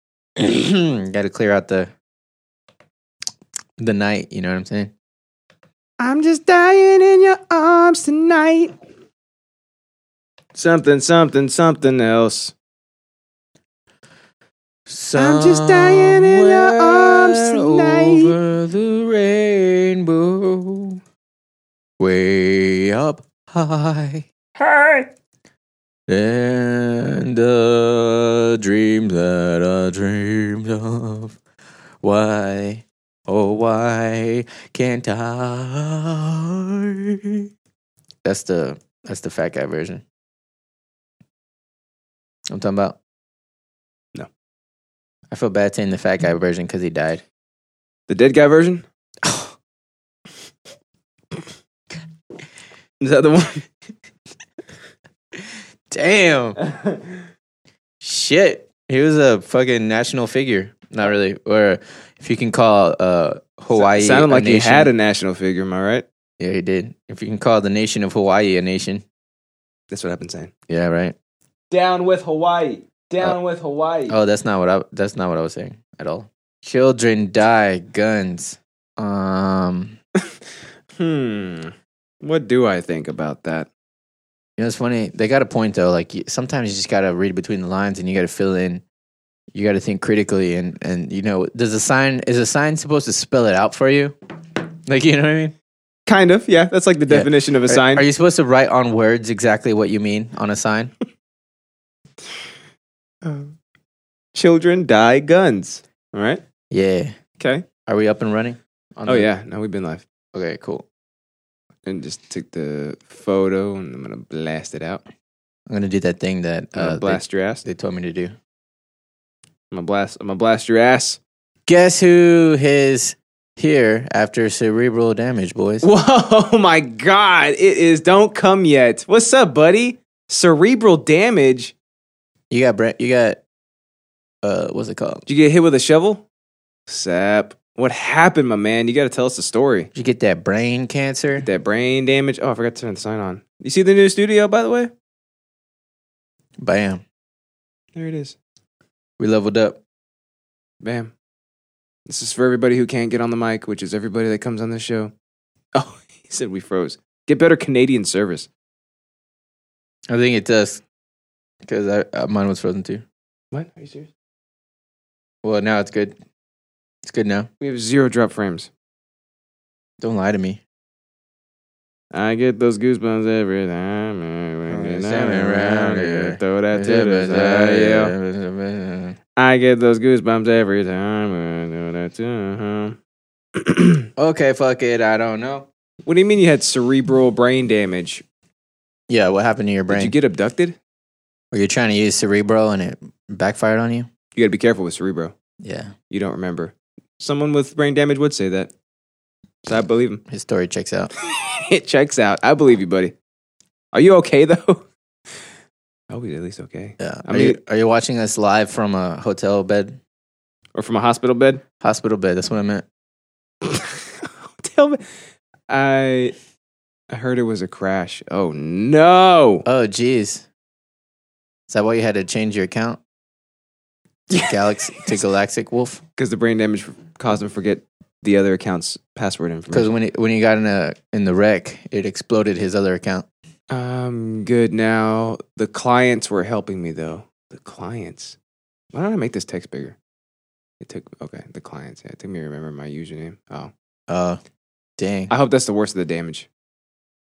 Got to clear out the the night. You know what I'm saying? I'm just dying in your arms tonight. Something, something, something else. I'm just dying in your arms Somewhere tonight. Over the rainbow, way up high. And the dream that I dreamed of. Why, oh, why can't I? That's the that's the fat guy version. I'm talking about. No. I feel bad saying the fat guy version because he died. The dead guy version? Is that the one? Damn. Shit. He was a fucking national figure. Not really. Or if you can call uh Hawaii. Sounded like a he nation. had a national figure, am I right? Yeah, he did. If you can call the nation of Hawaii a nation. That's what I've been saying. Uh, Yeah, right. Down with Hawaii. Down with Hawaii. Oh, that's not what I that's not what I was saying at all. Children die, guns. Um Hmm. What do I think about that? You know, it's funny. They got a point though. Like you- sometimes you just gotta read between the lines, and you gotta fill in. You gotta think critically, and and you know, does a sign is a sign supposed to spell it out for you? Like you know what I mean? Kind of, yeah. That's like the Yeah. definition of a Are- sign. Are, you supposed to write on words exactly what you mean on a sign? Um, Children die guns. All right. Yeah. Okay. Are we up and running? On Oh the- yeah. Now we've been live. Okay. Cool. And just took the photo, and I'm gonna blast it out. I'm gonna do that thing that I'm gonna uh, they, blast your ass. I'm they told me to do. gonna blast. I'm gonna blast your ass. Guess who is here after cerebral damage, boys? Whoa, my God! It is. Don't come yet. What's up, buddy? Cerebral damage. You got Brent. You got. Uh, what's it called? Did you get hit with a shovel? Sap. What happened, my man? You got to tell us the story. Did you get that brain cancer? That brain damage. Oh, I forgot to turn the sign on. You see the new studio, by the way? Bam. There it is. We leveled up. Bam. This is for everybody who can't get on the mic, which is everybody that comes on this show. Oh, he said we froze. Get better Canadian service. I think it does. Because I, uh, mine was frozen too. What? Are you serious? Well, now it's good. It's good now. We have zero drop frames. Don't lie to me. I get those goosebumps every time. when you're not around here. Throw that to the side, yeah. I get those goosebumps every time. when I do that to- uh-huh. Okay, fuck it. I don't know. what do you mean you had cerebral brain damage? Yeah, what happened to your brain? Did you get abducted? Were you trying to use Cerebro and it backfired on you? You got to be careful with cerebro. Yeah, You don't remember. Someone with brain damage would say that. So I believe him. his story checks out. it checks out. I believe you, buddy. Are you okay though? I hope he's at least okay. Yeah. I are, you, mean- are you watching us live from a hotel bed? Or from a hospital bed? Hospital bed, that's what I meant. Tell me. I I heard it was a crash. Oh no. Oh, geez. Is that why you had to change your account? To Galaxy to Galactic Wolf? Because the brain damage caused him to forget the other account's password Because information. when he, when he got in a in the wreck, it exploded his other account. I'm good now. The clients were helping me though. The clients. Why don't I make this text bigger? It took okay, the clients. Yeah, it took me to remember my username. Oh. Uh, dang. I hope that's the worst of the damage.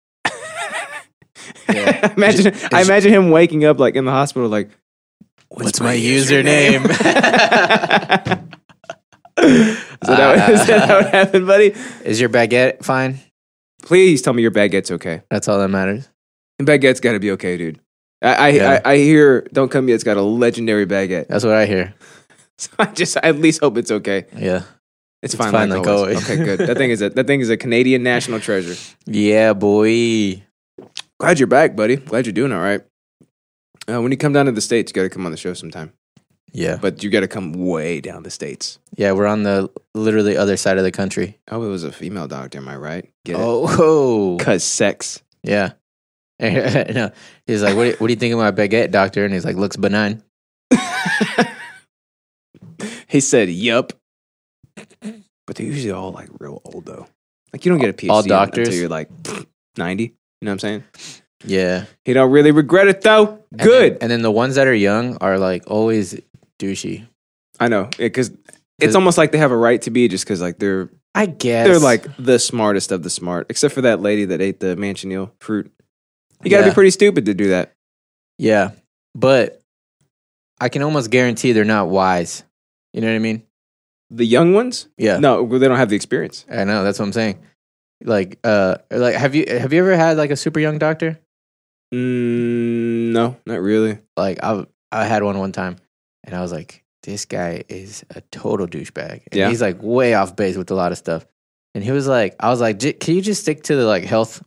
Yeah. imagine Is- I is- imagine him waking up like in the hospital, like What's my username?" is, that how, is that how it happened, buddy? Is your baguette fine? Please tell me your baguette's okay. That's all that matters. And baguette's got to be okay, dude. I I, Yeah. I I hear don't come yet's got a legendary baguette. That's what I hear. So I just I at least hope it's okay. Yeah. It's, It's fine, fine like like always. always. okay, good. That thing is a that thing is a Canadian national treasure. Yeah, boy. Glad you're back, buddy. Glad you're doing all right. Uh, when you come down to the states, you got to come on the show sometime. Yeah. But you got to come way down the states. Yeah, we're on the literally other side of the country. Oh, it was a female doctor. Am I right? Get it? Oh, whoa. Cause sex. yeah. no, he's like, what do, you, "What do you think of my baguette, doctor?" And he's like, "Looks benign." He said, "Yup." But they're usually all like real old though. Like you don't get a PhD All in it until doctors? you're like ninety. You know what I'm saying? Yeah. He don't really regret it though. And Good. then- and then the ones that are young are like always douchey. I know because it's Does- almost like they have a right to be just because like they're I guess they're like the smartest of the smart, except for that lady that ate the manchineal fruit. You got to Yeah. be pretty stupid to do that. Yeah. But I can almost guarantee they're not wise. You know what I mean? The young ones, Yeah. no, they don't have the experience. I know, that's what I'm saying. Like uh like have you have you ever had like a super young doctor? Mm, no, not really. Like I I had one one time and I was like this guy is a total douchebag. And Yeah. he's like way off base with a lot of stuff. And he was like I was like "J- can you just stick to the like health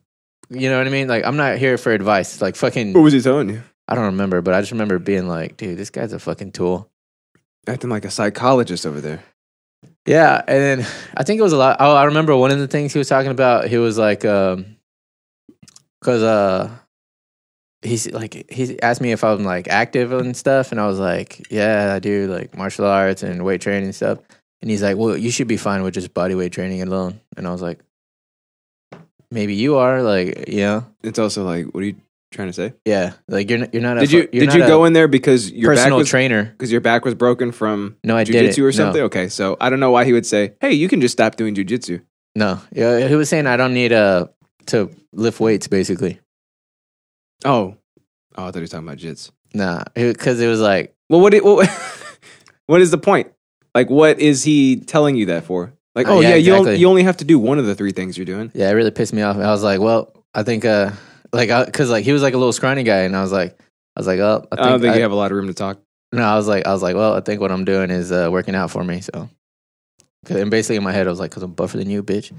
you know what I mean? Like I'm not here for advice. Like fucking What was he telling you? I don't remember, but I just remember being like, dude, this guy's a fucking tool. Acting like a psychologist over there. Yeah, and then I think it was a lot. Oh, I remember one of the things he was talking about. He was like, um, because uh, he's like he asked me if I'm like active and stuff, and I was like, yeah, I do like martial arts and weight training and stuff. And he's like, well, you should be fine with just body weight training alone. And I was like, maybe you are, like, yeah, It's also like, what are you trying to say? yeah, like you're not, you're not. did you did you go in there because your back personal was trainer? because your back was broken from No, I didn't. jujitsu or No. something? Okay, so I don't know why he would say, "Hey, you can just stop doing jujitsu." No, yeah, he was saying I don't need uh to lift weights basically. Oh, oh, I thought he was talking about jits. Nah, because it was like Well, what, it, what what is the point? Like, what is he telling you that for? Like, Uh, oh yeah, yeah, you exactly. only, you only have to do one of the three things you're doing. yeah, it really pissed me off. I was like, well, I think uh like I because like he was like a little scrawny guy, and I was like, I was like, oh, I I, think, don't think I- you have a lot of room to talk. no, I was like, I was like, well, I think what I'm doing is uh, working out for me. So, 'Cause- and basically in my head, I was like, because I'm buffer than you, bitch.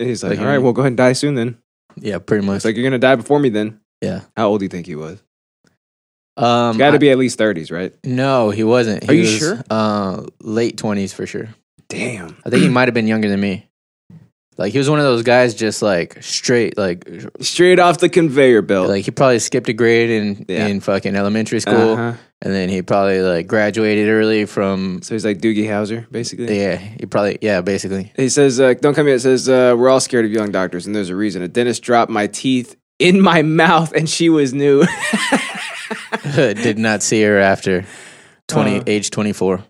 And he's like, Like, all right, you- well, go ahead and die soon then. Yeah, pretty much. It's like you're gonna die before me then. Yeah. How old do you think he was? um, Got I- to be at least thirties, right? No, he wasn't. Are He you was, sure? Uh, late twenties for sure. Damn. I think he might have been younger than me. Like he was one of those guys, just like straight, like Straight off the conveyor belt. like he probably skipped a grade in Oh. Yeah. in fucking elementary school, Uh-huh. and then he probably like graduated early from So he's like Doogie Howser, basically. yeah. He probably yeah, basically. He says, uh, "Don't come here." It says, uh, "We're all scared of young doctors, and there's a reason." A dentist dropped my teeth in my mouth, and she was new. Did not see her after twenty Uh. age twenty four.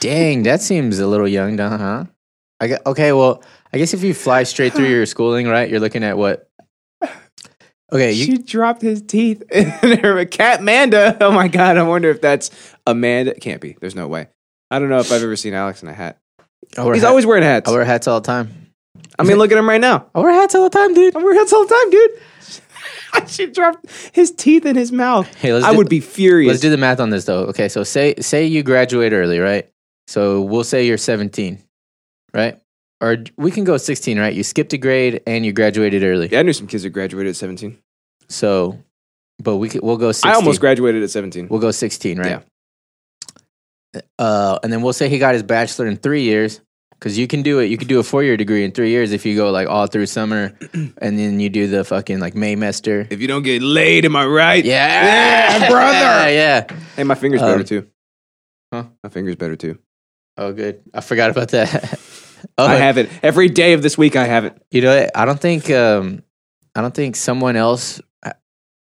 Dang, that seems a little young, huh? huh? I gue- okay. Well, I guess if you fly straight through your schooling, right? You're looking at what? Okay, you, she dropped his teeth in her cat Manda. Oh my god, I wonder if that's Amanda. Can't be. There's no way. I don't know if I've ever seen Alex in a hat. I wear He's hat- always wearing hats. I wear hats all the time. I mean, look at him right now. I wear hats all the time, dude. I wear hats all the time, dude. she dropped his teeth in his mouth. Hey, let's I do- would be furious. Let's do the math on this though. Okay, so say say you graduate early, right? So we'll say you're 17, right? Or we can go 16, right? You skipped a grade and you graduated early. yeah, I knew some kids that graduated at 17. So, but we could, we'll go 16. I almost graduated at 17. We'll go 16, right? Uh, and then we'll say he got his bachelor in three years because you can do it. You could do a four year degree in three years if you go like all through summer and then you do the fucking like Maymester. if you don't get laid, am I right? Yeah, Yeah, brother! yeah. Hey, my finger's Um, better too. huh? My finger's better too. Oh, good. I forgot about that. oh, I have it every day of this week. I have it. You know, I don't think um, I don't think someone else uh,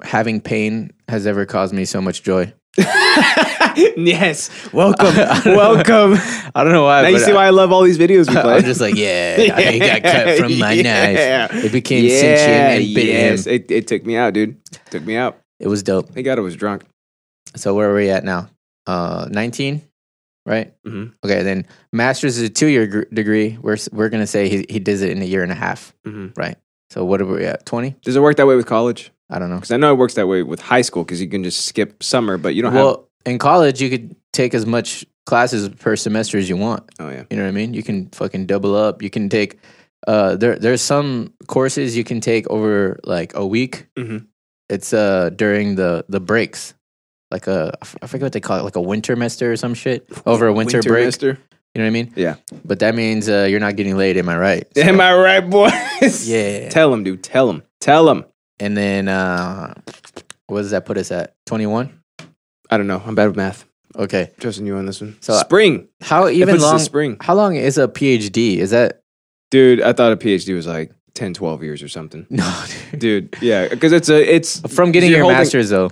having pain has ever caused me so much joy. yes, welcome, I don't know. welcome. I don't know why. Now you but see I, why I love all these videos we play. am just like, yeah, I got cut from my knife. It became sentient and bit yes. him. It, it took me out, dude. Took me out. It was dope. Thank God I was drunk. So where are we at now? Uh, 19, right? Mhm. Okay, then master's is a two-year gr- degree. We're s- we're gonna say he he does it in a year and a half, Mhm. right? So what are we at? 20? Does it work that way with college? I don't know. Because I know it works that way with high school because you can just skip summer, but you don't Well, in college, you could take as much classes per semester as you want. have. Oh yeah. You know what I mean? You can fucking double up. You can take uh there there's some courses you can take over like a week. Mhm. It's uh during the the breaks. Like a I f- I forget what they call it, like a winter mester or some shit. Over a winter, break. mister. You know what I mean? Yeah. But that means uh you're not getting laid, am I right? Am I right, boys? Yeah. Tell him, dude. Tell him. Tell him. And then uh what does that put us at? Twenty one? I don't know. I'm bad with math. Okay. Trusting you on this one. So- spring, How That even puts us in long? spring, How long is a PhD? Is that dude. I thought a PhD was like 10, 12 years or something, no? Dude. dude. Yeah, because it's a it's From getting You're your holding- master's though.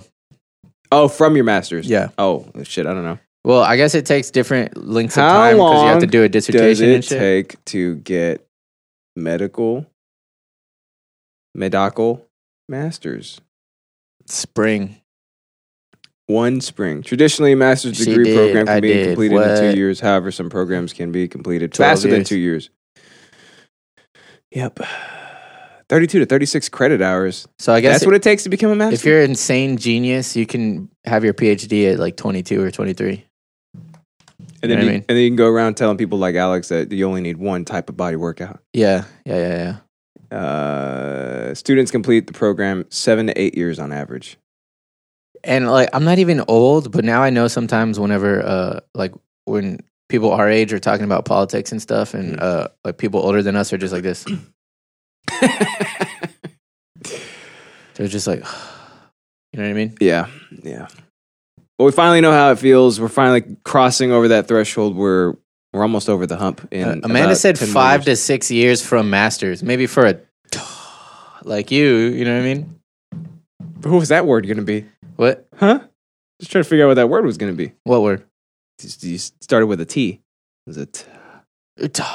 oh from your master's. Yeah. Oh shit, I don't know. Well, I guess it takes different lengths of How time because you have to long do a Does dissertation it and shit. take to get medical medical masters? Spring. One spring. Traditionally, a master's She degree did, program can I be did. completed in What? two years. However, some programs can be completed 12 faster than years. two years. Yep. 32 to 36 credit hours. So I guess That's what it takes to become a master. if you're an insane genius, you can have your PhD at like 22 or 23. and, then you know what I you, mean? and then you can go around telling people like Alex that you only need one type of body workout. Yeah, yeah, yeah, yeah. Uh, students complete the program seven to eight years on average. And like I'm not even old, but now I know sometimes whenever uh like when people our age are talking about politics and stuff Mm. and uh like people older than us are just like this. They're just like You know what I mean? Yeah, yeah. Well, we finally know how it feels. We're finally crossing over that threshold. We're we're almost over the hump. In Uh, Amanda about said 10 more five years. to six years from masters, maybe for a like you, you know what I mean? What was that word going to be? What Huh? Just trying to figure out what that word was going to be. what word? Just- You started with a T. It was a t- a t- You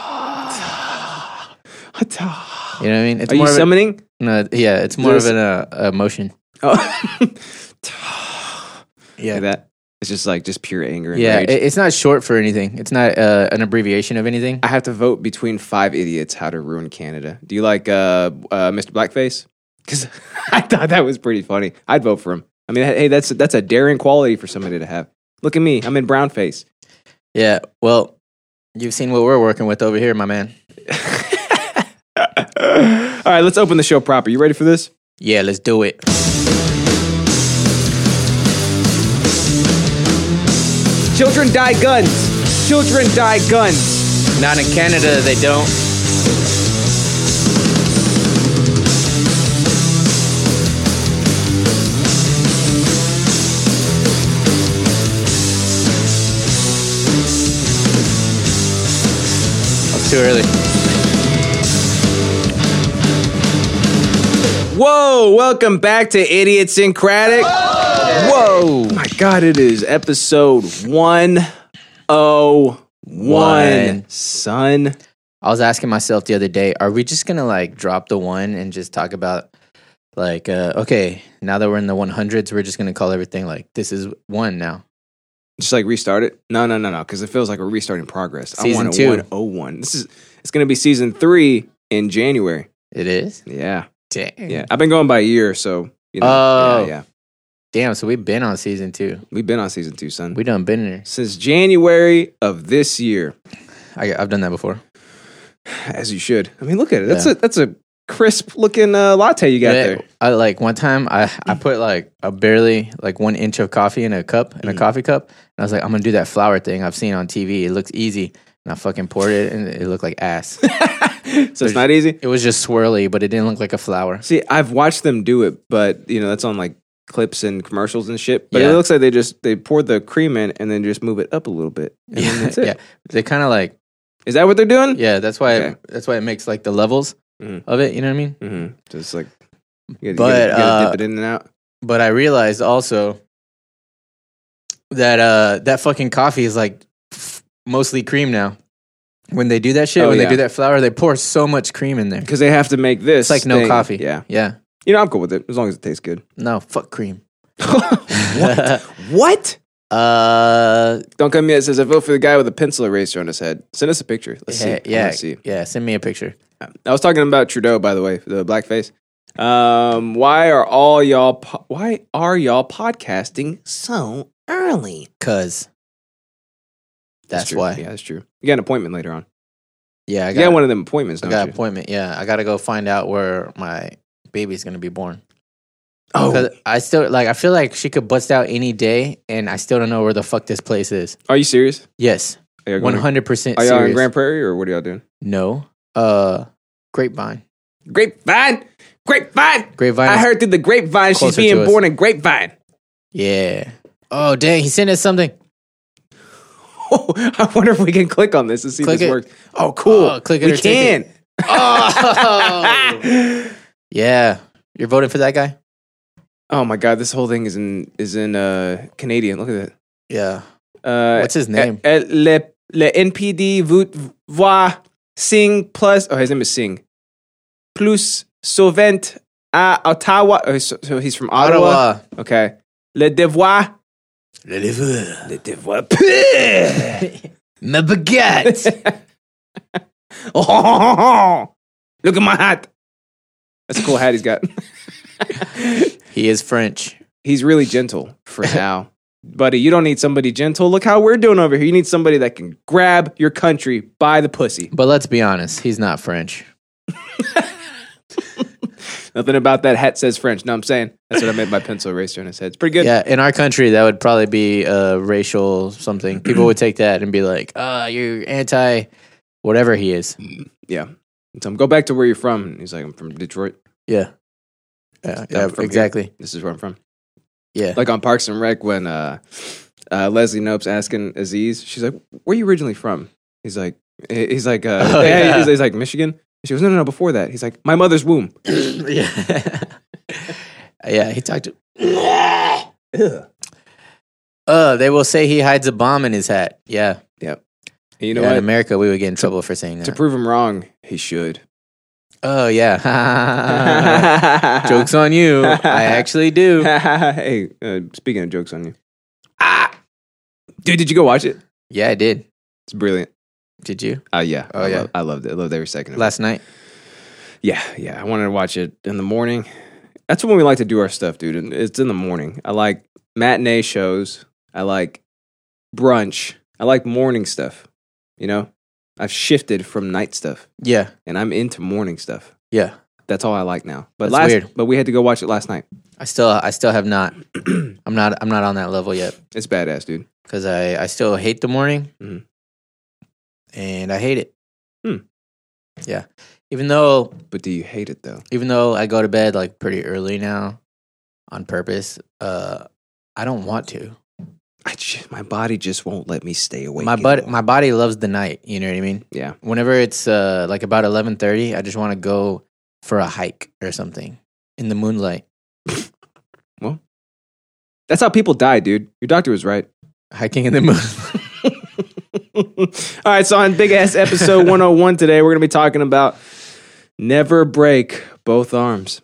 know what I mean? It's Are you more of a, summoning? no, yeah, it's more There's- of an uh, emotion. Oh. T- Yeah, Like that. It's just like just pure anger. And yeah. Rage. It, it's not short for anything. It's not uh, an abbreviation of anything. I have to vote between five idiots how to ruin Canada. Do you like uh, uh, Mr. Blackface? Because I thought that was pretty funny. I'd vote for him. I mean, hey, that's that's a daring quality for somebody to have. Look at me, I'm in brown face. Yeah. Well, you've seen what we're working with over here, my man. All right, let's open the show proper. You ready for this? Yeah, let's do it. Children die guns. Children die guns. Not in Canada, they don't. That's too early. Whoa! Welcome back to Idiosyncratic. Whoa! My God, it is episode one oh one. One. Son. I was asking myself the other day, are we just gonna like drop the one and just talk about like uh okay, now that we're in the one hundreds, we're just gonna call everything like this is one now. Just like restart it? No, no, no, no. Because it feels like we're restarting progress. Season I want two. a 101. This is it's gonna be season three in January. It is? Yeah. Dang. Yeah. I've been going by year, so you know. Oh. Yeah, yeah. Damn, so we've been on season two. We've been on season two, son. We done been there. Since January of this year. I, I've done that before. As you should. I mean, look at it. That's Yeah. a that's a crisp looking uh, latte you got Yeah, there. I, like one time I, I put like a barely like one inch of coffee in a cup in a coffee cup and I was like, I'm gonna do that flour thing I've seen on TV. It looks easy. And I fucking poured it and it looked like ass. So it's not easy. it was just swirly, but it didn't look like a flour. See, I've watched them do it, but you know, that's on like clips and commercials and shit. But it Yeah. looks like they just they pour the cream in and then just move it up a little bit. And yeah, then that's it. yeah. They kinda like Is that what they're doing? Yeah, that's why Okay. that's why it makes like the levels Mhm. of it. You know what I mean? Mm-hmm. Just like, you But, gotta, you gotta, you gotta uh, dip it in and out. But I realized also that uh that fucking coffee is like f- mostly cream now. When they do that shit, Oh, when yeah. they do that flour, they pour so much cream in there. Because they have to make It's this. like no thing. coffee. Yeah. yeah. You know, I'm cool with it as long as it tastes good. No, fuck cream. what? what? uh, Don't come yet. It says, I vote for the guy with a pencil eraser on his head. Send us a picture. Let's see. yeah, I wanna yeah, see. yeah. Send me a picture. I was talking about Trudeau, by the way, the blackface. Um, why are all y'all, po- why are y'all podcasting so early? Cause that's, true. why. Yeah, Yeah, that's true. You got an appointment later on. I You got, got one of them appointments, I don't got an you? appointment. Yeah, I gotta go find out where my baby's gonna be born. Oh, 'Cause I still like. I feel like she could bust out any day, and I still don't know where the fuck this place is. are you serious? Yes, Are y'all one going- hundred percent Are Oh, y'all in serious. Grand Prairie or what are y'all doing? no, uh, grapevine. Grapevine, grapevine. Grapevine. I is- heard through the grapevine she's Closer to being us. born in grapevine. Yeah. Oh dang, he sent us something. oh, I wonder if we can click on this to see Click if this it. works. Oh, cool. Oh, click it we or take can. Ah! it. Oh, yeah. You're voting for that guy? oh my god, this whole thing is in is in uh Canadian. Look at that. Yeah. Uh, What's his name? eh, eh, le, le NPD vote voix Singh plus. Oh, his name is Singh. Plus Sauvent à Ottawa. Oh, so, so he's from Ottawa. Ottawa. Okay. Le devoir. Le livreur. Le devoir. pur. Ma baguette. oh, look at my hat. That's a cool hat he's got. he is French. he's really gentle for now. Buddy, you don't need somebody gentle. Look how we're doing over here. You need somebody that can grab your country by the pussy. But let's be honest, he's not French. Nothing about that hat says French. No, I'm saying that's what I made my pencil eraser in his head. It's pretty good. Yeah, in our country, that would probably be uh, racial something. People would take that and be like, uh, you're anti whatever he is. Yeah. And So I'm go back to where you're from. And He's like, I'm from Detroit. Yeah. Yeah, yeah, from here. exactly. This is where I'm from. Yeah. Like on Parks and Rec when uh, uh, Leslie Nope's asking Aziz, she's like, "Where are you originally from?" He's like, "He's like, uh, Oh, yeah, yeah. he's, he's like Michigan." She goes, "No, no, no." Before that, he's like, "My mother's womb." yeah. yeah, he talked to. uh, they will say he hides a bomb in his hat. Yeah. And you know Yeah, what? In America, we would get in trouble for saying to that. prove him wrong, he should. oh, yeah. Uh. Joke's on you. I actually do. hey, uh, speaking of jokes on you, ah, dude, did you go watch it? Yeah, I did. It's brilliant. Did you? Uh, yeah. Oh, I yeah. Love, I loved it. I loved every second of it. Last night? Yeah, yeah. I wanted to watch it in the morning. That's when we like to do our stuff, dude. and It's in the morning. I like matinee shows. I like brunch. I like morning stuff. You know, I've shifted from night stuff, Yeah. and I'm into morning stuff. Yeah. That's all I like now. But That's last, weird. but we had to go watch it last night. I still I still have not. I'm not I'm not on that level yet It's badass, dude. because I I still hate the morning, Mhm. and I hate it. Mm-hmm. Hmm. Yeah, even though But do you hate it though? even though I go to bed like pretty early now, on purpose. Uh, I don't want to. I just, my body just won't let me stay awake. my butt my body loves the night. You know what I mean? yeah. Whenever it's uh like about eleven thirty, I just want to go for a hike or something in the moonlight. That's how people die, dude. Your doctor was right. Hiking in the moonlight. All right, so on Big Ass Episode 101 today, we're going to be talking about never break both arms.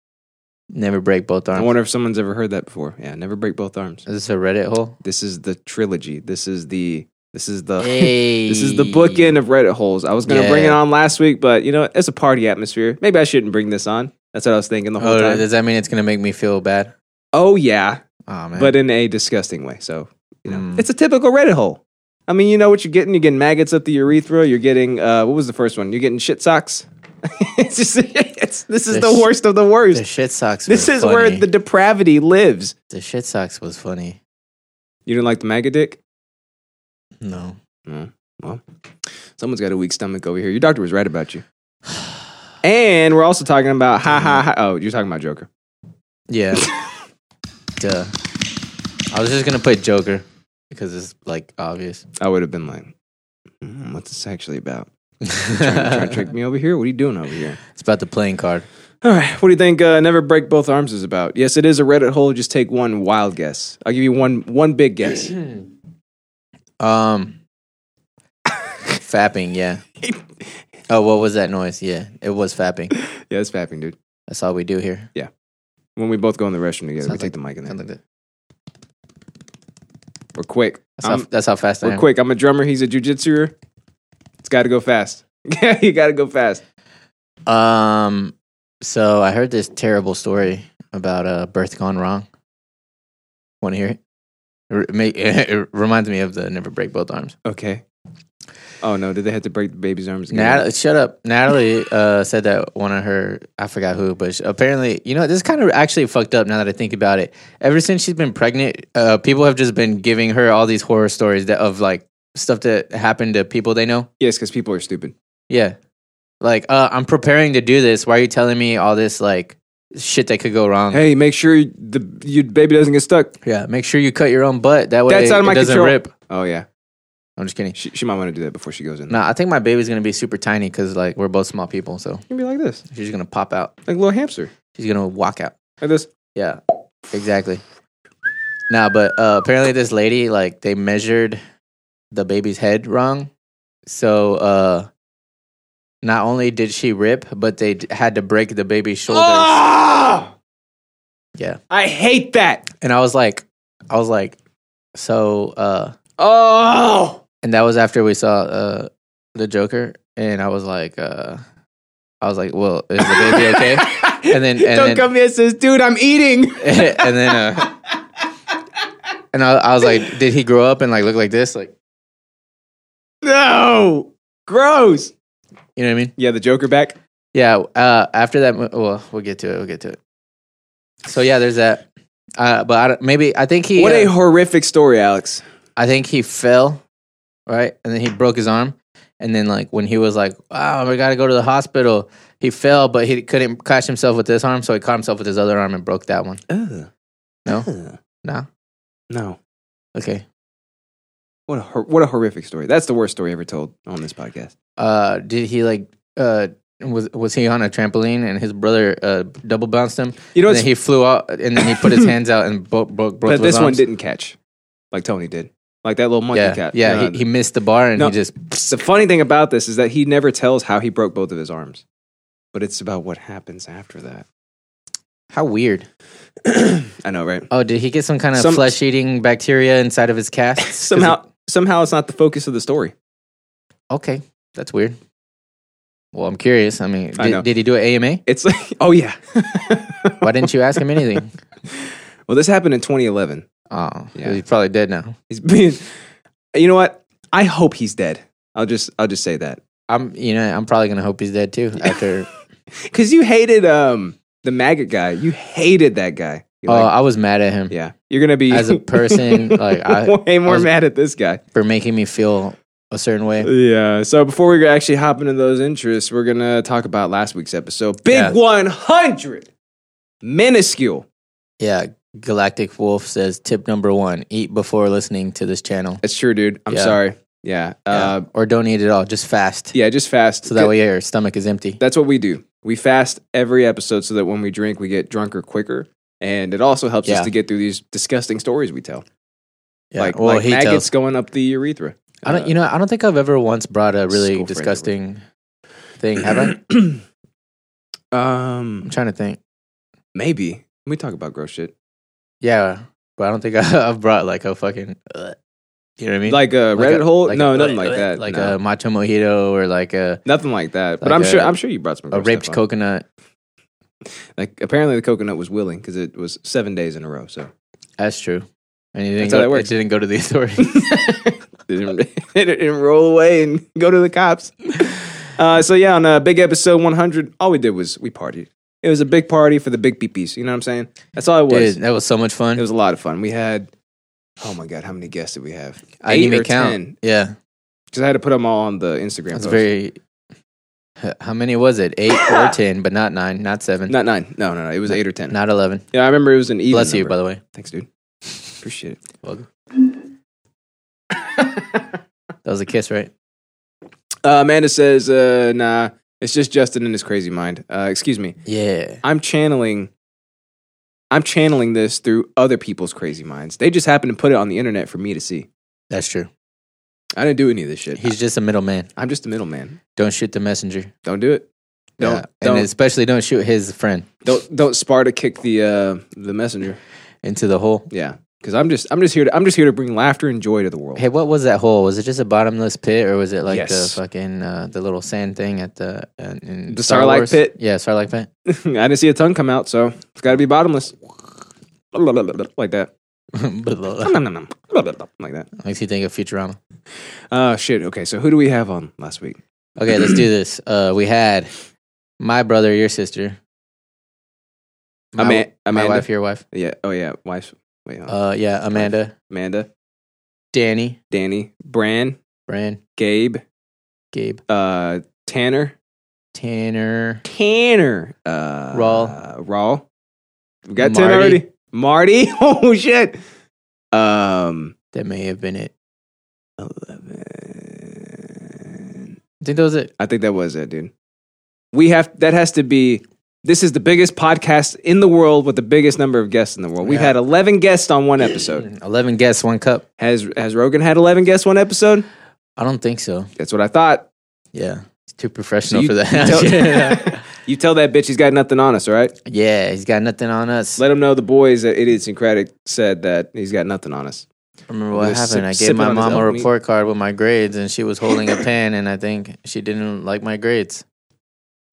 Never break both I arms. wonder if someone's ever heard that before. Yeah, never break both arms. Is this a Reddit hole? This is the trilogy. This is the this is the Hey, this is the bookend of Reddit holes. I was going to bring it Yeah. on last week, but you know, it's a party atmosphere. Maybe I shouldn't bring this on. That's what I was thinking the whole Oh, time. does that mean it's gonna make me feel bad? oh yeah, Oh man. but in a disgusting way. So, you know, Mm. it's a typical Reddit hole. I mean, you know what you're getting? You're getting maggots up the urethra. You're getting, uh, what was the first one? You're getting shit socks. it's just, it's, this is The the sh- worst of the the worst. shit socks. This was is where funny. the depravity lives. the shit socks was funny. You didn't like the maggot dick? No. Someone's got a weak stomach over here. Your doctor was right about you. And we're also talking about, ha ha ha. Oh, you're talking about Joker. Yeah. Duh. I was just gonna put Joker because it's like obvious. I would have been like, "Hmm, what's this actually about? Trying to, trying to it's trick me over here? What are you doing over here? about the playing card. All right. What do you think? Uh, Never break both arms is about. Yes, it is a Reddit hole. Just take one wild guess. I'll give you one one big guess. Um. fapping. Yeah. Oh, what was that noise? Yeah, it was fapping. yeah, it's fapping, dude. That's all we do here. When we both go in the restroom together, we Sounds take the mic in Sound there. like that. We're quick. That's, how, I'm, that's how fast I we're am. quick. I'm a drummer. He's a jujitsuer. It's got to go fast. Yeah, you got to go fast. Um, so I heard this terrible story about uh, birth gone wrong. Want to hear it? It, ma- it reminds me of the never break both arms. Okay. Oh no! Did they have to break the baby's arms? Nat- shut up. Natalie uh, said that one of her, I forgot who, but she, apparently, you know, this is kind of actually fucked up now that I think about it. Ever since she's been pregnant, uh, people have just been giving her all these horror stories that of like stuff that happened to people they know. Yes, because people are stupid. Yeah. Like, uh, I'm preparing to do this. Why are you telling me all this like shit that could go wrong? Hey, make sure the your baby doesn't get stuck. Yeah, make sure you cut your own butt. That way, That's out it of my doesn't control. rip. Oh yeah. I'm just kidding. She, she might want to do that before she goes in. No, I think my baby's gonna be super tiny because like we're both small people, so She can be like this, she's gonna pop out. like a little hamster, She's gonna walk out. like this. Yeah, exactly. Nah, but uh, apparently this lady like they measured the baby's head wrong, so uh, not only did she rip, but they d- had to break the baby's shoulders. Ah! Yeah, I hate that. and I was like, I was like, so, uh, Oh, and that was after we saw uh the Joker, and I was like, uh, I was like, well, is the baby okay? And then- and don't then- come here, sis, dude. I'm eating. and then uh and I, I was like did he grow up and like look like this like No, gross. you know what i mean Yeah, the Joker back. yeah uh after that mo- well we'll get to it we'll get to it so yeah there's that uh but I don't, maybe i think he What a uh, horrific story, Alex. i think he fell right and then he broke his arm and then like when he was like oh we gotta go to the hospital he fell but he couldn't catch himself with this arm so he caught himself with his other arm and broke that one Ugh. No? Ugh. no no. okay What a hor- what a horrific story. That's the worst story ever told on this podcast. uh did he like uh was was he on a trampoline and his brother uh double bounced him You know, and what's, then he flew out and then he put his hands out and broke broke, broke but his this one arms. didn't catch, like Tony did, like that little monkey yeah cat. yeah No, he, he missed the bar and No. he just the funny thing about this is that he never tells how he broke both of his arms, but it's about what happens after that. how weird I know, right? oh did he get some kind of Some- flesh eating bacteria inside of his cast 'Cause Somehow, somehow, it's not the focus of the story. it- okay that's weird well I'm curious I mean I know. did, did he do an AMA It's like, oh yeah. why didn't you ask him anything Well, this happened in 2011. oh Yeah. he's probably dead now He's being. You know what? I hope he's dead. I'll just I'll just say that I'm you know I'm probably gonna hope he's dead too after because you hated um the maggot guy. You hated that guy. oh You're like, I was mad at him yeah, you're gonna be as a person, like, I- way more I was- mad at this guy. for making me feel a certain way Yeah. So before we actually hop into those interests, we're gonna talk about last week's episode, Big Yeah. 100, minuscule. Yeah, Galactic Wolf says tip number one: eat before listening to this channel, That's true, dude. I'm Yeah. sorry. Yeah. Uh, Yeah. or don't eat at all. Just fast, yeah. Just fast. so that way your stomach is empty. That's what we do. We fast every episode so that when we drink, we get drunker quicker. And it also helps Yeah. us to get through these disgusting stories we tell. Yeah. Like, well, like he maggots tells. going up the urethra. I don't. You know, I don't think I've ever once brought a really School friend disgusting thing. Have I? know, I'm Uh, um, trying to think. maybe. We talk about gross shit. Yeah, but I don't think I, I've brought like a fucking. uh, you know what I mean? Like a Like Reddit hole? like no, a- nothing like that. Like No. a macho mojito or like a, nothing like that. But like I'm sure a- I'm sure you brought some a gross raped stuff on. coconut. Like apparently the coconut was willing because it was seven days in a row. So That's true. And you didn't That's how go, that works. It didn't go to the authorities. didn't, it didn't roll away and go to the cops. Uh, so yeah, on a big episode 100, all we did was we partied. It was a big party for the big peepees. You know what I'm saying? That's all it was. Dude, that was so much fun. It was a lot of fun. We had, oh my god, how many guests did we have? I didn't Eight even or count. ten. Yeah. Because I had to put them all on the Instagram. That's post. very. h- How many was it? Eight or ten, but not nine, not seven, not, not nine. No, no, no. It was eight or ten. eleven. Yeah, I remember it was an even. Bless you, number. by the way. Thanks, dude. Appreciate it. Welcome. That was a kiss, right? Uh, Amanda says, uh, "Nah, it's just Justin in his crazy mind." Uh, excuse me. Yeah. I'm channeling I'm channeling this through other people's crazy minds. They just happen to put it on the internet for me to see. That's true. I didn't do any of this shit. He's just a middleman. I'm just a middleman. Don't shoot the messenger. Don't do it. Don't Yeah. don't, And especially don't shoot his friend don't don't Sparta kick the uh, the messenger. into the hole. Yeah, because I'm just I'm just here to I'm just here to bring laughter and joy to the world. Hey, what was that hole? Was it just a bottomless pit, or was it like Yes. the fucking uh, the little sand thing at the uh, in The Sarlacc pit? Yeah, Starlight pit. I didn't see a tongue come out, so it's got to be bottomless. Like that. Like that. Makes you think of Futurama. Oh shit. Okay, so who do we have on last week? Okay, let's do this. Uh, we had my brother, your sister, my, Ama- my Amanda. Oh, wife, your wife. Yeah. Oh yeah. Wife. Wait. hold on. Uh, yeah, Amanda, Amanda. Danny, Danny. Bran. Bran, Gabe. Gabe, uh Tanner. Tanner, Tanner. Uh Raul. Raw. We got ten Marty. already. Marty. Oh shit. Um that may have been it. eleven. think that was it. I think that was it, dude. We have that has to be. This is the biggest podcast in the world with the biggest number of guests in the world. We've Yeah. had eleven guests on one episode. Hmm, Eleven guests, one cup. has Has Rogan had eleven guests one episode? I don't think so. That's what I thought. Yeah, he's too professional you- for that. you yeah. You tell that bitch he's got nothing on us, all right? he's got nothing on us. Let him know the boys at Idiosyncratic said that he's got nothing on us. Remember what Just happened? I gave sip- sipping my on his mom a own meat. report card with my grades, and she was holding a pen, and I think she didn't like my grades.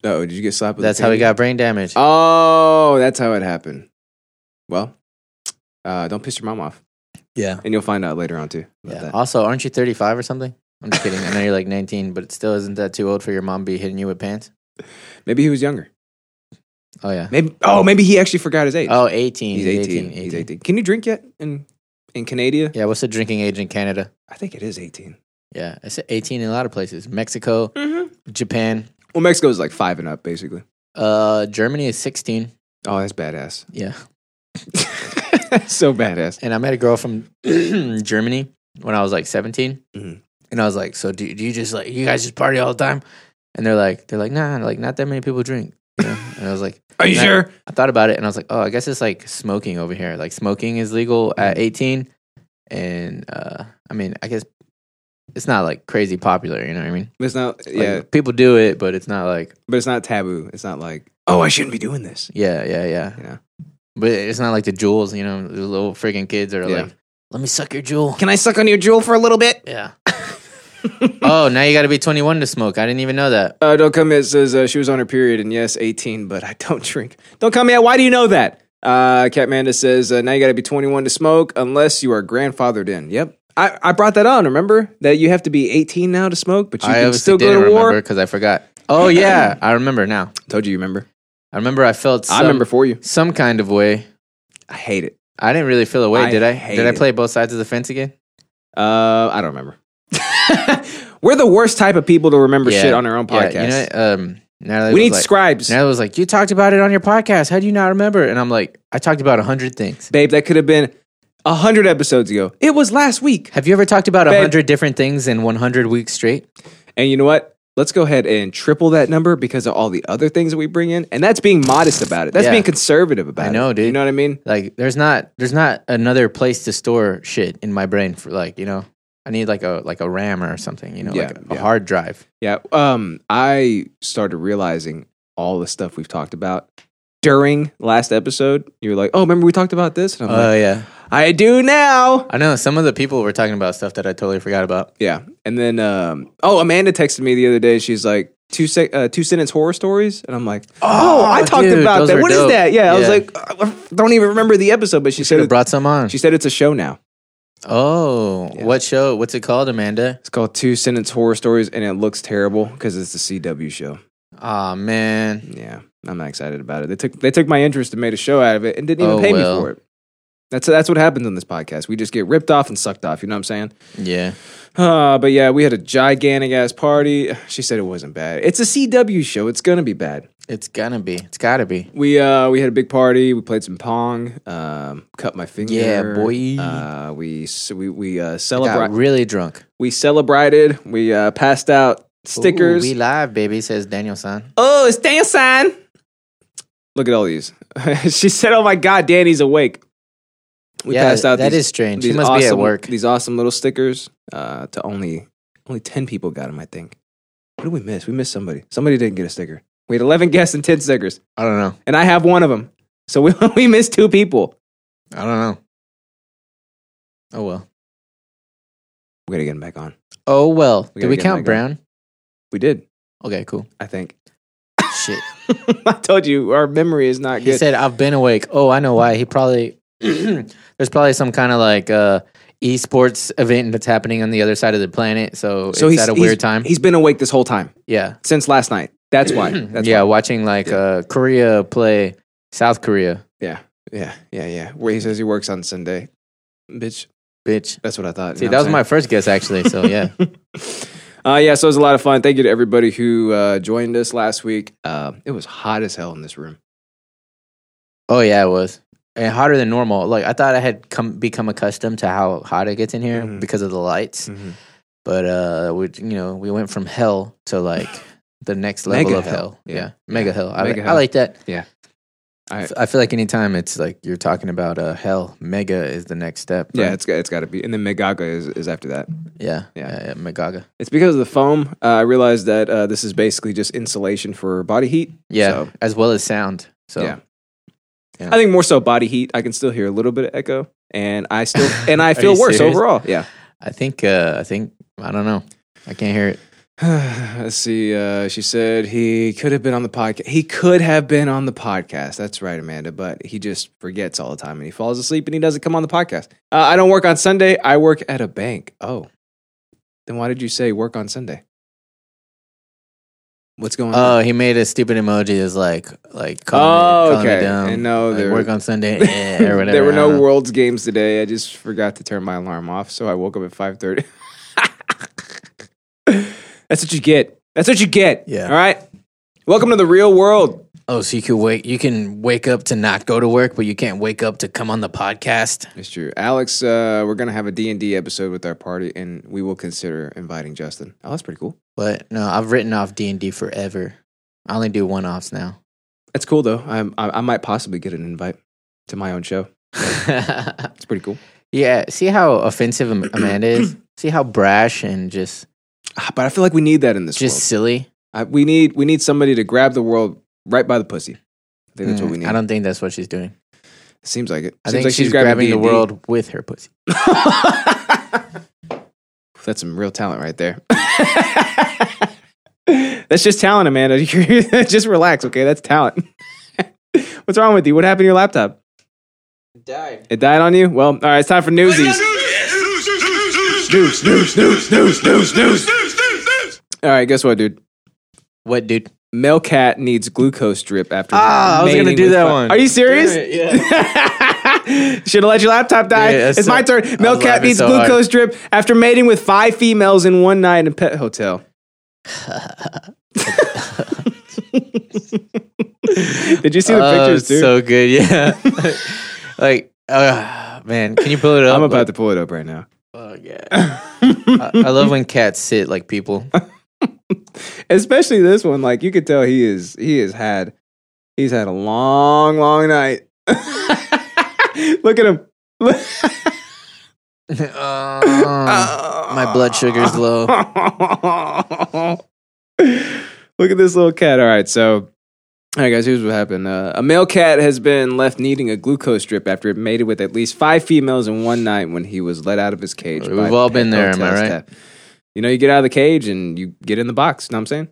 Oh, did you get slapped? with a That's how candy? he got brain damage. Oh, that's how it happened. Well, uh, don't piss your mom off, yeah. and you'll find out later on too. about Yeah. that. Also, aren't you 35 or something? I'm just kidding. I know you're like 19, but it still isn't that too old for your mom to be hitting you with pants? Maybe he was younger. Oh, yeah. Maybe oh, maybe he actually forgot his age. Oh, 18. he's 18. He's 18. Can you drink yet in in Canada? Yeah, what's the drinking age in Canada? I think it is 18. Yeah, it's 18 in a lot of places. Mexico, Mm-hmm. Japan, Well, Mexico is like five and up, basically. uh, Germany is 16. Oh, that's badass. Yeah. that's so badass. And I met a girl from Germany when I was like 17. Mhm. And I was like, so do, do you just like, you guys just party all the time? And they're like, they're like, nah, like not that many people drink. You know? and I was like, Are you Yeah. sure? I thought about it and I was like, oh, I guess it's like smoking over here. Like smoking is legal Mm. at 18. And uh, I mean, I guess it's not like crazy popular, you know what I mean? It's not. Like, Yeah, People do it, but it's not like, but it's not taboo. It's not like oh, I shouldn't be doing this. yeah, yeah, yeah. You know. But it's not like the jewels, you know, the little freaking kids are Yeah. like, let me suck your jewel. Can I suck on your jewel for a little bit? Yeah. oh, now you got to be 21 to smoke. I didn't even know that. Uh, don't come here. Says uh, she was on her period, and yes, 18, but I don't drink. Don't come here. Why do you know that? Uh, Catmanda says uh, now you got to be 21 to smoke unless you are grandfathered in. Yep, I, I brought that on. Remember that you have to be 18 now to smoke, but you I can obviously still go didn't to war. remember because I forgot. Oh, yeah. I remember now. Told you, you remember. I remember I felt some, I remember for you. some kind of way. I hate it. I didn't really feel away, I did I? hate Did I it. play both sides of the fence again? Uh, I don't remember. We're the worst type of people to remember Yeah. shit on our own Yeah, you podcast. know, um, Natalie we was need like, scribes, Natalie was like, "You talked about it on your podcast. How do you not remember?" And I'm like, "I talked about a hundred things. babe. That could have been a hundred episodes ago. It was last week. Have you ever talked about a Babe. hundred different things in 100 weeks straight? And you know what? Let's go ahead and triple that number because of all the other things that we bring in. And that's being modest about it. That's Yeah. being conservative about it. I know, dude. You know what I mean? Like, there's not there's not another place to store shit in my brain for like you know." I need like a like a RAM or something, you know, Yeah, like a, yeah. hard drive. Yeah. Um, I started realizing all the stuff we've talked about during last episode. You were like, oh, remember we talked about this? And I'm Oh like, yeah, I do now. I know. Some of the people were talking about stuff that I totally forgot about. Yeah. And then, um, oh, Amanda texted me the other day. She's like, two, sec- uh, two sentence horror stories. And I'm like, oh, I talked dude, about those that. were What is dope. that? Yeah. I Yeah. was like, I don't even remember the episode, but she Should said, have it, brought some on. she said it's a show now. Oh, what show? What's it called, Amanda? It's called Two Sentence Horror Stories, and it looks terrible because it's the CW show. Oh man, Yeah, I'm not excited about it. They took they took my interest and made a show out of it, and didn't even Oh, pay well. me for it. That's that's what happens on this podcast. We just get ripped off and sucked off. You know what I'm saying? yeah. Uh, but yeah, we had a gigantic ass party. She said it wasn't bad. It's a CW show. It's gonna be bad. It's gonna be. It's gotta be. We uh we had a big party. We played some pong. Um, cut my finger. Yeah, boy. Uh, we s- we we uh Got celebrated. really drunk. we celebrated. We uh passed out stickers. Ooh, we live, baby, says Daniel San. Oh, it's Dan sign. Look at all these. she said, "Oh my God, Danny's awake." We yeah, passed out. that is these, strange. these He must awesome, be at work. These awesome little stickers uh, to only only ten people got them. I think. What did we miss? We missed somebody. Somebody didn't get a sticker. We had eleven guests and ten stickers, I don't know. and I have one of them. So we we missed two people. I don't know. Oh well. We gotta get them back on. Oh well. Did We gotta we get count back Brown? We did. Okay, cool. I think. Shit. I told you our memory is not He good. said I've been awake. Oh, I know why. He probably there's probably some kind of like uh esports event that's happening on the other side of the planet. So, it's at a weird time. He's been awake this whole time yeah. since last night. That's why. That's yeah, watching like uh Korea play South Korea. Yeah, yeah, yeah, yeah. Where he says he works on Sunday, bitch. Bitch. That's what I thought. See, you that know was what my I'm first guess actually. So yeah. saying? Uh, yeah, so it was a lot of fun. Thank you to everybody who uh, joined us last week. Uh, it was hot as hell in this room. Oh yeah, it was. And hotter than normal. Like I thought I had come become accustomed to how hot it gets in here Mhm. Mm-hmm. because of the lights. But uh, we you know we went from hell to like the next level Mega of hell. hell. Yeah. Yeah. mega Yeah. hell. I, Mega I hell. like that. Yeah. I- I, I feel like anytime it's like you're talking about uh, hell, mega is the next step. Yeah, right? it's got- it's got to be, and then Megaga is is after that. yeah, Yeah. yeah, yeah, Megaga. It's because of the foam. Uh, I realized that uh, this is basically just insulation for body heat. Yeah, So, as well as sound. So yeah. yeah. I think more so body heat. I can still hear a little bit of echo, and I still and I Are feel you worse serious? overall. Yeah. I think uh, I think I don't know. I can't hear it. Let's see. Uh, she said he could have been on the podcast. He could have been on the podcast. That's right, Amanda. But he just forgets all the time, and he falls asleep, and he doesn't come on the podcast. Uh, I don't work on Sunday. I work at a bank. Oh, then why did you say work on Sunday? What's going on? Oh, he made a stupid emoji that's like like Oh, calling, me, calling okay. me down. And no, like, there- work on Sunday eh, or whatever. there were I don't no know. Worlds games today. I just forgot to turn my alarm off, so I woke up at five thirty. That's what you get. That's what you get. Yeah. All right. Welcome to the real world. Oh, so you could wake you can wake up to not go to work, but you can't wake up to come on the podcast. It's true, Alex. Uh, we're gonna have a D and D episode with our party, and we will consider inviting Justin. Oh, that's pretty cool. But no, I've written off D and D forever. I only do one offs now. That's cool though. I'm, I I might possibly get an invite to my own show. It's pretty cool. yeah, see how offensive Am- Amanda is. See how brash and just Ah, But I feel like we need that in this just silly. world. I, we need we need somebody to grab the world right by the pussy. I think that's what Mm, we need. I don't think that's what she's doing. Seems like it. I Seems think like she's, grabbing the D&D. world with her pussy. That's some real talent right there. That's just talent, Amanda. just relax, okay? That's talent. What's wrong with you? What happened to your laptop? Died. It died on you? Well, all right, it's time for newsies. News, news, news, news, news, news, news. All right, guess what, dude? What, dude? Male cat needs glucose drip after. Ah, I was gonna mating do with that fi- one. Are you serious? Damn it, yeah. Should have let your laptop die. Yeah, that's it's so- my turn. I Male was cat laughing needs so hard. glucose drip after mating with five females in one night in a pet hotel. Did you see the Oh, pictures, it's dude? So good, yeah. like, uh, man, can you pull it up? I'm about to pull it up right now. Oh, yeah. I, I love when cats sit like people. Especially this one, like you could tell he is he has had he's had a long, long night. Look at him. Uh, my blood sugar's low. Look at this little cat. All right, so. All right, guys, here's what happened. Uh, a male cat has been left needing a glucose drip after it mated with at least five females in one night when he was let out of his cage. We've by all pet been there, am I hotel right? staff. You know, you get out of the cage and you get in the box. You know what I'm saying?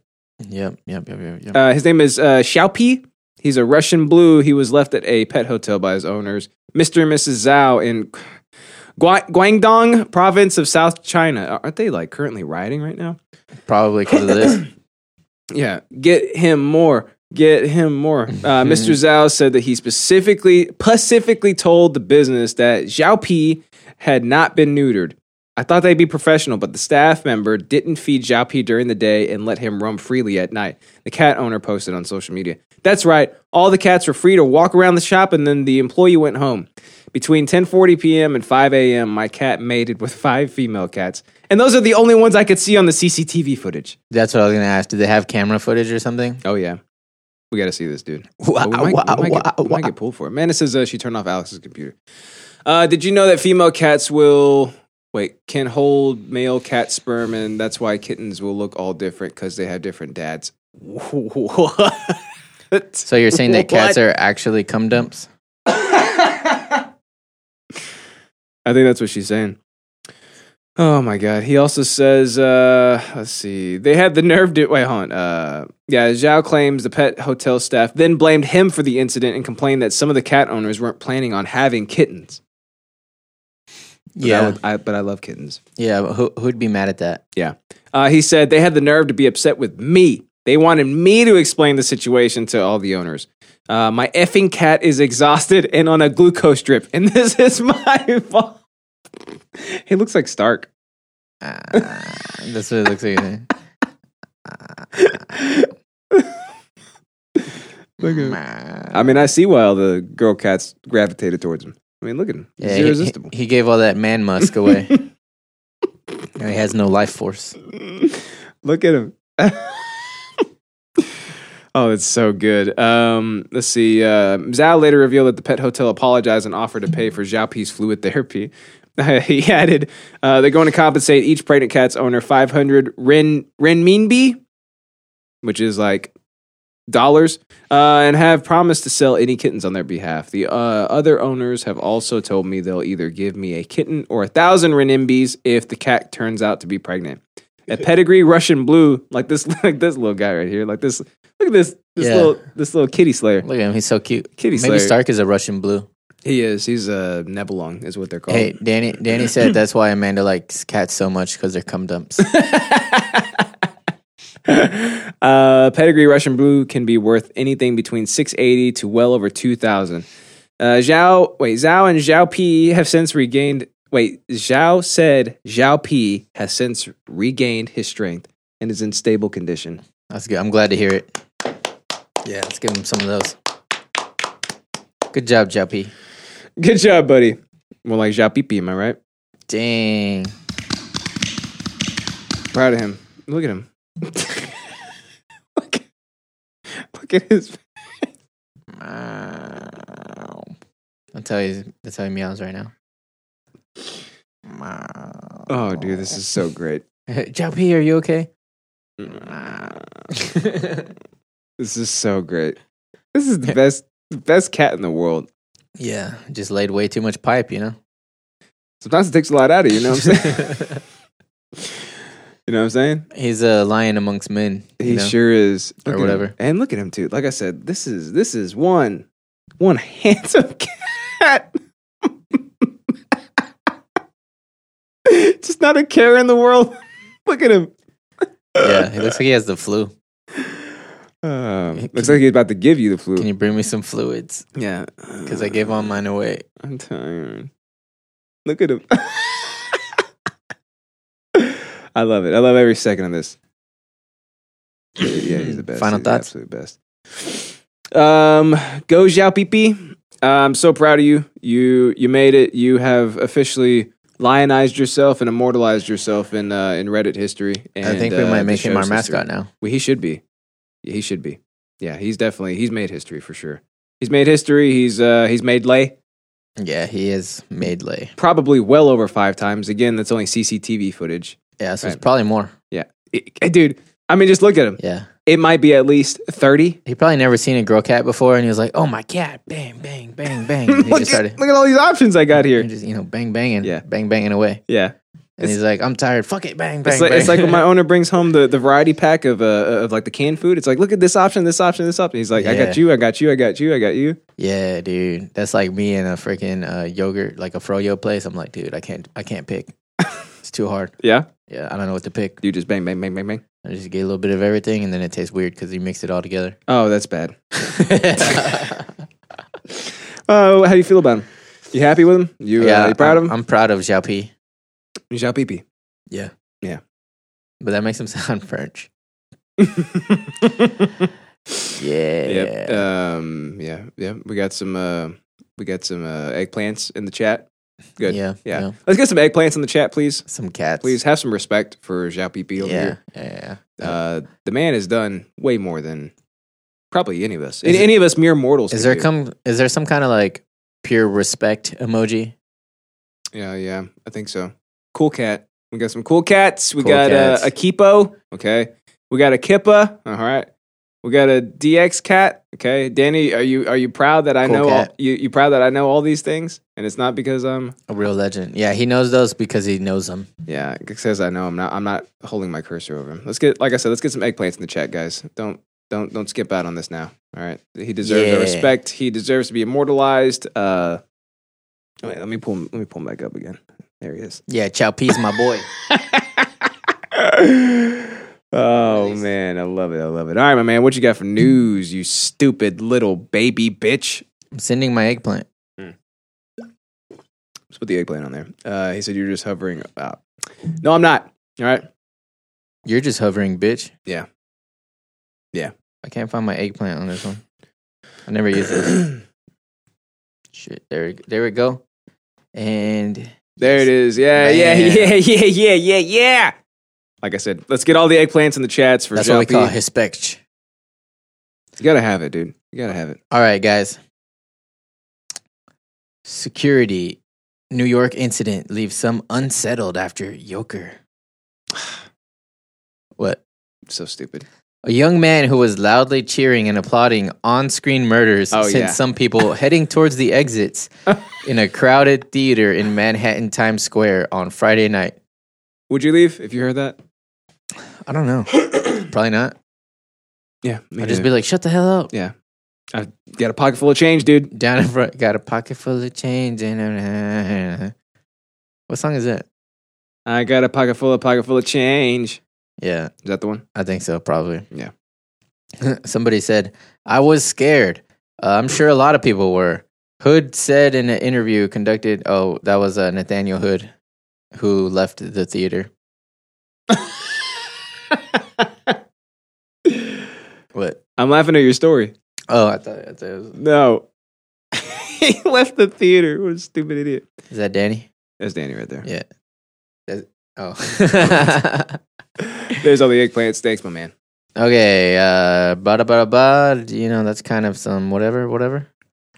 Yep, yep, yep, yep. yep. Uh, his name is uh, Xiaopi. He's a Russian blue. He was left at a pet hotel by his owners, Mr. and Mrs. Zhao, in Gua- Guangdong province of South China. Aren't they like currently rioting right now? Probably because of this. Yeah. Get him more. Get him more. Uh, Mr. Zhao said that he specifically, specifically told the business that Xiaopi had not been neutered. I thought they'd be professional, but the staff member didn't feed Xiaopi during the day and let him roam freely at night. The cat owner posted on social media. That's right. All the cats were free to walk around the shop, and then the employee went home. Between 10:40 p.m. and 5 a.m., my cat mated with five female cats, and those are the only ones I could see on the CCTV footage. That's what I was gonna ask. Do they have camera footage or something? Oh yeah, we got to see this dude. Wow, Oh, we might, wow, we might get, wow, we might wow. get pulled for it. Amanda says uh, she turned off Alex's computer. Uh, did you know that female cats will wait can hold male cat sperm, and that's why kittens will look all different because they have different dads. What? So you're saying that cats What? are actually cum dumps? I think that's what she's saying. Oh my god. He also says, uh, let's see. They had the nerve to wait, hold on. Uh, yeah, Zhao claims the pet hotel staff then blamed him for the incident and complained that some of the cat owners weren't planning on having kittens. But I Yeah, would- I, but I love kittens. yeah. but Who who'd be mad at that? Yeah. Uh, he said they had the nerve to be upset with me. They wanted me to explain the situation to all the owners. Uh, my effing cat is exhausted and on a glucose drip, and this is my fault. He looks like Stark. Ah, that's what it looks like. man. I mean, I see why all the girl cats gravitated towards him. I mean, look at him. He's Yeah, he- irresistible. He, he gave all that man musk away. Now he has no life force. Look at him. oh, that's so good. Um, let's see. Uh, Zhao later revealed that the pet hotel apologized and offered to pay for Zhao Pi's fluid therapy. he added, uh, "They're going to compensate each pregnant cat's owner 500 ren renminbi, which is like dollars, uh, and have promised to sell any kittens on their behalf. The uh, other owners have also told me they'll either give me a kitten or a thousand renminbis if the cat turns out to be pregnant. A pedigree Russian blue, like this, like this little guy right here, like this. Look at this, this Yeah. little, this little kitty slayer. Look at him. He's so cute. Kitty Maybe slayer. Stark is a Russian blue. He is. He's a nebulong, is what they're called. Hey, Danny. Danny said that's why Amanda likes cats so much because they're cum dumps. uh, pedigree Russian Blue can be worth anything between 680 to well over 2,000. Uh, Zhao, wait, Zhao and Zhao P have since regained. Wait, Zhao said Zhao P has since regained his strength and is in stable condition. That's good. I'm glad to hear it. Yeah, let's give him some of those. Good job, Juppy. Good job, buddy. Well, like Zhao P P, am I right? Dang. Proud of him. Look at him. look, look at his. Meow. That's how he's, that's how he meows right now. Meow. Oh, dude, this is so great. Juppy, are you okay? Mm. This is so great. This is the best the best cat in the world. yeah, just laid way too much pipe, you know? Sometimes it takes a lot out of you, you know what I'm saying? you know what I'm saying? He's a lion amongst men. you He know? sure is. Or at him. whatever. And look at him too. Like I said, this is this is one one handsome cat. Just not a care in the world. look at him. Yeah, he looks like he has the flu. Um, Can looks like he's about to give you the flu. Can you bring me some fluids? yeah. Because I gave all mine away. I'm tired. Look at him. I love it. I love every second of this. Yeah, yeah, he's the best. Final He's the thoughts? Absolute best. Um, go Xiao Pipi. Uh, I'm so proud of you. You you made it. You have officially lionized yourself and immortalized yourself in uh, in Reddit history. And, I think we uh, might the make him our show's history. mascot now. Well, he should be. Yeah, he should be. Yeah, he's definitely he's made history for sure. He's made history. He's uh he's made lay Yeah, he is made lay. probably well over five times. Again, that's only CCTV footage. Yeah, so Right. it's probably more. It- eh, dude, I mean, just look at him. Yeah. It might be at least 30. He probably never seen a girl cat before and he was like, oh my cat, bang, bang, bang, bang. And he look, just at, started, look at all these options I got he here. just, you know, bang, banging, Yeah. bang, banging away. Yeah. And he's like, I'm tired, fuck it, bang, bang, It's like, bang. it's like when my owner brings home the, the variety pack of, uh, of like the canned food. It's like, look at this option, this option, this option. He's like, I got Yeah. you, I got you, I got you, I got you. yeah, dude. That's like me in a freaking uh, yogurt, like a froyo place. I'm like, dude, I can't, I can't pick. it's too hard. Yeah. Yeah, I don't know what to pick. You just bang, bang, bang, bang, bang. I just get a little bit of everything and then it tastes weird because you mix it all together. Oh, that's bad. uh, Oh, how do you feel about him? You happy with him? You, yeah, uh, you I'm, proud of him? I'm proud of Xiaopi. Zhao Pee Pee. Yeah. Yeah. But that makes him sound French. Yeah. Yep. Um, yeah. Yeah. We got some. Uh, we got some uh, eggplants in the chat. Good. Yeah. Yeah. Let's get some eggplants in the chat, please. Some cats. Please have some respect for Xiao Pee Pee over Yeah. here. Yeah. yeah, yeah. Uh, the man has done way more than probably any of us. Is any, it- any of us mere mortals. is can there do. come is there some kind of like pure respect emoji? Yeah. Yeah. I think so. Cool cat. We got some cool cats. We Cool got cats. Uh, a Kipo. Okay. We got a Kippa. All right. We got a DX cat. Okay, Danny, are you are you proud that I Cool know all, cat. you you proud that I know all these things, and it's not because um, I'm A real legend. Yeah, he knows those because he knows them. Yeah, it says I know. I'm not. I'm not holding my cursor over him. Let's get, like I said, let's get some eggplants in the chat, guys. Don't, don't, don't skip out on this now. All right, he deserves Yeah. our respect. He deserves to be immortalized. Uh, wait, let me pull. Him, let me pull him back up again. There he is. Yeah, Chow P's my boy. oh man, I love it. I love it. All right, my man, what you got for news? You stupid little baby bitch. I'm sending my eggplant. Let's put the eggplant on there. Uh, he said you're just hovering. Uh, no, I'm not. All right. You're just hovering, bitch. Yeah. Yeah. I can't find my eggplant on this one. I never use this. Shit. There we, there we go. And There it is. Yeah, yeah, Man. yeah, yeah, yeah, yeah, yeah. Like I said, let's get all the eggplants in the chats for That's what we Jalopy. call hispech. You gotta have it, dude. You gotta have it. All right, guys. Security. New York incident leaves some unsettled after Yoker. What? So stupid. A young man who was loudly cheering and applauding on screen murders Oh, sent yeah. some people heading towards the exits in a crowded theater in Manhattan Times Square on Friday night. Would you leave if you heard that? I don't know. Probably not. Yeah, me I'd just neither. be like, shut the hell up. got a pocket full of change, dude. Down in front, got a pocket full of change. And what song is that? I got a pocket full of pocket full of change. Yeah, Is that the one? I think so, probably. Yeah. Somebody said, I was scared. Uh, I'm sure a lot of people were. Hood said in an interview conducted, oh, that was uh, Nathaniel Hood who left the theater. What? I'm laughing at your story. Oh, I thought, I thought it was. No. he left the theater. What a stupid idiot. Is that Danny? That's Danny right there. Yeah. That's- oh. There's all the eggplants. Thanks, my man. okay. Uh, bada bada ba. You know, that's kind of some whatever, whatever.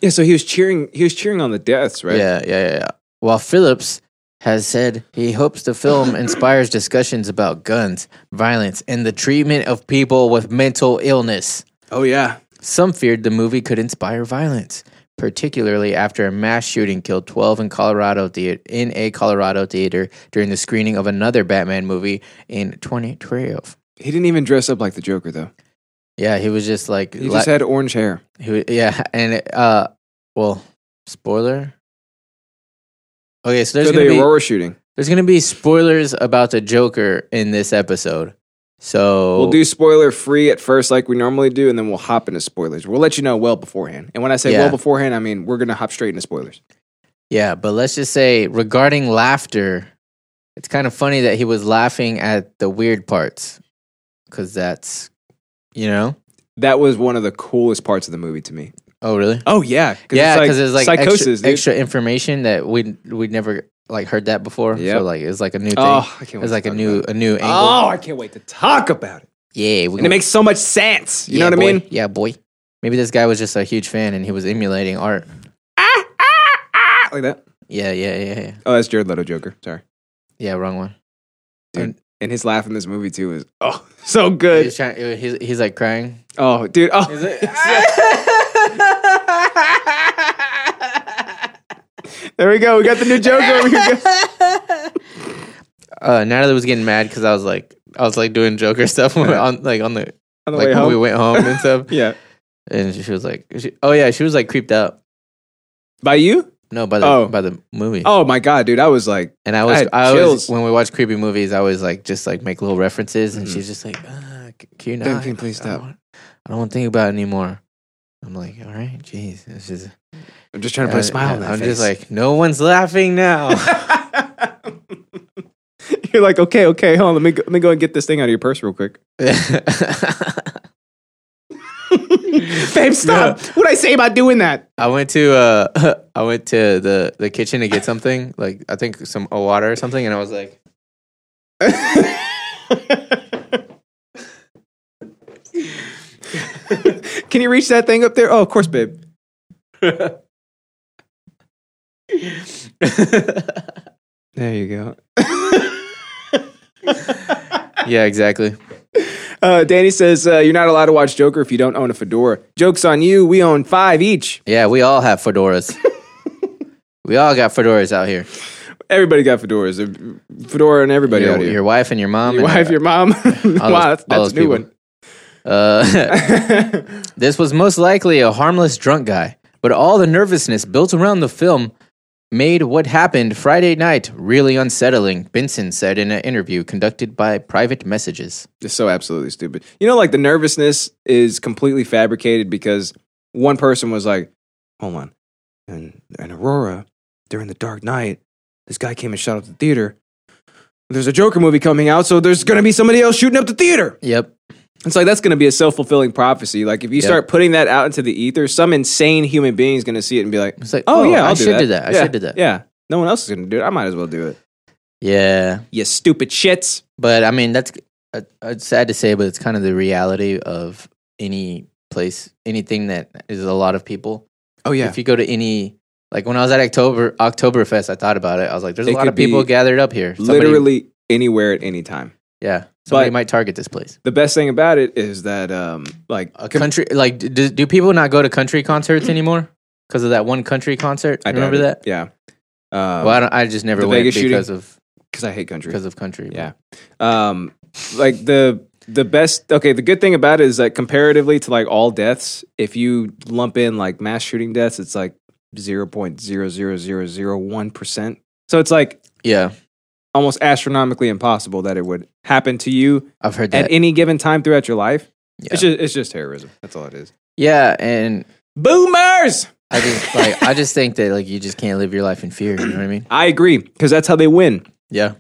Yeah, so he was cheering he was cheering on the deaths, right? Yeah, yeah, yeah, yeah. While Phillips has said he hopes the film inspires discussions about guns, violence, and the treatment of people with mental illness. Oh yeah. Some feared the movie could inspire violence, particularly after a mass shooting killed 12 in Colorado thea- in a Colorado theater during the screening of another Batman movie in 2012. He didn't even dress up like the Joker though. Yeah, he was just like He la- just had orange hair. He wa- yeah, and uh, well, spoiler. Okay, so there's So gonna the be Aurora shooting. there's gonna be spoilers about the Joker in this episode. So We'll do spoiler free at first, like we normally do, and then we'll hop into spoilers. We'll let you know well beforehand. And when I say Yeah. well beforehand, I mean we're gonna hop straight into spoilers. yeah, but let's just say regarding laughter, it's kind of funny that he was laughing at the weird parts because that's you know. That was one of the coolest parts of the movie to me. Oh really? Oh yeah, Yeah, because because it's like, psychosis. extra, dude. extra information that we we never like heard that before. Yep. So like it's like a new thing. oh, I can't wait it's to like a talk new about it. a new angle. Oh, I can't wait to talk about it. Yeah, we And it makes so much sense. Yeah, You know what boy. I mean? Yeah, boy. Maybe this guy was just a huge fan and he was emulating art. Ah, Like that. Yeah, yeah, yeah, yeah. Oh, that's Jared Leto Joker. Sorry. Yeah, wrong one. And his laugh in this movie too is oh so He's good. trying. uh, He's, he's like crying. Oh, dude. Oh, there we go. We got the new Joker. over here. Uh, Natalie was getting mad because I was like, I was like doing Joker stuff when we- on like on the, On the like way when home. we went home and stuff. yeah. And she was like, she, oh yeah, she was like creeped out. By you? No, by the Oh. by the movie. Oh my god, dude. I was like, And I I was, had I, was chills. when we watch creepy movies, I always like just like make little references, and Mhm. she's just like, ah, c- "Can you Don't not? you please I don't stop." want- I don't want to think about it anymore." I'm like, "All right, jeez, this is." I'm just trying to put a smile on that Uh, I'm face. just like, no one's laughing now. You're like, okay, okay, hold on, let me go, let me go and get this thing out of your purse real quick. Babe, stop! What'd I say about doing that? I went to uh, I went to the the kitchen to get something, like I think some a water or something, and I was like, Can you reach that thing up there? Oh, of course, babe. There you go. "Yeah, exactly." Uh, Danny says uh, you're not allowed to watch Joker if you don't own a fedora. Jokes on you. We own five each. Yeah, we all have fedoras. we all got fedoras out here. Everybody got fedoras. A Fedora and everybody Your, out here. your wife and your mom. Your and- wife, your mom. wow, that's, all that's a new those Uh, one. This was most likely a harmless drunk guy, but all the nervousness built around the film made what happened Friday night really unsettling, Benson said in an interview conducted by Private Messages. Just so absolutely stupid. You know, like the nervousness is completely fabricated because one person was like, hold on. And, and Aurora, during the dark night, this guy came and shot up the theater. There's a Joker movie coming out, so there's going to be somebody else shooting up the theater. Yep. It's like that's going to be a self fulfilling prophecy. Like if you Yeah. start putting that out into the ether, some insane human being is going to see it and be like, It's like, "Oh, yeah, I I'll do should that. do that. I Yeah, should do that. Yeah, No one else is gonna do it. I might as well do it. Yeah, You stupid shits. but I mean that's uh, it's sad to say, but it's kind of the reality of any place, anything that is a lot of people. Oh If you go to any, like when I was at October Oktoberfest, I thought about it. I was like, there's a It lot of could be people gathered up here. Somebody- literally anywhere at any time. yeah. Somebody But- might target this place. The best thing about it is that um like A country, like, do, do people not go to country concerts anymore because of that one country concert? I doubt remember it. that. Yeah. well, I, Um, don't, I just never the went Vegas shooting? because of because I hate country. because of country. Yeah. um like the the best okay the good thing about it is that comparatively to like all deaths if you lump in like mass shooting deaths it's like 0.00001% so it's like yeah, almost astronomically impossible that it would happen to you I've heard that. at any given time throughout your life yeah. it's just it's just terrorism that's all it is yeah, and boomers I just like I just think that like you just can't live your life in fear. You know what I mean? i agree because that's how they win Yeah,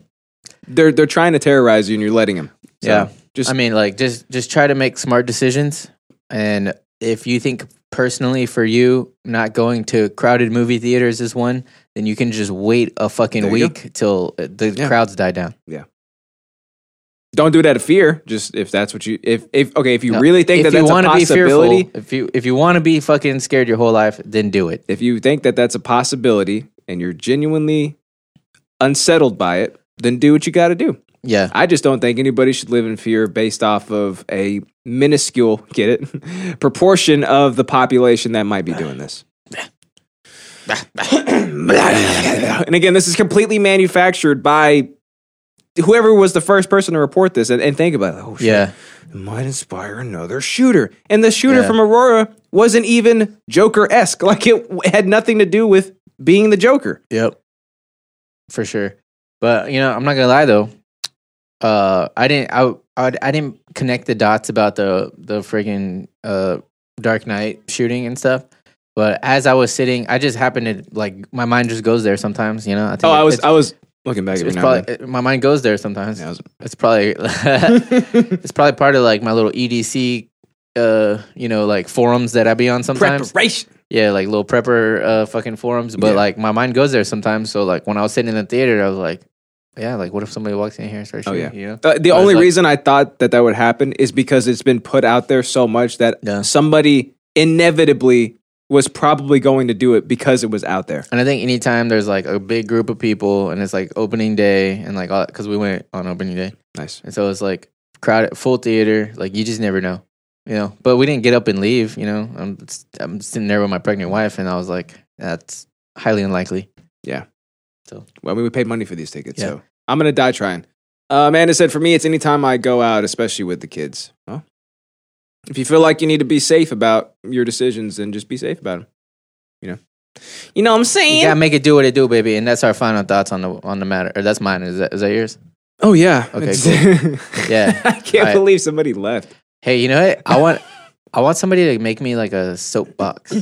they're they're trying to terrorize you and you're letting them Yeah. just I mean, like just just try to make smart decisions, and if you think personally for you not going to crowded movie theaters is one, then you can just wait a fucking There you week till uh, the Yeah. crowds die down. don't do it out of fear just if that's what you if if okay if you No, really think that you that's a wanna possibility Be fearful, if you if you want to be fucking scared your whole life, then do it. if you think that that's a possibility and you're genuinely unsettled by it, then do what you got to do. Yeah, I just don't think anybody should live in fear based off of a minuscule, get it, proportion of the population that might be doing this. and again, this is completely manufactured by whoever was the first person to report this and, and think about it. Oh, shit yeah, might inspire another shooter. And the shooter Yeah. from Aurora wasn't even Joker esque. Like it w- had nothing to do with being the Joker. yep, for sure. But you know, I'm not gonna lie though. Uh, I didn't I I, I didn't connect the dots about the the friggin' uh Dark Knight shooting and stuff. But as I was sitting, I just happened to like my mind just goes there sometimes. You know, I think Oh, I was It's, I was looking back at it's it. probably my mind goes there sometimes. Yeah, I was- It's probably it's probably part of like my little EDC, uh, you know, like forums that I be on sometimes. Preparation. Yeah, like little prepper uh, fucking forums. But Yeah. like my mind goes there sometimes. So like when I was sitting in the theater, I was like, yeah, like what if somebody walks in here and starts Oh, shooting? yeah. You know? Uh, the I was only like- reason I thought that that would happen is because it's been put out there so much that Yeah. somebody inevitably was probably going to do it because it was out there. And I think anytime there's like a big group of people and it's like opening day and like all that, because we went on opening day. Nice. And so it's like crowded, full theater. Like you just never know, you know. But we didn't get up and leave, you know. I'm I'm sitting there with my pregnant wife, and I was like, that's highly unlikely. Well, I mean, we paid money for these tickets, Yeah. so I'm gonna die trying. Uh, Amanda said, "For me, it's anytime I go out, especially with the kids. Well, if you feel like you need to be safe about your decisions, then just be safe about them. You know, you know what I'm saying? You gotta make it do what it do, baby. And that's our final thoughts on the on the matter. Or that's mine. Is that is that yours? oh yeah. Okay, It's- Yeah. I can't Alright. believe somebody left. Hey, you know what? I want I want somebody to make me like a soapbox.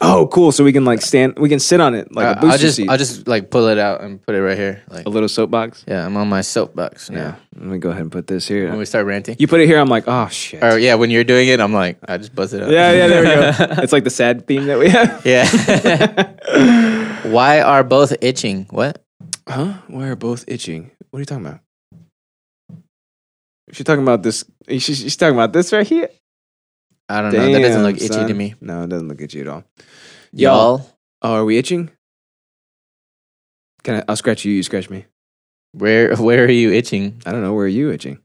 Oh, cool. So we can like stand, we can sit on it like a I'll booster Uh, just seat, I'll just like pull it out and put it right here. Like a little soapbox. yeah, I'm on my soapbox now. Let me go ahead and put this When here. we start ranting. You put it here. I'm like, oh shit. Or yeah, when you're doing it, I'm like, I just buzz it up. Yeah, yeah. There we go. it's like the sad theme that we have. yeah. Why are both itching? What? Huh? Why are both itching? What are you talking about? She's talking about this. she- She's talking about this right here. I don't know. That doesn't Damn, look itchy to son. me. No, it doesn't look itchy at all. Y'all. Y'all, Oh, are we itching? Can I? I'll scratch you. You scratch me. where where are you itching? I don't know. Where are you itching?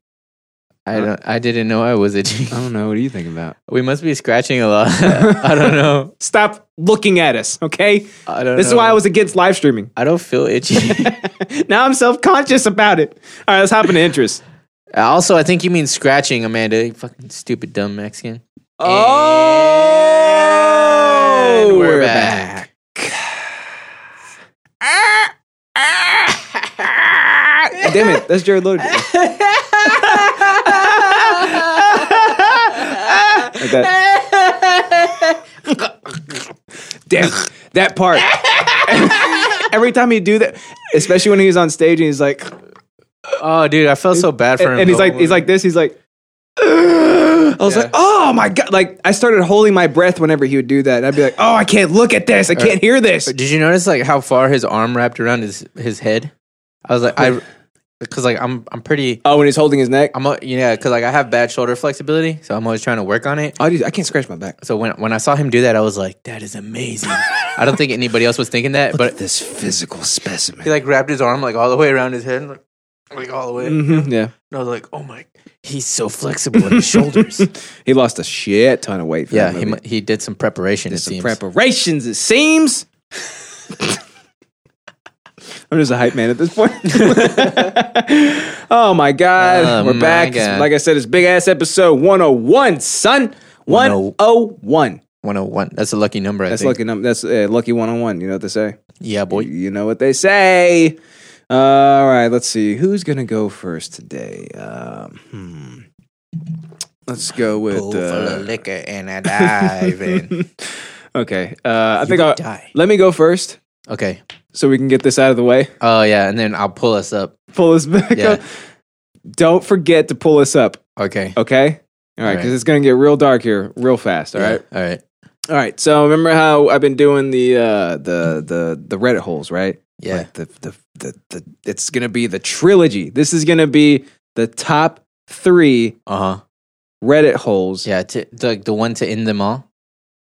I don't. I didn't know I was itching. I don't know. What are you thinking about? We must be scratching a lot. I don't know. Stop looking at us, okay? I don't. This is know. why I was against live streaming. I don't feel itchy. now I'm self conscious about it. All right, let's hop into interest. also, I think you mean scratching, Amanda. You fucking stupid, dumb Mexican. Oh, And we're back. Damn it, that's Jared Loder. like that. Damn, that part. Every time he do that, especially when he's on stage and he's like, Oh, dude, I felt so bad for him. and he's though. like, he's like this, he's like. I was Yeah. like, oh, oh my god! Like I started holding my breath whenever he would do that. I'd be like, oh, I can't look at this. I can't hear this. Did you notice like how far his arm wrapped around his his head? I was like, I because like I'm I'm pretty Oh, when he's holding his neck. I'm a, yeah because like I have bad shoulder flexibility, so I'm always trying to work on it. Oh, dude, I can't scratch my back. So when when I saw him do that, I was like, that is amazing. I don't think anybody else was thinking that, but This physical specimen. he like wrapped his arm like all the way around his head, like, like all the way. Mhm, yeah, And I was like, oh my, he's so flexible in his shoulders. he lost a shit ton of weight. For yeah, that he movie. mu- he did some preparation. it some seems. preparations. It seems. I'm just a hype man at this point. oh my god, Oh we're my back! God. Like I said, it's big ass episode 101, son. 101. 101. That's a lucky number. I That's think. lucky. Num- that's uh, lucky 101. You know what they say. Yeah, boy. You know what they say. all right, let's see who's gonna go first today. Um, hmm. Let's go with. Pool full uh, of liquor and I dive in. okay, uh, I think I'll, die. let me go first. Okay. so we can get this out of the way. Oh yeah, and then I'll pull us up. Pull us back Yeah. up. Don't forget to pull us up, Okay. okay? All right, All right. because it's going to get real dark here, real fast. All right, All right. all right. So remember how I've been doing the uh, the the the Reddit holes, right? Yeah. Like the, the the the it's going to be the trilogy. This is going to be the top three Uh huh. Reddit holes. Yeah. To, the the one to end them all,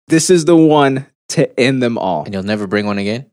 This is the one to end them all. and you'll never bring one again.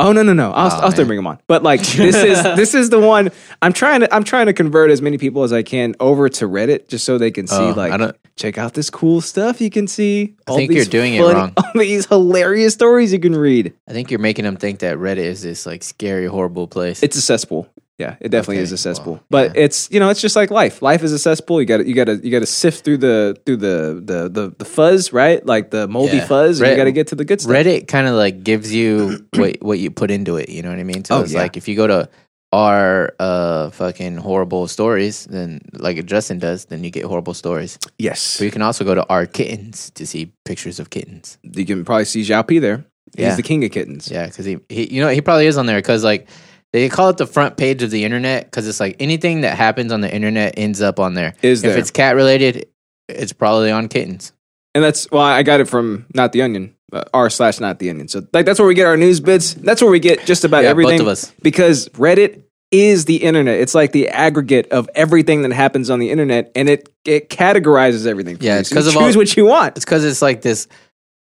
Oh no no no! I'll, Aw, I'll still man. bring them on. But like this is this is the one I'm trying to I'm trying to convert as many people as I can over to Reddit just so they can see Oh, I like don't- check out this cool stuff you can see. I think you're doing it wrong. All these hilarious stories you can read. I think you're making them think that Reddit is this like scary, horrible place. It's a cesspool. Yeah, it definitely Okay, is a cesspool. well, but it's you know it's just like life. Life is a cesspool. You got to you got to you got to sift through the through the the the, the fuzz right like the moldy Yeah. fuzz. and you Red- got to get to the good stuff. Reddit kind of like gives you what what you put into it. You know what I mean? So Oh, it's yeah. like if you go to our uh fucking horrible stories, then like Justin does, then you get horrible stories. Yes, But you can also go to our kittens to see pictures of kittens. you can probably see Xiao P there. Yeah. He's the king of kittens. Yeah, because he, he, you know, he probably is on there because like they call it the front page of the internet because it's like anything that happens on the internet ends up on there. Is if there? it's cat related, it's probably on kittens. and that's well, I got it from Not the Onion, uh, r slash Not the Onion. So like that's where we get our news bits. That's where we get just about Yeah, both everything. of us. because Reddit is the internet. It's like the aggregate of everything that happens on the internet, and it it categorizes everything. for Yeah, you. it's So you 'cause of choose all- what you want. It's because it's like this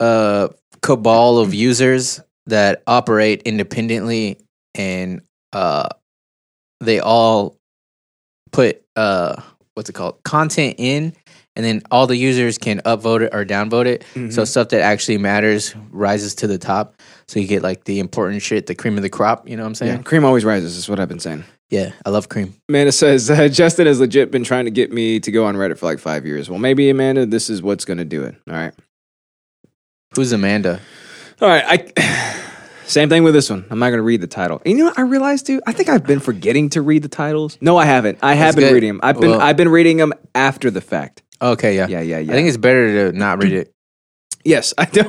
uh, cabal of users that operate independently and uh, they all put uh, what's it called content in, and then all the users can upvote it or downvote it. Mm-hmm. So stuff that actually matters rises to the top. So you get like the important shit, the cream of the crop. You know what I'm Yeah, saying? cream always rises. Is what I've been saying. Yeah, I love cream. Amanda says uh, Justin has legit been trying to get me to go on Reddit for like five years. Well, maybe Amanda, this is what's going to do it. All right. Who's Amanda? All right, I same thing with this one. I'm not going to read the title. And you know what I realized, dude? I think I've been forgetting to read the titles. No, I haven't. I have That's been good. reading them. I've been Well- I've been reading them after the fact. Okay, yeah. Yeah, yeah, yeah. I think it's better to not read it. yes, I do.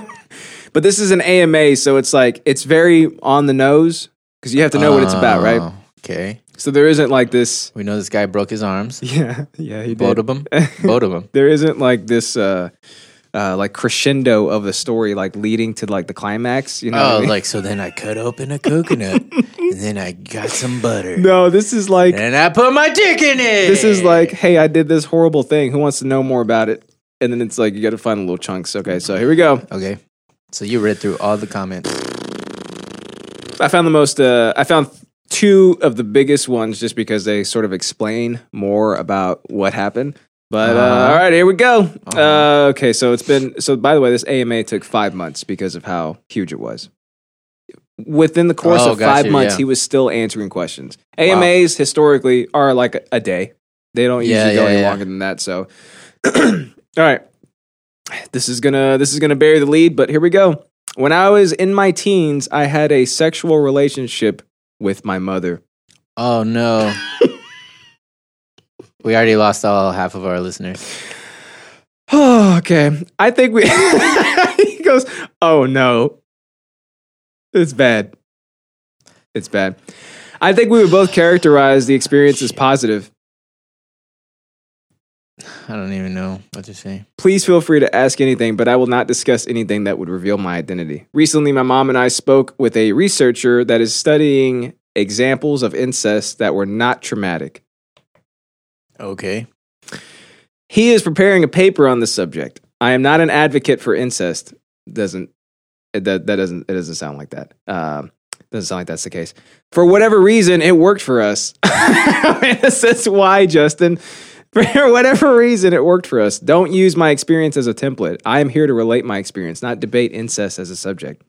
But this is an AMA, so it's like it's very on the nose because you have to know what it's about, right? Oh, Okay. So there isn't like this. We know this guy broke his arms. Yeah, yeah, he Both of them. Both of them. there isn't like this uh, uh, like crescendo of the story, like leading to like the climax. You know, what I Oh, mean? like so. Then I cut open a coconut, and then I got some butter, no, this is like and I put my dick in it. this is like, hey, I did this horrible thing. Who wants to know more about it? And then it's like you got to find little chunks. Okay, so here we go. okay. So you read through all the comments. I found the most. Uh, I found two of the biggest ones just because they sort of explain more about what happened. But uh, Uh-huh. all right, here we go. uh Uh-huh. okay, so it's been. So by the way, this AMA took five months because of how huge it was. Within the course Oh, of got five you, months, yeah. he was still answering questions. AMAs historically are like a, a day. They don't usually Yeah, go yeah, any yeah. longer than that. So, all right, this is gonna this is gonna bury the lead, but here we go. When I was in my teens, I had a sexual relationship with my mother. Oh no. we already lost all half of our listeners. Oh, okay. I think we. he goes, oh no. It's bad. It's bad. I think we would both characterize the experience as positive. I don't even know what to say. Please feel free to ask anything, but I will not discuss anything that would reveal my identity. Recently, my mom and I spoke with a researcher that is studying examples of incest that were not traumatic. Okay. He is preparing a paper on this subject. I am not an advocate for incest. Doesn't it- that that doesn't it doesn't sound like that. Um, doesn't sound like that's the case. For whatever reason, it worked for us. it says why, Justin. For whatever reason, it worked for us. Don't use my experience as a template. I am here to relate my experience, not debate incest as a subject.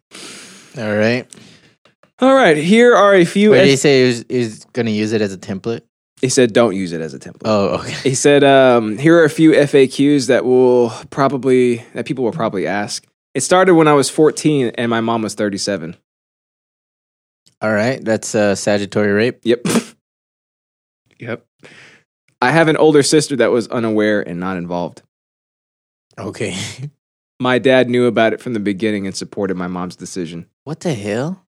All right. All right, here are a few. Wait, did es- he say he was, he was going to use it as a template? he said, "Don't use it as a template." Oh, okay. He said, um, "Here are a few FAQs that will probably that people will probably ask." It started when I was 14 and my mom was 37. All right. That's uh, Sagittarius rape. Yep. yep. I have an older sister that was unaware and not involved. Okay. My dad knew about it from the beginning and supported my mom's decision. what the hell?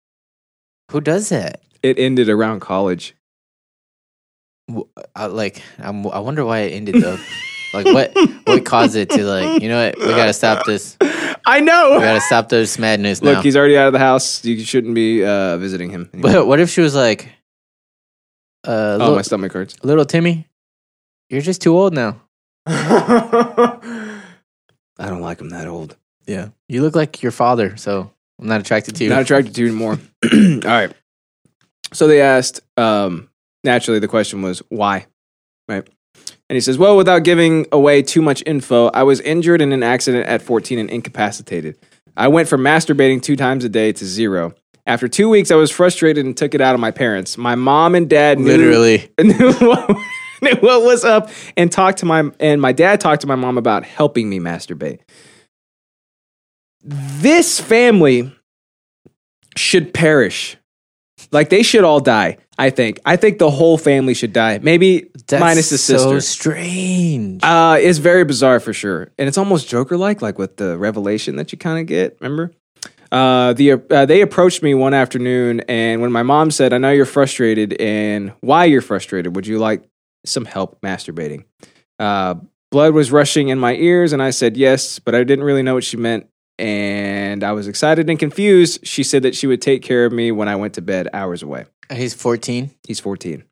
Who does that? It ended around college. W- I, like, I'm, I wonder why it ended though. like, what what caused it to like? You know what? We gotta stop this. I We know. gotta stop this madness now. Look, he's already out of the house. You shouldn't be uh, visiting him. anymore. but what if she was like, uh, oh, little, my stomach hurts. little Timmy, you're just too old now. I don't like him that old. Yeah. You look like your father, so I'm not attracted to you. Not attracted to you anymore. All right. So they asked, um, naturally, the question was, why? Right. And he says, well, without giving away too much info, I was injured in an accident at 14 and incapacitated. I went from masturbating two times a day to zero. After two weeks, I was frustrated and took it out on my parents. My mom and dad knew- Literally. knew what, knew what was up and talked to my and my dad talked to my mom about helping me masturbate. This family should perish. Like they should all die. I think. I think the whole family should die. Maybe minus the So sister. strange. uh, it's very bizarre for sure, and it's almost Joker-like, like with the revelation that you kind of get. Remember? Uh, the uh, they approached me one afternoon, and when my mom said, "I know you're frustrated, and why you're frustrated? Would you like some help masturbating?" Uh, blood was rushing in my ears, and I said yes, but I didn't really know what she meant, and I was excited and confused. She said that she would take care of me when I went to bed, hours away. Uh, He's 14. He's 14.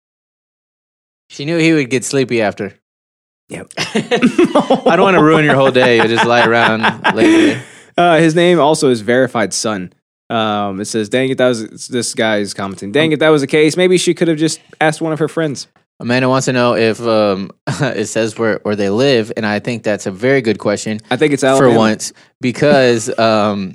She knew he would get sleepy after. Yep. I don't want to ruin your whole day. You'll just lie around later. Uh, his name also is Verified Son. Um, it says, "Dang it, that was it's- this guy is commenting. Um, Dang it, that was the case. Maybe she could have just asked one of her friends." Amanda wants to know if um, it says where, where they live, and I think that's a very good question I think it's for Alabama. once because, um,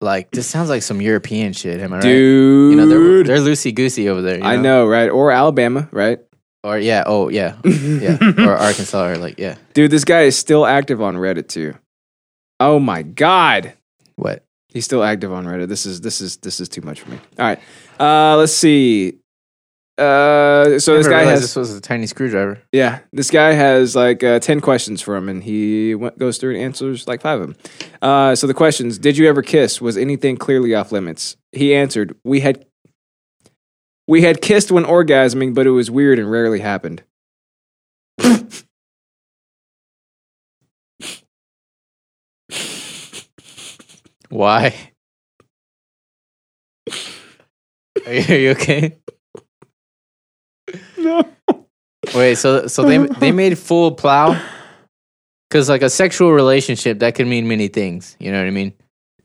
like, this sounds like some European shit. Am I right? dude. You know, they're, they're loosey goosey over there. you I know, right? Or Alabama, right? Or yeah, oh yeah, yeah, or Arkansas, or like yeah. Dude, this guy is still active on Reddit too. Oh my god, What? he's still active on Reddit. This is this is this is too much for me. All right, uh, let's see. Uh, so Never this guy realized has this was a tiny screwdriver. Yeah, this guy has like uh, 10 questions for him, and he went, goes through and answers like five of them. Uh, so the questions Did you ever kiss? Was anything clearly off limits? He answered, We had. We had kissed when orgasming, but it was weird and rarely happened. Why? Are you, are you okay? No. Wait, so so they they made full plow because like a sexual relationship that can mean many things. You know what I mean?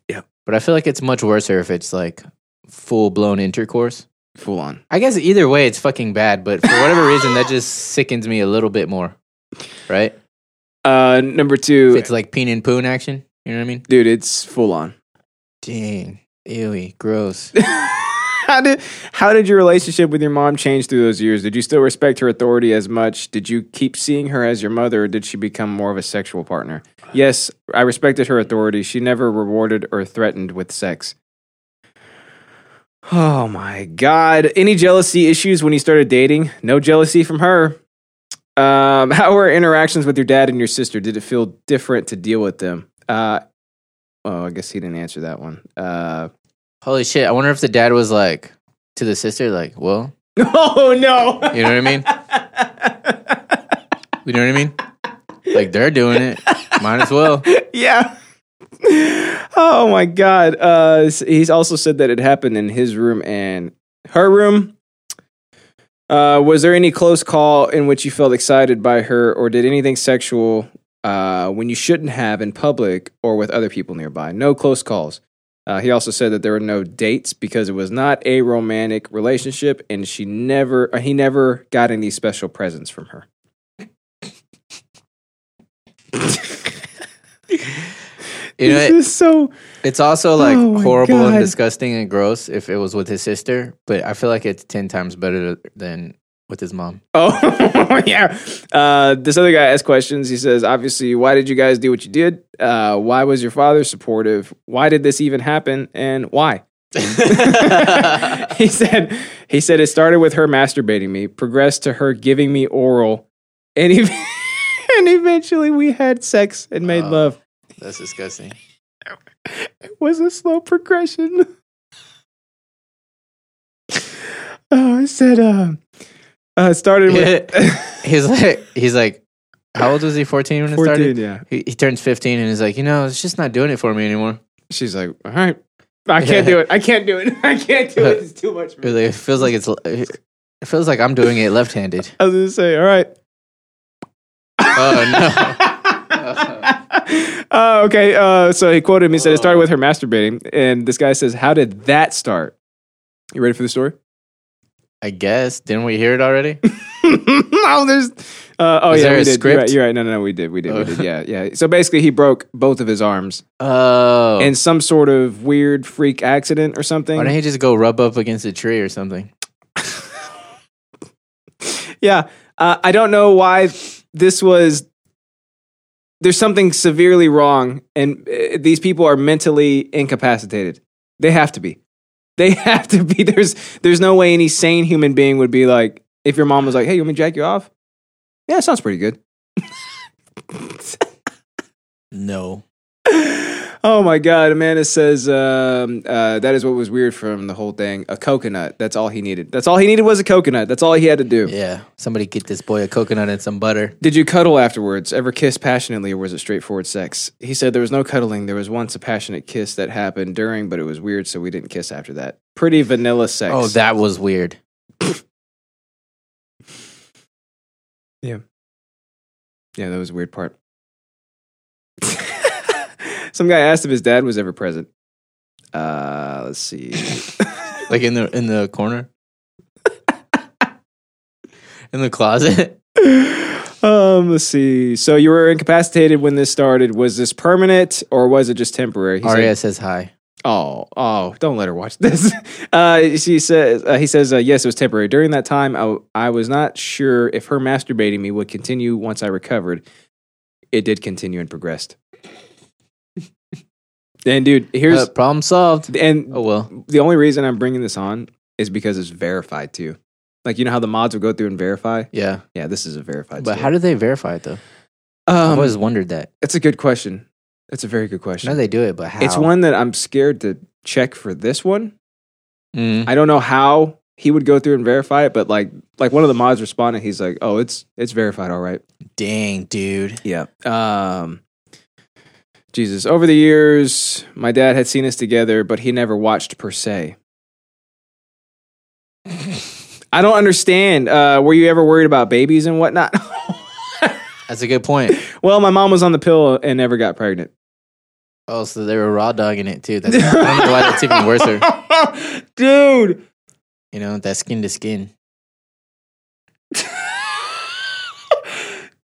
Yeah. But I feel like it's much worse if it's like full blown intercourse. Full on. I guess either way, it's fucking bad. But for whatever reason, that just sickens me a little bit more. Right? Uh, number two, If it's like peen and poon action. You know what I mean? dude, it's full on. Dang. Ewy. Gross. how did how did your relationship with your mom change through those years? Did you still respect her authority as much? Did you keep seeing her as your mother, or did she become more of a sexual partner? Yes, I respected her authority. She never rewarded or threatened with sex. Oh my god! Any jealousy issues when you started dating? No jealousy from her. Um, how were interactions with your dad and your sister? Did it feel different to deal with them? Uh, oh, I guess he didn't answer that one. Uh, Holy shit. I wonder if the dad was like to the sister, like, well, oh no! you know what I mean? You know what I mean? Like they're doing it. Might as well. yeah. Oh my god. Uh he's also said that it happened in his room and her room. Uh was there any close call in which you felt excited by her or did anything sexual uh when you shouldn't have in public or with other people nearby? No close calls. Uh, he also said that there were no dates because it was not a romantic relationship, and she never, uh, he never got any special presents from her. You know, this it- is so it's also like Oh my horrible God. and disgusting and gross if it was with his sister, but I feel like it's 10 times better than with his mom. Oh yeah. Uh, this other guy asked questions. He says, obviously, why did you guys do what you did? Uh, why was your father supportive? Why did this even happen? And why? he said he said it started with her masturbating me, progressed to her giving me oral, and ev- and eventually we had sex and made Oh. love. That's disgusting. It was a slow progression. Oh, I said, uh, uh, it started with He's like, he's like, how old was he? 14 when it 14, started? yeah. He, he turns 15 and he's like, you know, it's just not doing it for me anymore. She's like, all right. I can't do it. I can't do it. I can't do it. It's too much. For He's me. like, It feels like it's, it feels like I'm doing it left handed. I was gonna say, all right. Oh, Uh, okay. Uh, so he quoted me. He said it started with her masturbating, and this guy says, "How did that start?" You ready for the story? I guess. Didn't we hear it already? oh, there's. Uh, oh Is yeah, there we a did. You're script? right, you're right. No, no, no. We did. We did. Oh. We did. Yeah, yeah. So basically, he broke both of his arms Oh. in some sort of weird freak accident or something. Why don't he just go rub up against a tree or something? Yeah. Uh, I don't know why this was. There's something severely wrong, and uh, these people are mentally incapacitated. They have to be. They have to be. There's there's no way any sane human being would be like, if your mom was like, hey, you want me to jack you off? Yeah, sounds pretty good. No. Oh my God, Amanda says um, uh, that is what was weird from the whole thing. A coconut. That's all he needed. That's all he needed was a coconut. That's all he had to do. Yeah. Somebody get this boy a coconut and some butter. Did you cuddle afterwards? Ever kiss passionately, or was it straightforward sex? He said there was no cuddling. There was once a passionate kiss that happened during, but it was weird, so we didn't kiss after that. Pretty vanilla sex. Oh, that was weird. yeah, that was a weird part. Some guy asked if his dad was ever present. Uh, let's see. Like in the in the corner. in the closet. um, let's see. So you were incapacitated when this started. Was this permanent or was it just temporary? He said- Aria says hi. Oh, oh, don't let her watch this. Uh, she says, uh, he says, uh, yes, it was temporary. During that time, I, I was not sure if her masturbating me would continue once I recovered. It did continue and progressed. and dude, here's, Uh, problem solved. and Oh well. the only reason I'm bringing this on is because it's verified too. Like, you know how the mods will go through and verify? Yeah. Yeah, this is a verified. But how did they verify it though? do, I've um, always wondered that. it's a good question. It's a very good question. I know they do it, but how? it's one that I'm scared to check for this one Mm. I don't know how he would go through and verify it, but like like one of the mods responded, he's like, "Oh, it's it's verified, all right." Dang, dude. Yeah. Um Jesus, over the years, my dad had seen us together, but he never watched per se. I don't understand. Uh, were you ever worried about babies and whatnot? That's a good point. well, my mom was on the pill and never got pregnant. Oh, so they were raw dogging it too. That's, I don't know why that's even worse. Dude. You know, that skin to skin.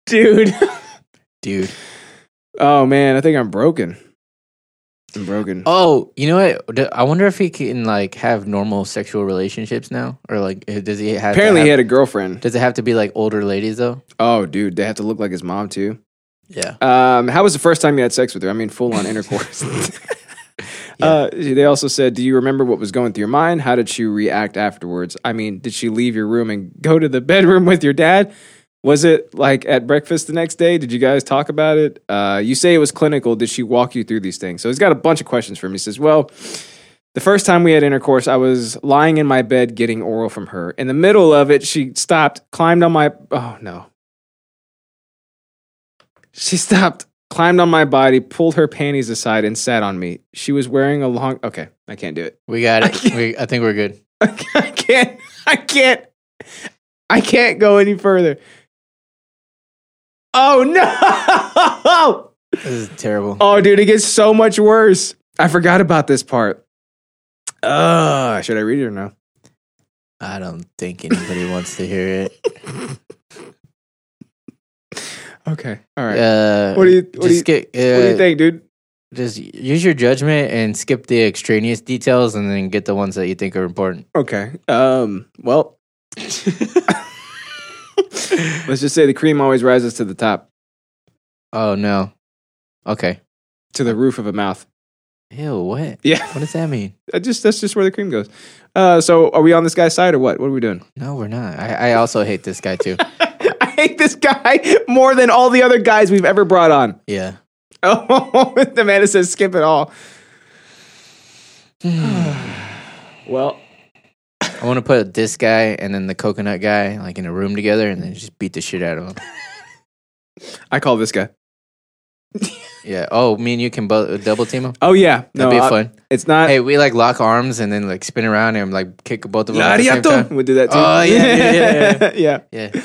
Dude. Dude. Oh man, I think I'm broken. I'm broken. Oh, you know what? D- I wonder if he can like have normal sexual relationships now, or like eh, does he have? to Apparently, have- he had a girlfriend. does it have to be like older ladies though? Oh, dude, they have to look like his mom too. Yeah. Um, how was the first time you had sex with her? I mean, full on intercourse. uh, they also said, "Do you remember what was going through your mind? How did she react afterwards? I mean, did she leave your room and go to the bedroom with your dad? Was it like at breakfast the next day? Did you guys talk about it? Uh, you say it was clinical. Did she walk you through these things? So he's got a bunch of questions for me. He says, "Well." The first time we had intercourse, I was lying in my bed getting oral from her. In the middle of it, she stopped, climbed on my. Oh no, She stopped, climbed on my body, pulled her panties aside, and sat on me. She was wearing a long. Okay, I can't do it. We got I it. can't- we, I think we're good. I can't. I can't. I can't go any further. Oh no! This is terrible. Oh, dude, it gets so much worse. I forgot about this part. Uh, should I read it or no? I don't think anybody wants to hear it. Okay. All right. Uh, What do you- what do just get, what do you uh, think, dude? Just use your judgment and skip the extraneous details, and then get the ones that you think are important. Okay. Um, well, let's just say the cream always rises to the top, Oh no. Okay. to the roof of a mouth. Ew. What? Yeah. What does that mean? I just that's just where the cream goes. Uh, so are we on this guy's side or what? What are we doing? No, we're not. I, I also hate this guy too. I hate this guy more than all the other guys we've ever brought on. Yeah. Oh, the man that says skip it all. well, I want to put this guy and then the coconut guy like in a room together, and then just beat the shit out of him. I call this guy. Yeah. Oh, me and you can bo- double team him. Oh yeah, That'd be I- fun. It's not. Hey, we like lock arms and then like spin around and like kick both of them. At the same Ariato. time. We'll do that too. Oh, yeah, yeah, yeah, yeah. yeah. Yeah.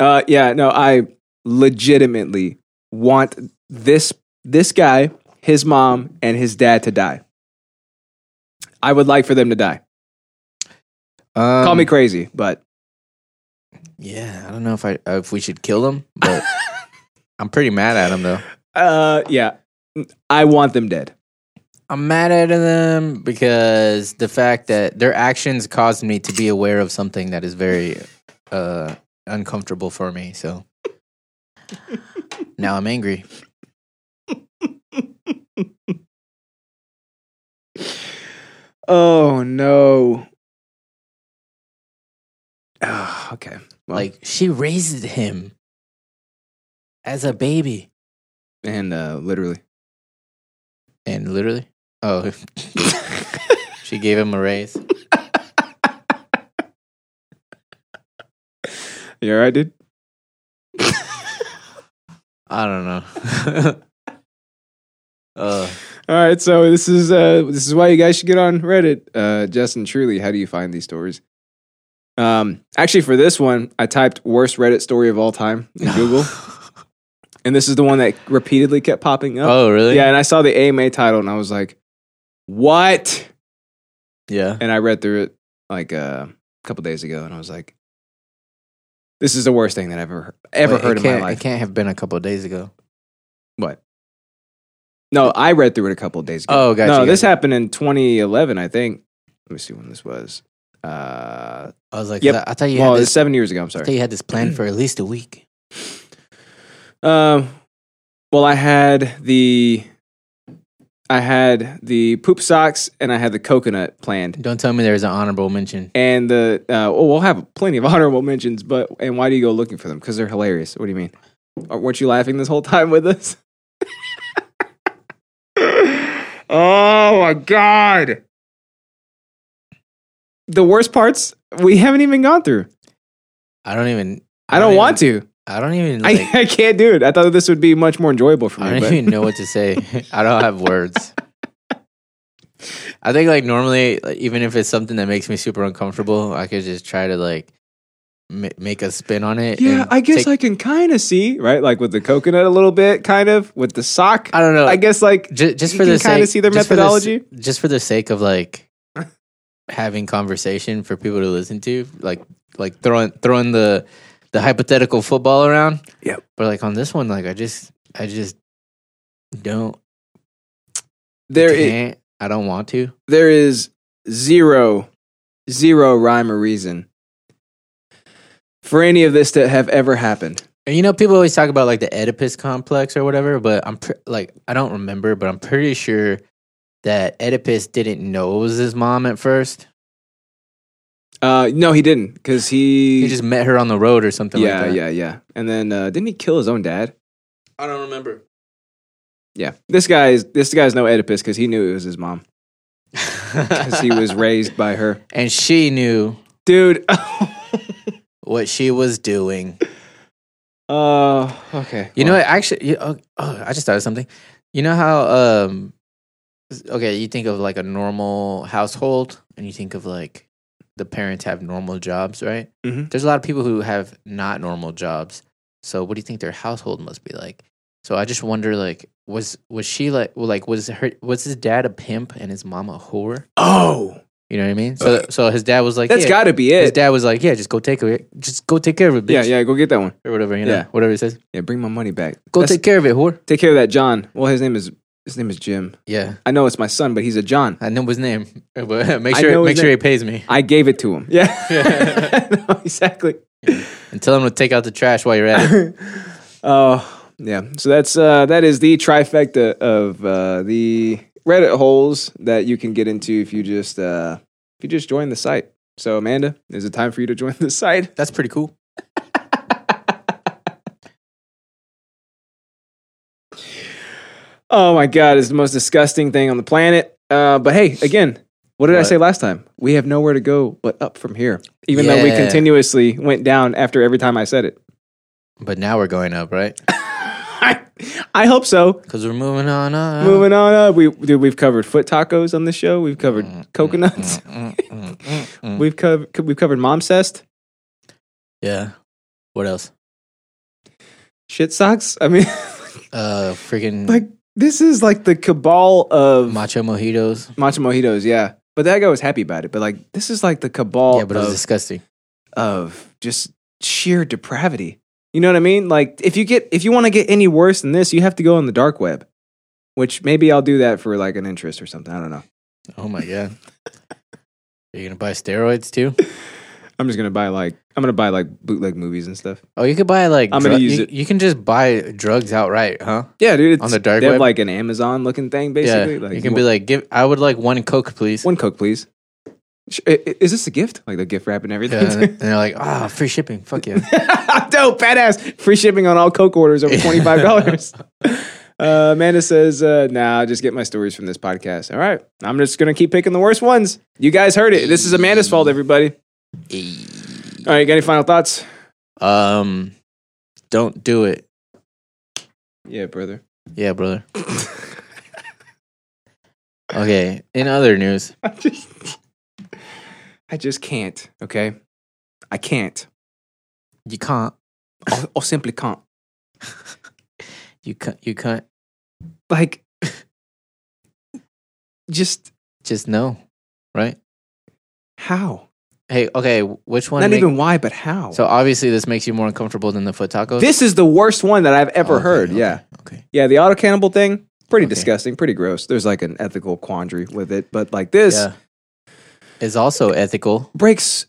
Uh, yeah, no, I legitimately want this this guy, his mom, and his dad to die. I would like for them to die. Um, Call me crazy, but Yeah, I don't know if I if we should kill him, but I'm pretty mad at him though. uh, yeah, I want them dead. I'm mad at them because the fact that their actions caused me to be aware of something that is very uh, uncomfortable for me. So now I'm angry. Oh no. Ah, okay. Well, Like she raised him as a baby, and uh, literally. and literally, oh, she gave him a raise. You all right, dude? I don't know. uh, All right, so this is uh, this is why you guys should get on Reddit. Uh, Justin, truly, how do you find these stories? Um, actually, for this one, I typed worst Reddit story of all time in Google, and this is the one that repeatedly kept popping up. oh, really? Yeah, and I saw the AMA title, and I was like, "What?" yeah. And I read through it like uh, a couple days ago, and I was like, "This is the worst thing that I've ever ever Wait, it heard in my can't- It life." can't have been a couple of days ago. What? No, I read through it a couple of days ago. Oh, gotcha. no, gotcha. this happened in 2011, I think. Let me see when this was. Uh, I was like, Yep. I thought you well, had it's this. seven years ago. I'm I sorry. thought you had this planned for at least a week. Um, well, I had the, I had the poop socks and I had the coconut planned, Don't tell me there was an honorable mention. and the uh, well, we'll have plenty of honorable mentions, but and why do you go looking for them? Because they're hilarious. What do you mean? Uh, Weren't you laughing this whole time with us? oh my god! The worst parts we haven't even gone through. I don't even. I don't want to. to. I don't even. Like, I, I can't do it. I thought this would be much more enjoyable for I me. don't But even know what to say. I don't have words. I think like normally, like, even if it's something that makes me super uncomfortable, I could just try to like ma- make a spin on it. yeah, and I guess take- I can kind of see right, like with the coconut a little bit, kind of with the sock. I don't know. I guess like just, just you for can the sake, kinda see their just for the s- methodology. just for the sake of like having conversation for people to listen to, like like throwing throwing the the hypothetical football around. Yep. But like on this one, like I just I just don't there is, can't I don't want to. there is zero, zero rhyme or reason for any of this to have ever happened. And you know, people always talk about like the Oedipus complex or whatever, but I'm pre- like I don't remember, but I'm pretty sure that Oedipus didn't know it was his mom at first. Uh, no, he didn't because he, He just met her on the road or something yeah, like that. yeah, yeah. And then uh, didn't he kill his own dad? I don't remember. Yeah, this guy is this guy's no Oedipus because he knew it was his mom because he was raised by her, and she knew dude. Uh, what she was doing. Uh, Okay. You know well, what? Actually, you, oh, oh, I just thought of something. You know how um, okay, you think of like a normal household, and you think of like the parents have normal jobs, right? Mhm. There's a lot of people who have not normal jobs. So, what do you think their household must be like? So, I just wonder, like, was was she like, well, like, was her was his dad a pimp and his mom a whore? Oh, You know what I mean? So, so his dad was like, Uh, yeah. that's got to be His it. dad was like, yeah, just go take it, just go take care of it, bitch, Yeah, yeah. Go get that one. or whatever, you know, Yeah. whatever he says. Yeah, bring my money back. Go That's- take care of it, whore. take care of that John. Well, his name is his name is Jim. Yeah. I know it's my son, but he's a John. I know his name, but make I sure know his make sure he name. pays me I gave it to him. Yeah. no, exactly. and tell him to take out the trash while you're at it. Oh, yeah. So that's uh that is the trifecta of uh the Reddit holes that you can get into if you just uh if you just join the site. So Amanda, is it time for you to join the site? That's pretty cool. Oh my god, it's the most disgusting thing on the planet. Uh but hey, again, what did I What? say last time? We have nowhere to go but up from here. Even though we Yeah. continuously went down after every time I said it. But now we're going up, right? I, I hope so. Because we're moving on up. Moving on up, we dude, we've covered foot tacos on this show. We've covered coconuts. Mm, mm, mm, mm. We've covered we've covered mom cest, yeah. What else? shit socks. I mean, Uh, freaking like this is like the cabal of macho mojitos. matcha mojitos. Yeah, but that guy was happy about it. But like this is like the cabal Yeah, but it of, was disgusting. of just sheer depravity. You know what I mean? Like if you get if you want to get any worse than this, you have to go on the dark web. Which maybe I'll do that for like an interest or something. I don't know. Oh my god. Are you gonna buy steroids too? I'm just gonna buy like I'm gonna buy like bootleg movies and stuff. Oh, you could buy like. I'm gonna drug- use you, it. You can just buy drugs outright, huh? Yeah, dude. It's, On the dark they have web? like an Amazon looking thing, basically. yeah. Like, you can be like, give. I would like one coke, please. one Coke, please. Sh- i- i- Is this a gift? Like the gift wrap and everything? Yeah, and they're like, ah, free shipping. Fuck yeah. Dope, badass. Free shipping on all Coke orders over twenty five dollars. uh, Amanda says, uh, "Nah, just get my stories from this podcast." All right, I'm just gonna keep picking the worst ones. You guys heard it. This is Amanda's fault, everybody. All right, you got any final thoughts? Um, don't do it. Yeah, brother. Yeah, brother. okay. In other news, I just, I just can't. Okay, I can't. you can't. I I simply can't. You can't. You can't. like just Just no, right? how Hey, okay. Which one? not make- even why but how So obviously, this makes you more uncomfortable than the foot tacos. this is the worst one that i've ever Okay, heard okay, yeah Okay. yeah the auto cannibal thing pretty Okay. disgusting pretty gross there's like an ethical quandary with it but like this Yeah. Is also ethical. breaks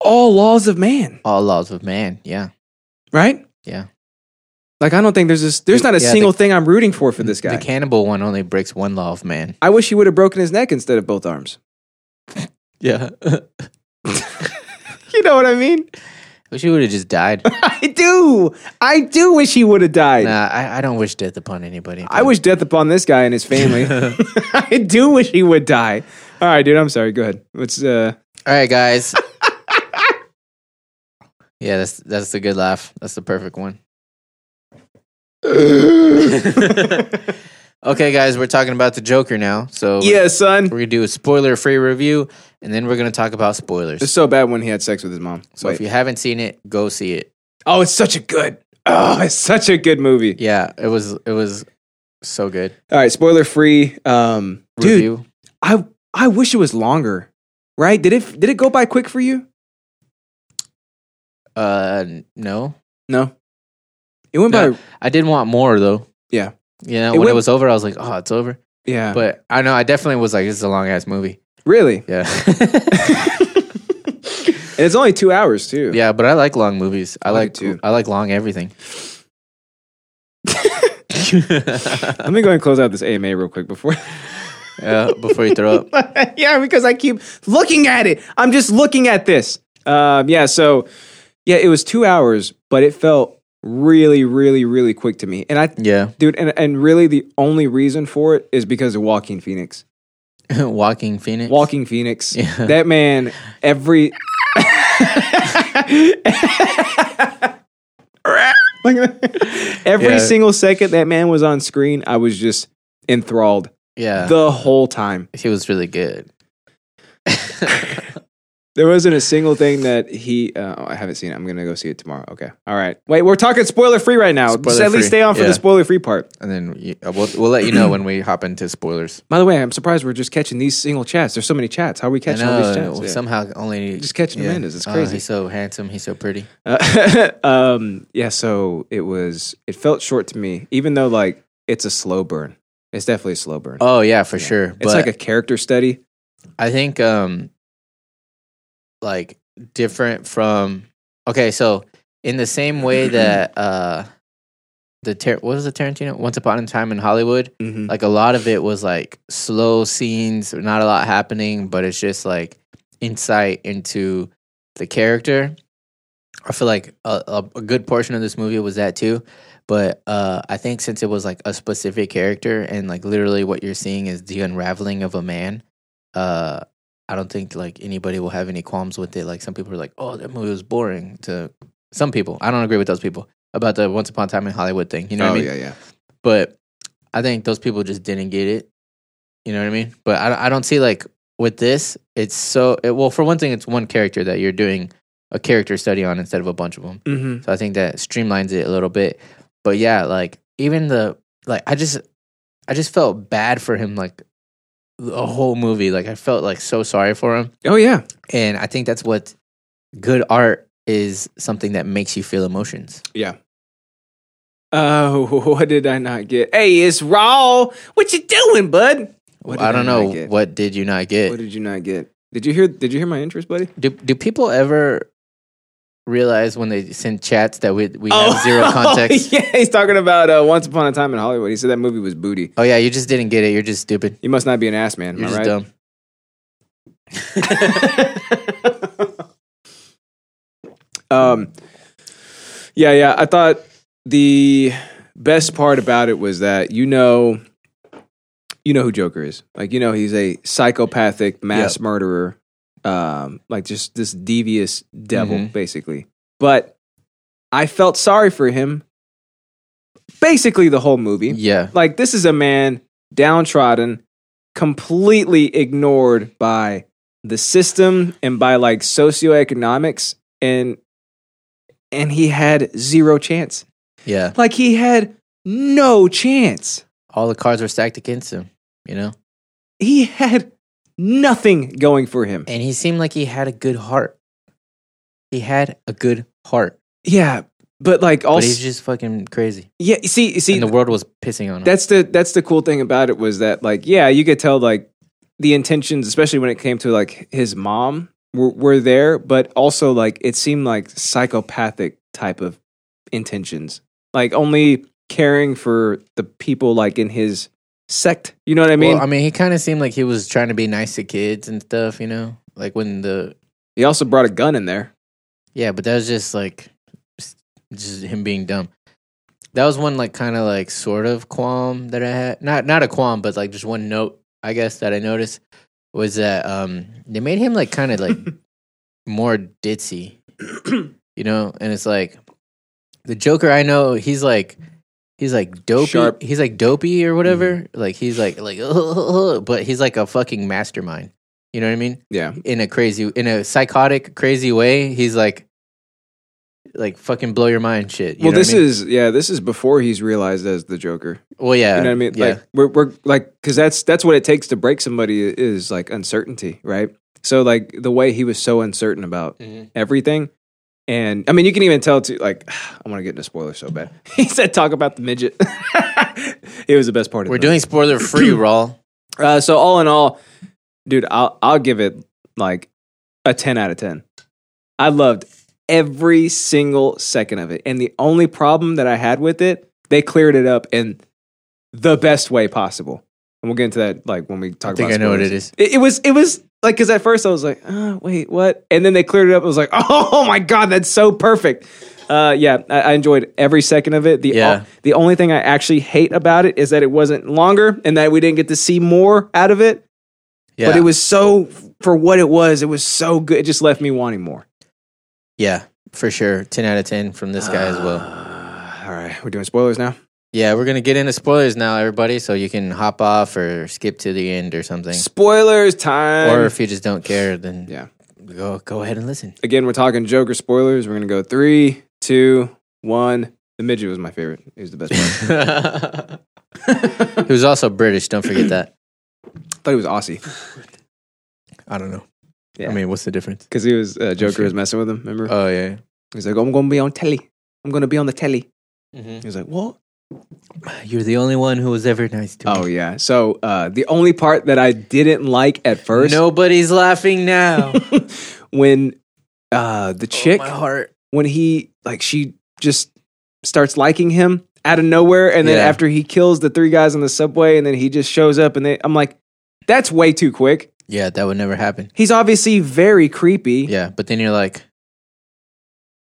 all laws of man All laws of man. Yeah. right Yeah. like i don't think there's this there's The- not a yeah, single the- thing i'm rooting for for this guy The cannibal one only breaks one law of man. i wish he would have broken his neck instead of both arms Yeah. you know what i mean Wish he would have just died. i do i do wish he would have died nah, I, I don't wish death upon anybody. I but- wish death upon this guy and his family. I do wish he would die. All right, dude. I'm sorry. Go ahead. What's uh? All right, guys. yeah, that's that's the good laugh. That's the perfect one. okay, guys, we're talking about the Joker now. So Yeah, son. we're gonna do a spoiler-free review, and then we're gonna talk about It's spoilers. so bad when he had sex with his mom. So Wait. if you haven't seen it, go see it. oh, it's such a good. Oh, it's such a good movie. Yeah, it was it was so good. All right, spoiler free. Um, dude, Review. I I wish it was longer. Right? Did it Did it go by quick for you? Uh, n- no, No. It went No. by. I did want more though. Yeah. You know, It when it went- was over, I was like, "Oh, it's over." Yeah. But I know I definitely was like, "This is a long ass movie." really. Yeah. And it's only two hours too. Yeah, but I like long movies. I, I do like too. I like long everything. Let me go ahead and close out this AMA real quick before. yeah, before you throw up. yeah, because I keep looking at it. I'm just looking at this. Um, yeah, so yeah, it was two hours, but it felt really, really, really quick to me. And I, Yeah, dude, and, and really the only reason for it is because of Walking Phoenix. Walking Phoenix. Walking Phoenix. Yeah. That man, every. like every Yeah. single second that man was on screen, I was just enthralled Yeah, the whole time. he was really good. There wasn't a single thing that he. Uh, oh, I haven't seen it. I'm gonna go see it tomorrow. Okay. All right. Wait, we're talking spoiler free right now. just at Spoiler-free. least stay on for Yeah. the spoiler free part. and then you- uh, we'll we'll let you know when we hop into spoilers. By the way, I'm surprised we're just catching these single chats. There's so many chats. How are we I catching all these know, chats? Yeah. Somehow only Just catching Amanda's. It's Oh, crazy. he's so handsome. He's so pretty. Uh, um, yeah, so it was. It felt short to me, even though like it's a slow burn. It's definitely a slow burn. Oh yeah, for sure. But it's like a character study. I think um like different from okay, so in the same way that uh the Tar- what is the Tarantino Once Upon a Time in Hollywood, Mm-hmm. like a lot of it was like slow scenes, not a lot happening, but it's just like insight into the character. I feel like a, a, a good portion of this movie was that too, but uh, I think since it was like a specific character and like literally what you're seeing is the unraveling of a man, uh, I don't think like anybody will have any qualms with it. Like some people are like, "Oh, that movie was boring." To some people, I don't agree with those people about the Once Upon a Time in Hollywood thing. You know what I mean? Oh, yeah, yeah. but I think those people just didn't get it. You know what I mean? But I, I don't see like with this, it's so it, well. For one thing, it's one character that you're doing a character study on instead of a bunch of them. Mm-hmm. So I think that streamlines it a little bit. But yeah, like even the like I just I just felt bad for him like the whole movie. Like I felt like so sorry for him. Oh yeah, And I think that's what good art is something that makes you feel emotions. yeah. Oh, what did I not get? Hey, it's raw. What you doing, bud? What did I don't not know get? what did you not get? What did you not get? Did you hear? Did you hear my interest, buddy? Do do people ever realize when they send chats that we we have zero Oh, context? yeah, he's talking about uh, Once Upon a Time in Hollywood. He said that movie was booty. Oh yeah, you just didn't get it. You're just stupid. You must not be an ass man. Am You're I just right? dumb. um, yeah, yeah. I thought the best part about it was that you know, you know who Joker is. Like you know, he's a psychopathic mass Yep. murderer, um, like just this devious devil, Mhm. basically. But I felt sorry for him, basically the whole movie Yeah, like this is a man downtrodden completely ignored by the system and by like socioeconomics and and he had zero chance yeah. like he had no chance All the cards were stacked against him. You know, he had nothing going for him and he seemed like he had a good heart. He had a good heart, yeah but like but also he's just fucking crazy. yeah see see And the world was pissing on him. that's the that's the cool thing about it was that like yeah you could tell like the intentions especially when it came to like his mom were, were there but also like it seemed like psychopathic type of intentions like only caring for the people like in his sect you know what i mean well, I mean, he kind of seemed like he was trying to be nice to kids and stuff. You know, like when the he also brought a gun in there Yeah, but that was just like s- just him being dumb. That was one like kind of like sort of qualm that I had. Not not a qualm, but like just one note I guess that I noticed was that um they made him like kind of like more ditzy. You know, and it's like the Joker I know, he's like he's like dopey. Sharp. He's like dopey or whatever. Like he's like like but he's like a fucking mastermind. You know what I mean? yeah in a crazy in a psychotic crazy way he's like like fucking blow your mind shit you well know what this I mean? is yeah this is before he's realized as the joker well yeah you know what i mean yeah like we're, we're like because that's that's what it takes to break somebody is like uncertainty right so like the way he was so uncertain about everything and i mean you can even tell too like i want to get into spoilers so bad he said talk about the midget it was the best part of we're the doing spoiler free raw movie. uh, so all in all dude i'll i'll give it like a 10 out of 10 i loved every single second of it and the only problem that i had with it they cleared it up in the best way possible and we'll get into that like when we talk i think about i know what spoilers. it is It, it was it was like because at first I was like, uh, wait, what? And then they cleared it up. I was like, oh my god, that's so perfect. Uh, yeah, I, I enjoyed every second of it. The Yeah. the only thing I actually hate about it is that it wasn't longer and that we didn't get to see more out of it. yeah But it was so for what it was, it was so good. It just left me wanting more. yeah for sure 10 out of 10 from this guy as well Uh, All right, we're doing spoilers now. Yeah, we're gonna get into spoilers now, everybody. So you can hop off or skip to the end or something. Spoilers time. Or if you just don't care, then yeah. go go ahead and listen. Again, we're talking Joker spoilers. We're gonna go three, two, one. The midget was my favorite. He was the best part. Who's also British? Don't forget that. I thought he was Aussie I don't know. Yeah. I mean, what's the difference? because he was uh, Joker sure. was messing with him. Remember? Oh yeah. He's like, I'm gonna be on telly. I'm gonna be on the telly. He was like, what? You're the only one who was ever nice to Oh yeah. So uh, the only part that I didn't like at first, Nobody's laughing now. Oh, when uh, the chick, my heart. when he like she just starts liking him out of nowhere, and then Yeah. after he kills the three guys on the subway, and then he just shows up, and they, I'm like, that's way too quick. Yeah, that would never happen. He's obviously very creepy. Yeah, but then you're like,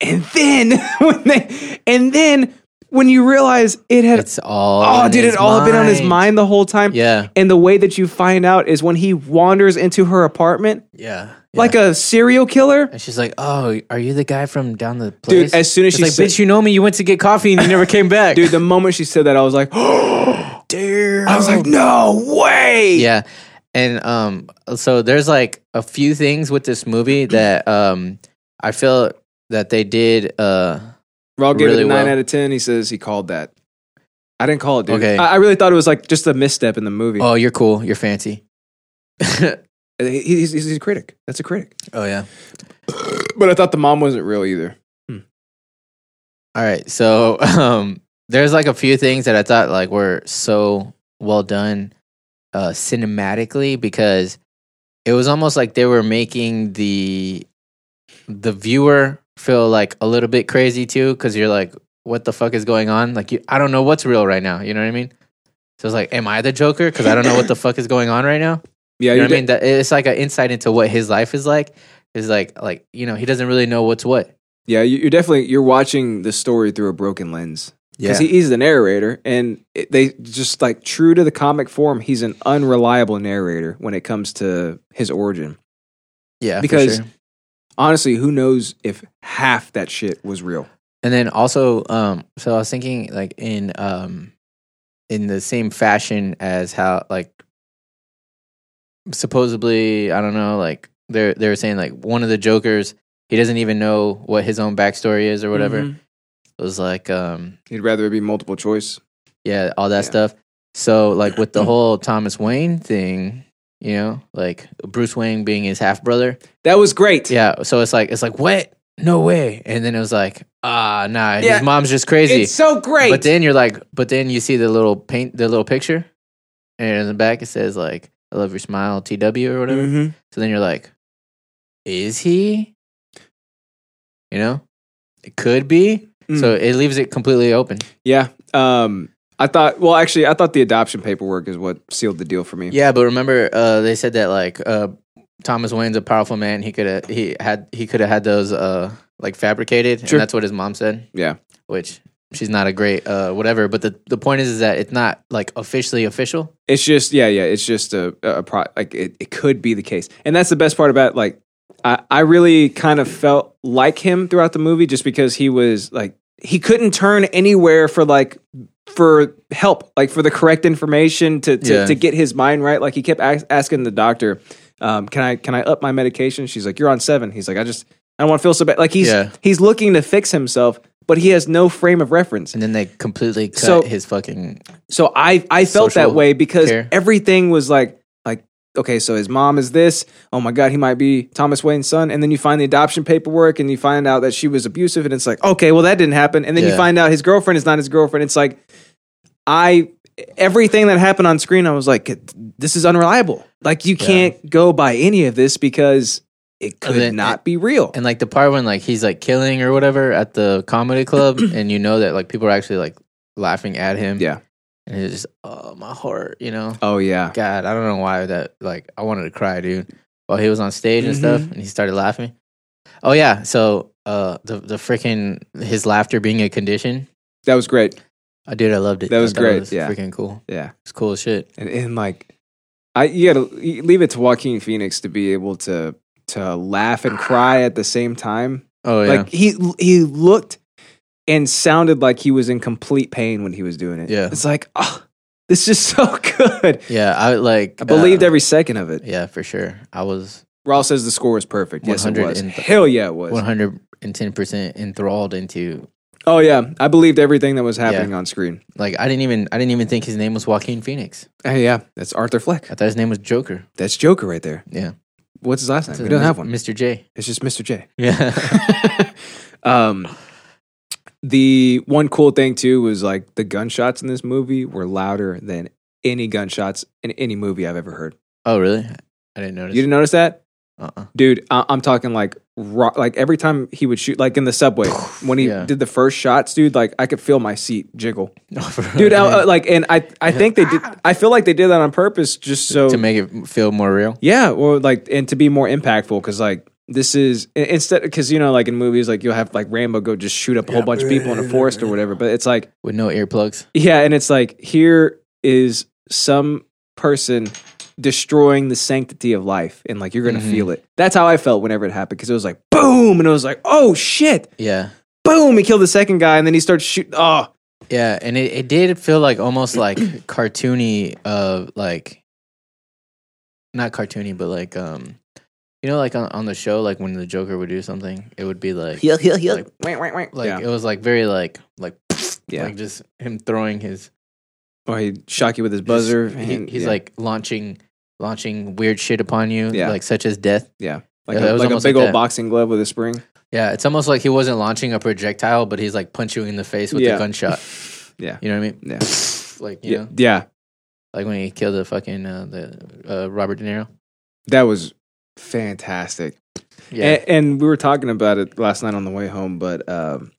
And then when they, and then when you realize it had, it's all. oh, in did his it all have been on his mind the whole time? Yeah, And the way that you find out is when he wanders into her apartment yeah. like a serial killer. And she's like, "Oh, are you the guy from down the place?" as soon as It's she like, said- "Bitch, you know me. You went to get coffee and you never came back, Dude, the moment she said that, I was like, Damn. I was like, no way. yeah. And um, so there's like a few things with this movie that um, I feel that they did. Uh, Rob gave it Really a nine well. out of ten. He says he called that. I didn't call it, dude. Okay. I, I really thought it was like just a misstep in the movie. oh, you're cool. You're fancy. He- he's, he's a critic. That's a critic. Oh yeah. But I thought the mom wasn't real either. All right. So um there's like a few things that I thought like were so well done uh cinematically because it was almost like they were making the the viewer feel like a little bit crazy too cuz you're like what the fuck is going on? Like you, I don't know what's real right now, you know what I mean? So it's like am I the Joker cuz I don't know what the fuck is going on right now? Yeah, You know you're what I de- mean? That it's like an insight into what his life is like. Is like like you know, he doesn't really know what's what. yeah, you- you're definitely you're watching the story through a broken lens because he, he's the narrator, and it, they just like true to the comic form, he's an unreliable narrator when it comes to his origin. yeah, for because sure. honestly, who knows if half that shit was real? And then also, um, so I was thinking like in um in the same fashion as how like supposedly, I don't know, like they're they were saying like one of the jokers, he doesn't even know what his own backstory is or whatever. Mm-hmm. It was like um He'd rather it be multiple choice. yeah, all that Yeah. stuff. So like with the whole Thomas Wayne thing, you know, like Bruce Wayne being his half brother. That was great. Yeah. So it's like it's like what? No way. And then it was like, ah nah, Yeah. his mom's just crazy. it's so great. But then you're like, but then you see the little paint, the little picture, and in the back it says like, "I love your smile, TW" or whatever. Mhm. So then you're like, is he? You know, it could be. Mm. So it leaves it completely open. yeah, um, I thought. Well, actually, I thought the adoption paperwork is what sealed the deal for me. Yeah, but remember uh, they said that like uh, Thomas Wayne's a powerful man. He could have he had he could have had those uh, like fabricated, Sure. and that's what his mom said. Yeah. which. She's not a great uh, whatever, but the, the point is, is that it's not like officially official. It's just yeah, yeah. It's just a a pro. Like it, it could be the case, and that's the best part about like I I really kind of felt like him throughout the movie, just because he was like he couldn't turn anywhere for like for help, like for the correct information to to, Yeah. to get his mind right. Like he kept ask, asking the doctor, um, "Can I can I up my medication?" She's like, "You're on seven. He's like, "I just I don't want to feel so bad." Like he's Yeah. he's looking to fix himself, but he has no frame of reference. And then they completely cut So- his fucking So I I felt Social that way because care. everything was like like okay, so his mom is this. Oh my god, he might be Thomas Wayne's son. And then you find the adoption paperwork and you find out that she was abusive and it's like, okay, well that didn't happen. And then you Yeah. find out his girlfriend is not his girlfriend. It's like I everything that happened on screen I was like this is unreliable. Like you can't go by any of this because it could then- not be real. and like the part when like he's like killing or whatever at the comedy club, and you know that like people are actually like laughing at him. yeah. and it's just oh my heart, you know. Oh yeah. God, I don't know why that like I wanted to cry, dude. While he was on stage and stuff, Mm-hmm. and he started laughing. Oh yeah, so uh the the freaking his laughter being a condition, That was great. I dude, I loved it. That I was thought great, It was yeah. freaking cool. Yeah. It's cool as shit. and, and like I you gotta you leave it to Joaquin Phoenix to be able to to laugh and cry at the same time. Oh yeah, Like he he looked and sounded like he was in complete pain when he was doing it. Yeah. It's like, oh, this is so good. Yeah, I like. I believed uh, every second of it. Yeah, for sure. I was Ross says the score was perfect. Yes, it was. 100 and- Hell yeah, it was. 110% enthralled into. Oh yeah, I believed everything that was happening on screen. Like I didn't even I didn't even think his name was Joaquin Phoenix. Oh yeah, that's Arthur Fleck. I thought his name was Joker. That's Joker right there. Yeah. What's his last name? We don't have one. Mr. J. It's just Mr. J. Yeah. um, the one cool thing too was like the gunshots in this movie were louder than any gunshots in any movie I've ever heard. oh, really? I didn't You notice. didn't notice that, uh-uh. dude? I- I'm talking like ro- like every time he would shoot, like in the subway when he Yeah. did the first shots, dude. Like I could feel my seat jiggle, No, for- dude. I, uh, like, and I I think they did. I feel like they did that on purpose, just so to make it feel more real. Yeah, or like, and to be more impactful, because like this is i- instead, because you know, like in movies, like you'll have like Rambo go just shoot up a whole bunch of people in a forest or whatever. But it's like, With no earplugs. yeah, and it's like here is some person destroying the sanctity of life, and like you're gonna Mhm. feel it. That's how I felt whenever it happened, because it was like boom, and it was like, oh shit, Yeah. boom, he killed the second guy, and then he starts shooting. Oh, Yeah, and it, it did feel like almost like cartoony of like not cartoony, but like um you know like on, on the show like when the Joker would do something, it would be like like, like yeah, it was like very like like yeah. like just him throwing his or he shot you with his buzzer. He- and- he's yeah. like launching launching weird shit upon you, Yeah. like such as death. like, yeah, that a, was like a almost big like old that. boxing glove with a spring. Yeah, it's almost like he wasn't launching a projectile, but he's like punching you in the face with Yeah. a gunshot. Yeah. You know what I mean? Yeah. Like you Yeah. know, yeah. like when he killed the fucking uh, the uh, Robert De Niro. That was fantastic. Yeah. A- And, we were talking about it last night on the way home, but um,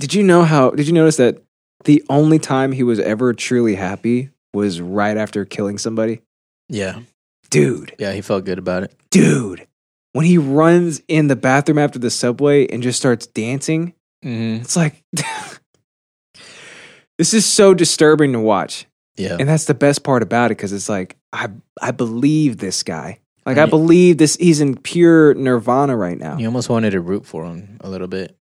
did you know how, did you notice that the only time he was ever truly happy was right after killing somebody? yeah. Dude, Yeah, he felt good about it. dude. When he runs in the bathroom after the subway and just starts dancing, Mm-hmm. it's like, this is so disturbing to watch. Yeah. And that's the best part about it because it's like I I believe this guy. Like I Right. believe this. He's in pure nirvana right now. You almost wanted to root for him a little bit.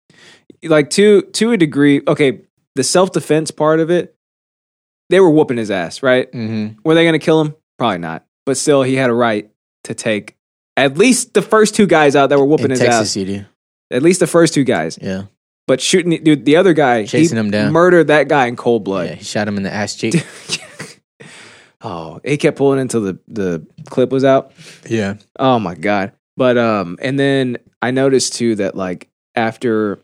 Like to to a degree. Okay, the self defense part of it. They were whooping his ass, right? Mm-hmm. Were they going to kill him? Probably not. But still, he had a right to take at least the first two guys out that were whooping In his Texas, ass. you do. At least the first two guys. Yeah. But shooting the, dude, the other guy, Chasing he him down. murdered that guy in cold yeah. blood. He shot him in the ass cheek. oh, he kept pulling until the the clip was out. yeah. Oh my god. But um and then I noticed too that like after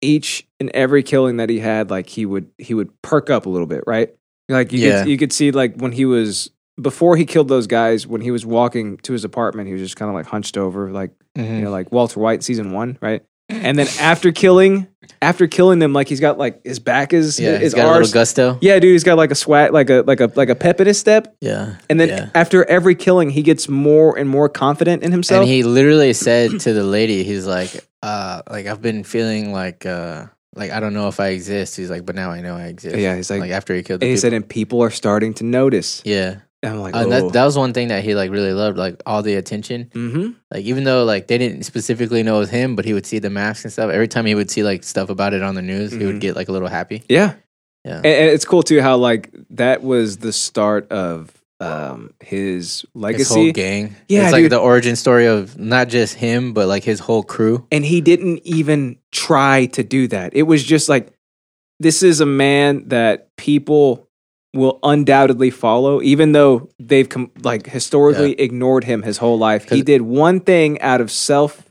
each and every killing that he had like he would he would perk up a little bit, right? Like you Yeah. could, you could see like when he was before he killed those guys when he was walking to his apartment he was just kind of like hunched over like you Mm-hmm. know like Walter White in season 1, right? And then after killing after killing them like he's got like his back is Yeah. is He's got a little arse. gusto. Yeah, dude, he's got like a swat like a like a like a pep in his step. Yeah. And then Yeah. after every killing he gets more and more confident in himself. and he literally said to the lady, he's like, uh, like I've been feeling like, uh, like I don't know if I exist. He's like, but now I know I exist. Yeah, he's like- like after he killed, the And he people. said, and people are starting to notice. yeah, And I'm like, Uh, oh, that that was one thing that he like really loved, like all the attention. mm-hmm. Like even though like they didn't specifically know it was him, but he would see the masks and stuff. Every time he would see like stuff about it on the news, he Mhm. would get like a little happy. yeah, Yeah. And, and it's cool too how like that was the start of um his His whole legacy, gang, Yeah, it's like dude. the origin story of not just him, but like his whole crew. and he didn't even try to do that. It was just like, this is a man that people will undoubtedly follow, even though they've com- like historically ignored him his whole life. He 'Cause- did one thing out of self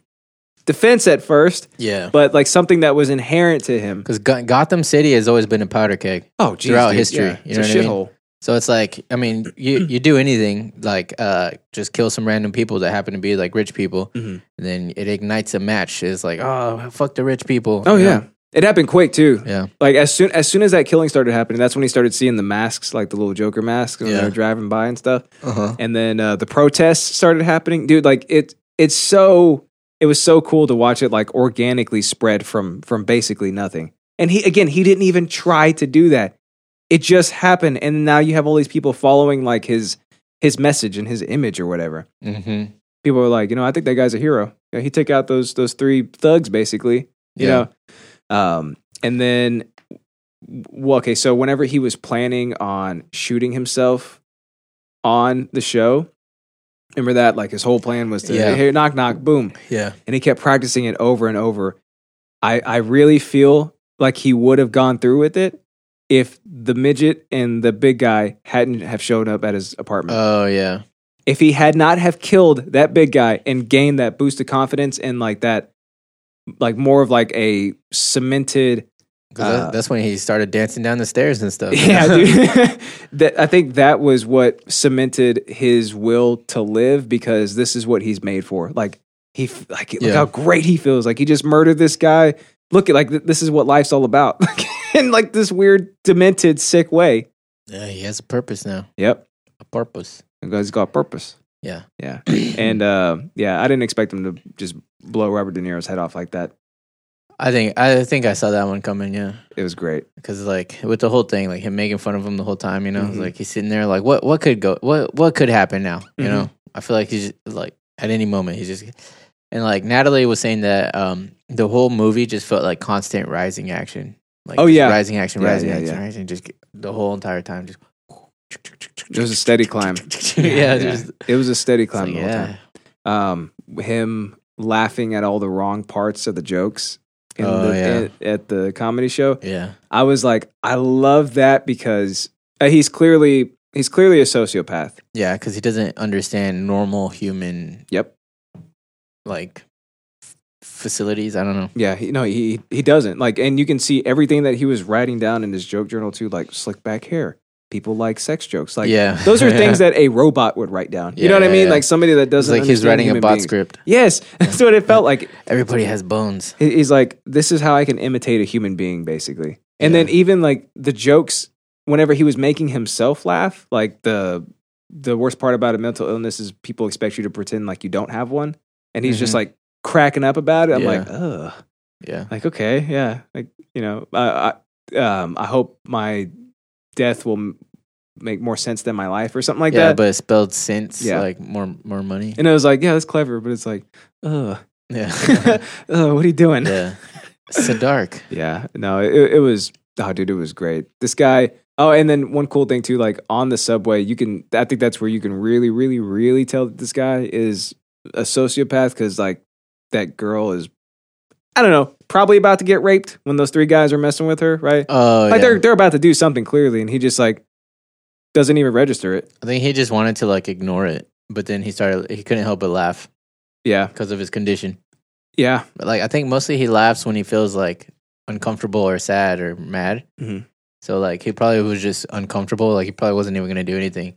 defense at first, Yeah, but like something that was inherent to him. because Gotham City has always been a powder keg. Oh, geez, Throughout dude, history, yeah. you know what it's I a mean? shithole. So it's like, I mean, you you do anything like uh, just kill some random people that happen to be like rich people, Mhm. and then it ignites a match. It's like, oh, fuck the rich people. Oh you yeah. know? It happened quick too. yeah, Like as soon as soon as that killing started happening, that's when he started seeing the masks, like the little Joker masks when they Yeah. were driving by and stuff. uh-huh. And then uh, the protests started happening, dude. Like it, it's so it was so cool to watch it like organically spread from from basically nothing. And he again, he didn't even try to do that. It just happened, and now you have all these people following like his his message and his image or whatever. hmm People are like, you know, I think that guy's a hero. You know, he took out those those three thugs basically you yeah. know um and then, well, okay, so whenever he was planning on shooting himself on the show, remember that? Like his whole plan was to Yeah. here, knock, knock, boom. Yeah. And he kept practicing it over and over. I, I really feel like he would have gone through with it if the midget and the big guy hadn't have showed up at his apartment. Oh yeah. if he had not have killed that big guy and gained that boost of confidence and like that, like more of like a cemented 'Cause that- Uh, that's when he started dancing down the stairs and stuff. Yeah, dude. that I think that was what cemented his will to live because this is what he's made for. Like he, f- like look Yeah. how great he feels. Like he just murdered this guy. Look at like th- this is what life's all about. in like this weird, demented, sick way. yeah. He has a purpose now. Yep, A purpose. he's got purpose. Yeah. Yeah, and uh, yeah, I didn't expect him to just blow Robert De Niro's head off like that. I think I think I saw that one coming. Yeah. It was great. Cause like with the whole thing, like him making fun of him the whole time, you know, Mhm. like he's sitting there, like what what could go, what what could happen now, you Mhm. know? I feel like he's just, like at any moment he's just, and like Natalie was saying that um the whole movie just felt like constant rising action, like Oh, just yeah. rising action, Yeah, rising yeah, action, yeah. rising, just the whole entire time, just It was a steady climb. yeah, just it was a steady it's like, climb. the whole time. yeah, um, him laughing at all the wrong parts of the jokes in Oh, the, yeah. in- at the comedy show. yeah, I was like, I love that because uh, he's clearly he's clearly a sociopath. yeah, because he doesn't understand normal human Yep. like f- facilities. I don't know. Yeah. He, no, he he doesn't like, and you can see everything that he was writing down in his joke journal too, like slick back hair. People like sex jokes. Like yeah, those are things that a robot would write down. you Yeah, know what I yeah, mean? yeah. Like somebody that It's doesn't like he's understand writing a human bot beings. script. Yes, that's what it felt like. Everybody has bones. He- He's like, this is how I can imitate a human being, basically. And Yeah. then even like the jokes, whenever he was making himself laugh, like the the worst part about a mental illness is people expect you to pretend like you don't have one, and he's just Mhm. like cracking up about it. I'm Yeah. like, ugh, Yeah. like okay, yeah, like you know, I I, um, I hope my death will m- make more sense than my life or something like yeah, that. but it's spelled since Yeah. like more more money. and I was like, yeah, that's clever, but it's like, ugh, Yeah. ugh, what are you doing? yeah. So dark. Yeah, no, it, it was. Oh, dude, it was great. This guy. Oh, and then one cool thing too, like on the subway, you can. I think that's where you can really, really, really tell that this guy is a sociopath because like that girl is. I don't know. Probably about to get raped when those three guys are messing with her, right? Oh, like yeah. they're they're about to do something clearly, and he just like doesn't even register it. I think he just wanted to like ignore it, but then he started. He couldn't help but laugh Yeah, because of his condition. yeah, But like I think mostly he laughs when he feels like uncomfortable or sad or mad. Mhm. So like he probably was just uncomfortable. Like he probably wasn't even gonna do anything.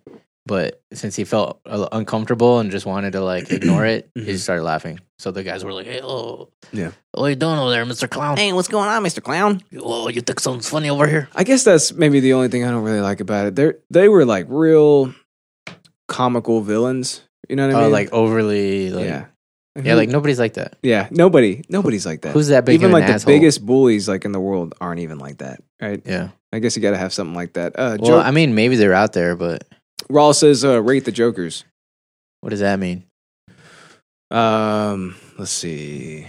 But since he felt uh, uncomfortable and just wanted to like ignore it, he Mhm. just started laughing. So the guys were like, "Hey, oh, Yeah. what are you doing over there, Mister Clown? Hey, what's going on, Mr. Clown? Oh, you think something's funny over here?" I guess that's maybe the only thing I don't really like about it. They are they were like real comical villains. You know what I oh, mean? like overly, like, yeah, yeah, like nobody's like that. Yeah, nobody, nobody's like that. Who's that big? even of an like the asshole? biggest bullies like in the world aren't even like that, right? Yeah. I guess you got to have something like that. Uh, Well, Joke- I mean, maybe they're out there, but Rawl says uh, rate the Jokers. what does that mean? Um, let's see.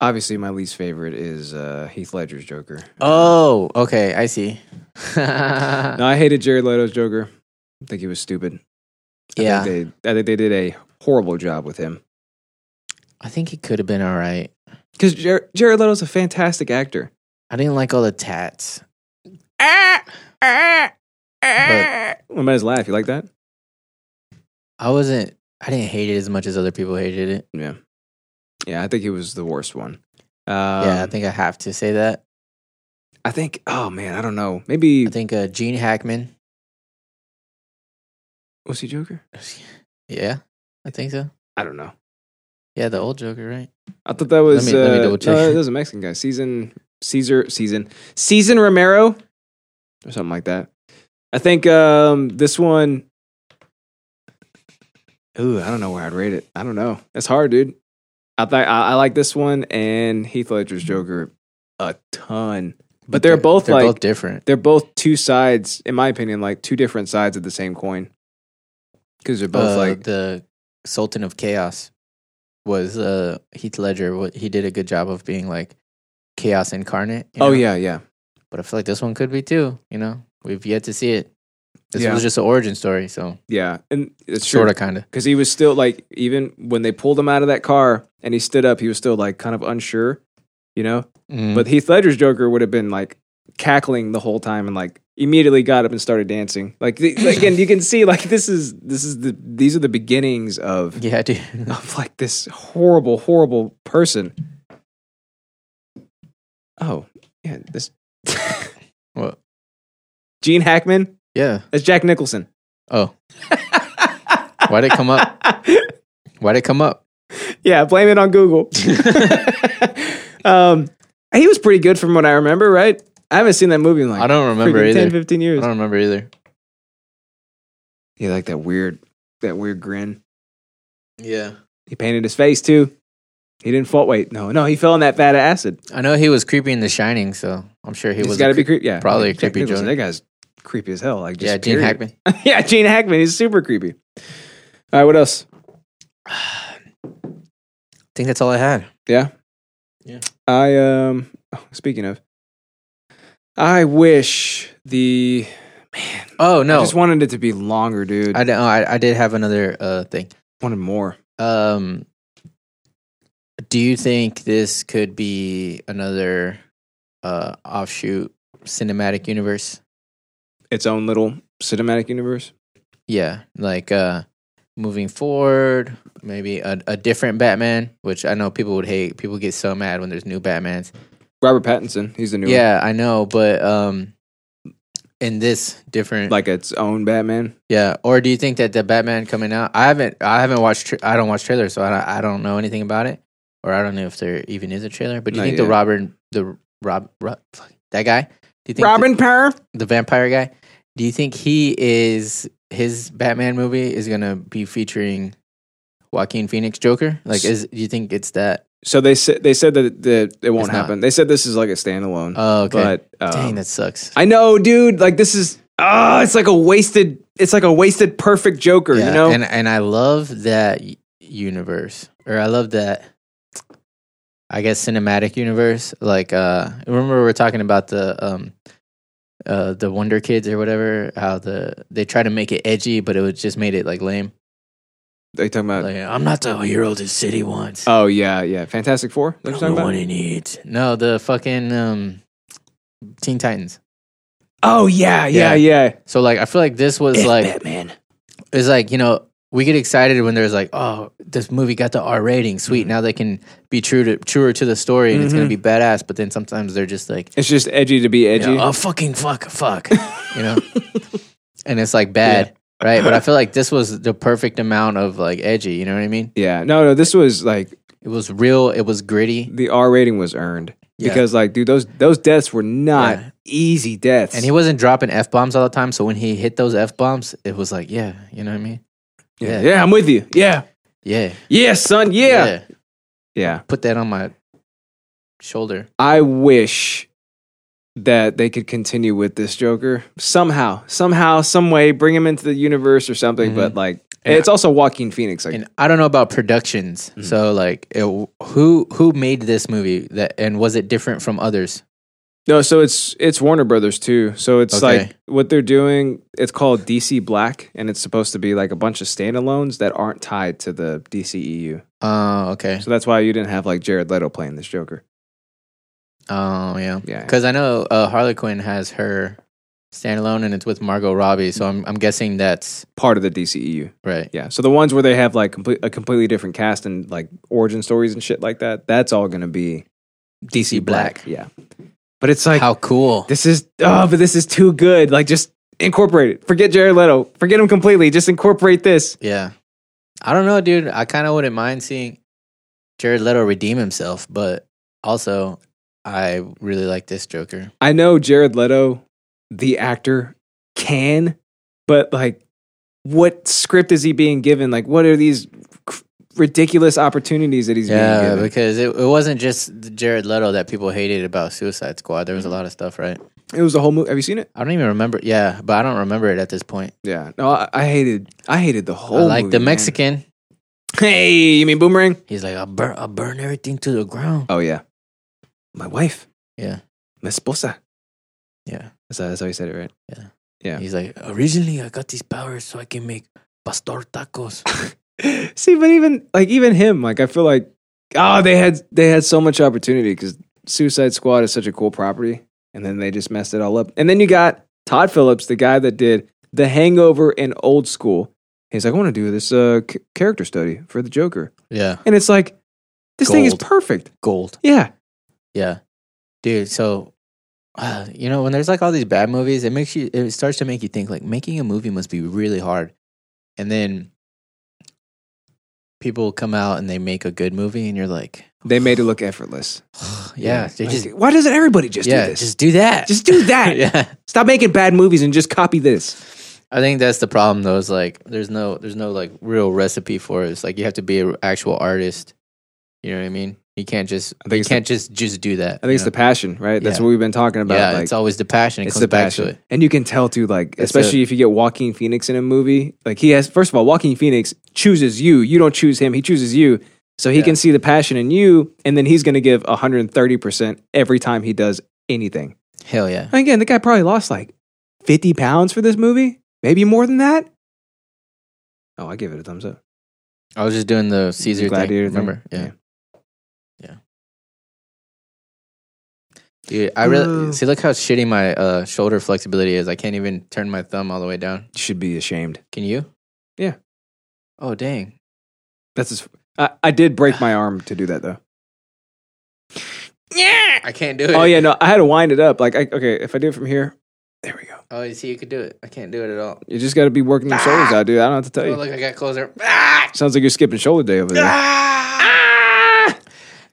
Obviously, my least favorite is uh, Heath Ledger's Joker. Oh, okay, I see. No, I hated Jared Leto's Joker. I think he was stupid. I yeah, think they, I think they did a horrible job with him I think it could have been all right. because Jer- Jared Leto's a fantastic actor. I didn't like all the tats. But What about his laugh? You like that? I wasn't. I didn't hate it as much as other people hated it. Yeah, I think he was the worst one. Um, yeah, I think I have to say that. I think. Oh man, I don't know. Maybe I think uh, Gene Hackman. was he Joker? Yeah, I think so. I don't know. Yeah, the old Joker, right? I thought that was me- let me uh, double check. no, that was a Mexican guy. Season Caesar season season Romero or something like that. I think um, this one. Ooh, I don't know where I'd rate it. I don't know. That's hard, dude. I think I, I like this one and Heath Ledger's Joker a ton. But they're both they're like both different. they're both two sides, in my opinion, like two different sides of the same coin. Because they're both Uh, like the Sultan of Chaos was uh, Heath Ledger. What he did a good job of being like chaos incarnate. you Oh know? yeah, yeah. But I feel like this one could be too. You know, we've yet to see it. This Yeah. was just an origin story, so Yeah. And it's true. sort of, kind of. because he was still like even when they pulled him out of that car and he stood up he was still like kind of unsure you know Mm-hmm. but Heath Ledger's Joker would have been like cackling the whole time and like immediately got up and started dancing like the, again you can see like this is this is the these are the beginnings of yeah, dude. of like this horrible horrible person oh yeah this What? Gene Hackman yeah. that's Jack Nicholson Oh, why'd it come up? Why'd it come up? Yeah, blame it on Google. um, he was pretty good from what I remember, right? I haven't seen that movie in like I don't remember freaking either. 10, 15 I years. don't remember either. He had like that weird, that weird grin. Yeah, He painted his face too. He didn't fall. Wait, no, no, he fell in that vat of acid. I know he was creepy in The Shining, so I'm sure he He was has a got to be creep- creepy. Yeah, probably a Jack creepy Nicholson, joke. That guy's creepy as hell. Like, just Yeah, Gene period. Hackman. yeah, Gene Hackman. He's super creepy. All right, what else? I think that's all I had. Yeah. Yeah. I um oh, speaking of I wish the Oh I no, I, just wanted it to be longer, dude. d- oh, I, I did have another uh, thing. wanted more. Um, do you think this could be another uh, offshoot cinematic universe? Its own little cinematic universe. Yeah, like uh, moving forward, maybe a, a different Batman, which I know people would hate. People get so mad when there's new Batmans. Robert Pattinson, he's the new Yeah, I know, but um, in this different, like, like its own Batman. yeah. Or do you think that the Batman coming out? I haven't, I haven't watched. Tra- I don't watch trailers, so I don't, I don't know anything about it, or I don't know if there even is a trailer. But do you Not think yet. the Robin, the Rob, Rob fuck, that guy? Do you think Robin Parr? the, the vampire guy? Do you think he is his Batman movie is gonna be featuring Joaquin Phoenix Joker? Like, is do you think it's that? So they said they said that, that it won't It's not. happen. They said this is like a standalone. Oh, okay. But um, Dang, that sucks. I know, dude, like this is ah, it's like a wasted it's like a wasted perfect Joker, Yeah, you know? and and I love that y- universe, or I love that. I guess cinematic universe. Like, uh, remember we were talking about the um, uh, the Wonder Kids or whatever. How the they try to make it edgy, but it was just made it like lame. they talking about Like, I'm not the hero this city wants. Oh yeah, yeah. Fantastic Four? Is that I'm what the you're talking one about? it needs. No, the fucking um, Teen Titans. Oh yeah, yeah, yeah. So like, I feel like this was like Batman. it's like you know we get excited when there's like oh this movie got the R rating sweet now they can be true to truer to the story and it's gonna be badass but then sometimes they're just like It's just edgy to be you edgy. know, oh fucking fuck fuck you know and it's like bad right but I feel like this was the perfect amount of like edgy you know what I mean Yeah. No, no, this was like it was real it was gritty the R rating was earned. Yeah. Because like, dude, those those deaths were not Yeah. easy deaths. and he wasn't dropping f bombs all the time so when he hit those f bombs it was like yeah you know what I mean yeah. yeah, I'm with you. Yeah. yeah Yeah, son. Yeah. Yeah. put that on my shoulder I wish that they could continue with this Joker somehow, somehow, some way, bring him into the universe or something. Mhm. But like, it's also Joaquin Phoenix. Like, and I don't know about productions. So like, it, who who made this movie that and was it different from others? no, so it's it's Warner Brothers too. So it's Okay. like what they're doing. It's called DC Black, and it's supposed to be like a bunch of standalones that aren't tied to the DCEU. Oh, okay. So that's why you didn't have like Jared Leto playing this Joker. Oh, yeah. Yeah. Because I know uh, Harley Quinn has her standalone, and it's with Margot Robbie. So I'm I'm guessing that's Part of the DCEU. right. Yeah. So the ones where they have like complete, a completely different cast and like origin stories and shit like that, that's all going to be DC Black. Yeah. But it's like, How cool! this is, oh, but this is too good. Like, just incorporate it. Forget Jared Leto. Forget him completely. Just incorporate this. yeah. I don't know, dude. I kind of wouldn't mind seeing Jared Leto redeem himself, but also I really like this Joker. I know Jared Leto, the actor, can, but like, what script is he being given? Like, what are these ridiculous opportunities that he's being Yeah, given? because it, it wasn't just the Jared Leto that people hated about Suicide Squad. There was a Mm-hmm. lot of stuff, right? It was the whole movie. Have you seen it? I don't even remember. Yeah, but I don't remember it at this point. Yeah. No, I, I hated. I hated the whole. I like movie, the man. Mexican. Hey, you mean Boomerang? He's like, I'll burn, I'll burn everything to the ground. Oh yeah. my wife, Yeah. my esposa. Yeah. That's how, that's how he said it, right? Yeah. He's like, originally I got these powers so I can make pastor tacos. See, but even like even him, like I feel like oh, they had they had so much opportunity because Suicide Squad is such a cool property, and then they just messed it all up. And then you got Todd Phillips, the guy that did The Hangover and Old School. He's like, I want to do this uh, c- character study for the Joker, yeah. and it's like this thing is Gold. perfect. Gold. Yeah, Yeah. Dude, so uh, you know, when there's like all these bad movies, it makes you it starts to make you think like making a movie must be really hard. And then people come out and they make a good movie and you're like, they made it look effortless. yeah, they Like, just why doesn't everybody just yeah, do this? just do that. Just do that. yeah. Stop making bad movies and just copy this. I think that's the problem though. Is like there's no there's no like real recipe for it. It's like you have to be an actual artist. You know what I mean? You can't just I think you it's the- can't just just do that. I think it's the passion, right? That's Yeah. what we've been talking about. yeah. like- it's always the passion. It it's comes the back passion, to it. and you can tell too. Like It's especially if you get Joaquin Phoenix in a movie, like he has. First of all, Joaquin Phoenix chooses you. You don't choose him. He chooses you, so he Yeah. can see the passion in you, and then he's going to give hundred and thirty percent every time he does anything. Hell yeah. And again, the guy probably lost like fifty pounds for this movie, maybe more than that. Oh, I give it a thumbs up. I was just doing the Caesar thing. Gladiator thing? Remember? Yeah. yeah. Dude, I really Whoa. see. Look how shitty my uh, shoulder flexibility is. I can't even turn my thumb all the way down. You should be ashamed. Can you? Yeah. Oh dang! That's as I, I did break my arm to do that though. I can't do it. Oh yeah, no, I had to wind it up. Like, I, okay, if I do it from here, there we go. Oh, you see, you could do it. I can't do it at all. You just got to be working your shoulders out, dude. I don't have to tell Oh you. look, I got closer. Ah! Sounds like you're skipping shoulder day over there.